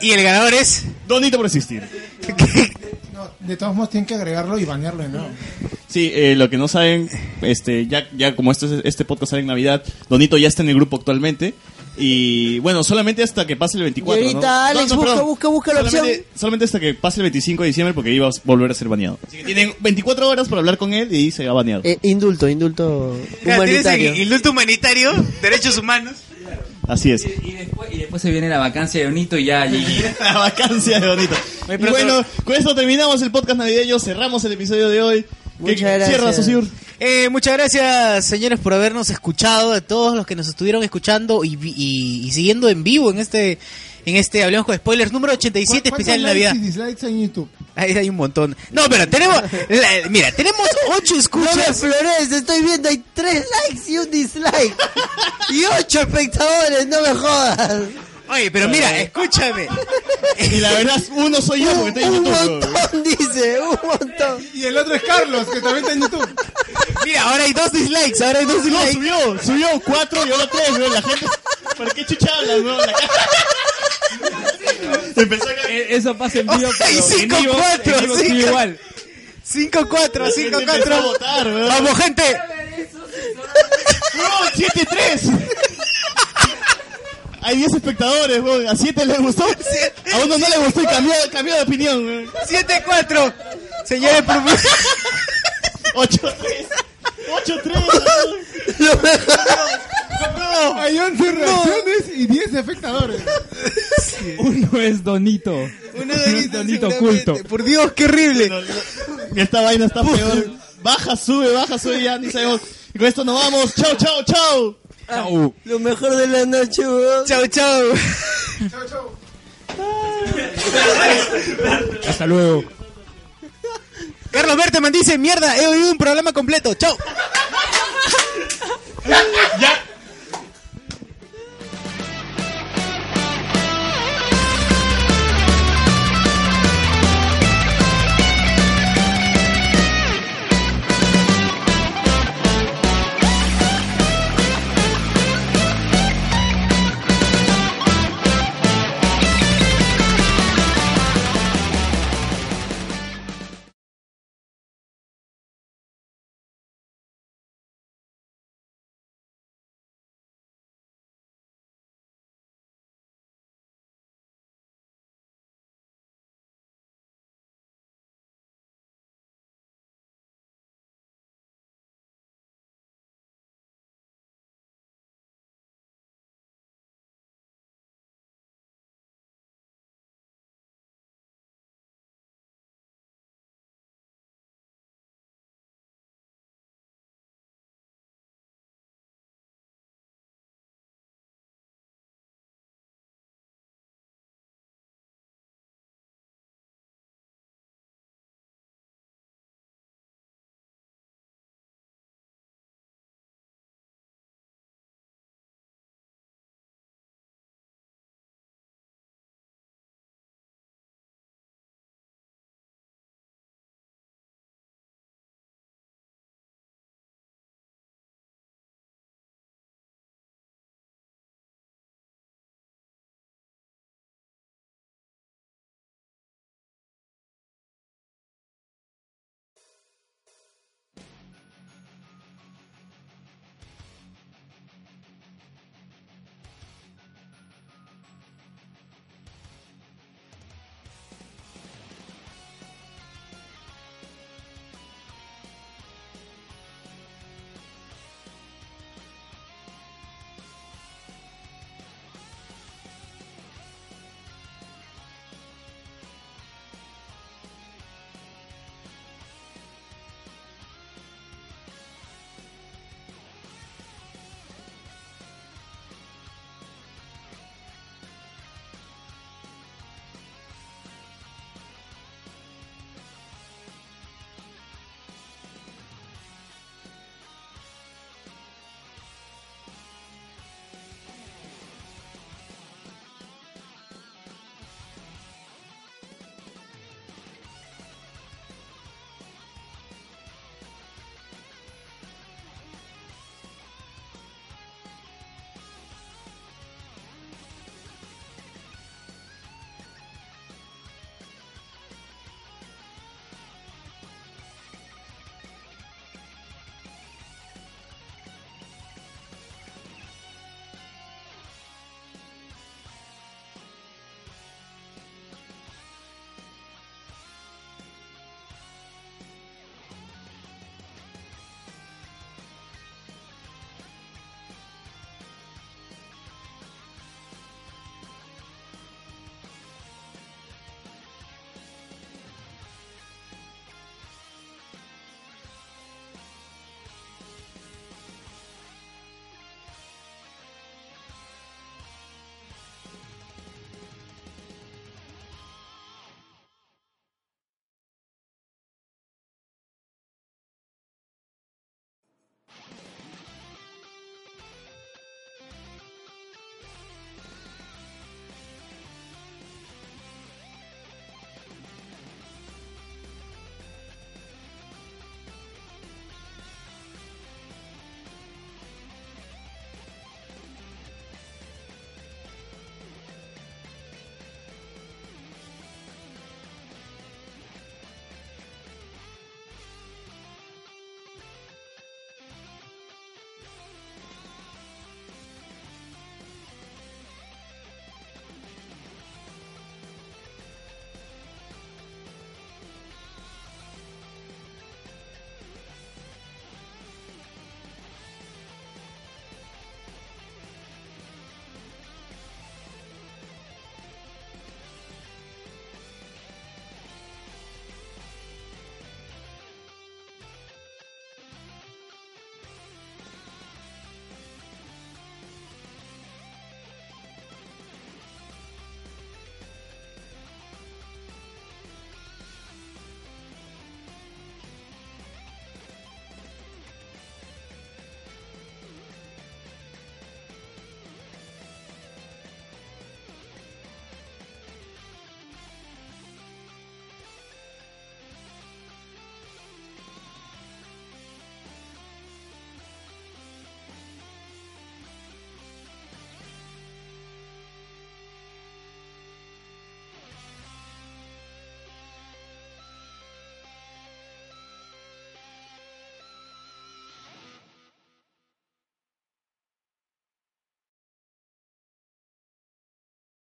S1: Y el ganador es.
S4: Donito por existir.
S5: De todos modos, tienen que agregarlo y banearlo de nuevo.
S4: Sí, eh, lo que no saben, este, ya, ya como esto es- este podcast sale en Navidad, Donito ya está en el grupo actualmente. Y bueno, solamente hasta que pase el 24.
S2: Y ahorita,
S4: ¿no?
S2: Alex, busca,
S4: perdón.
S2: busca, busca la
S4: solamente,
S2: opción.
S4: Solamente hasta que pase el 25 de diciembre porque iba a volver a ser baneado. Así que tienen 24 horas para hablar con él y se va baneado.
S2: Eh, indulto, indulto
S1: Claro, tienes el
S2: humanitario.
S1: indulto humanitario, derechos humanos.
S4: Así es.
S9: Y después se viene la vacancia de Donito y ya allí.
S4: la vacancia de Donito. Y
S9: pero-
S4: bueno, con esto terminamos el podcast navideño, cerramos el episodio de hoy. Que- Cierra, Sosur.
S1: Eh, muchas gracias, señores, por habernos escuchado, a todos los que nos estuvieron escuchando y, vi- y- y siguiendo en vivo en este, en este Hablemos con Spoilers número 87,
S5: ¿Cuántos
S1: especial de
S5: likes
S1: Navidad.
S5: y dislikes hay en YouTube?
S1: Ahí hay un montón. No, pero tenemos, la- mira, tenemos ocho escuchas.
S2: No me flores, estoy viendo, hay tres likes y un dislike. y ocho espectadores, no me jodas.
S1: Oye, pero mira, escúchame.
S4: Y la verdad, uno soy yo porque estoy en YouTube.
S2: montón, dice, un montón.
S5: Y el otro es Carlos, que también está en YouTube.
S1: Mira, ahora hay dos dislikes, ahora hay dos dislikes.
S4: No, subió, subió cuatro y ahora tres, weón. La gente. ¿Para qué chucha hablas,
S9: (laughs)
S4: weón? La ca- Empezó a ca-
S9: E-, Eso pasa en vivo.
S1: Ay,
S9: pero en
S1: cinco,
S9: vivo-
S1: cuatro,
S9: en vivo
S1: cinco.
S9: sigue igual.
S1: 5-4,
S4: La gente empezó a
S1: 5-4.
S4: votar, weón.
S1: Vamos, gente.
S4: ¡7-3! Hay 10 espectadores, weón. A 7 les gustó. A uno no le gustó y cambió, cambió de opinión, ¿eh? weón.
S22: 7-4. Señores, por favor.
S4: 8-3.
S5: 8-3. Hay 11 reacciones y 10 espectadores.
S9: Uno es Donito. Uno es Donito oculto.
S22: Por Dios, qué horrible.
S4: Esta vaina está peor. Baja, sube, baja, sube, ya ni sabemos. Y con esto nos vamos. Chau, chau, chau.
S23: Chau. Ah, Lo mejor de la noche, weón.
S22: Chau, chau.
S5: Hasta luego.
S1: Carlos Berteman dice, mierda, he oído un programa completo. Chau.
S24: Ya,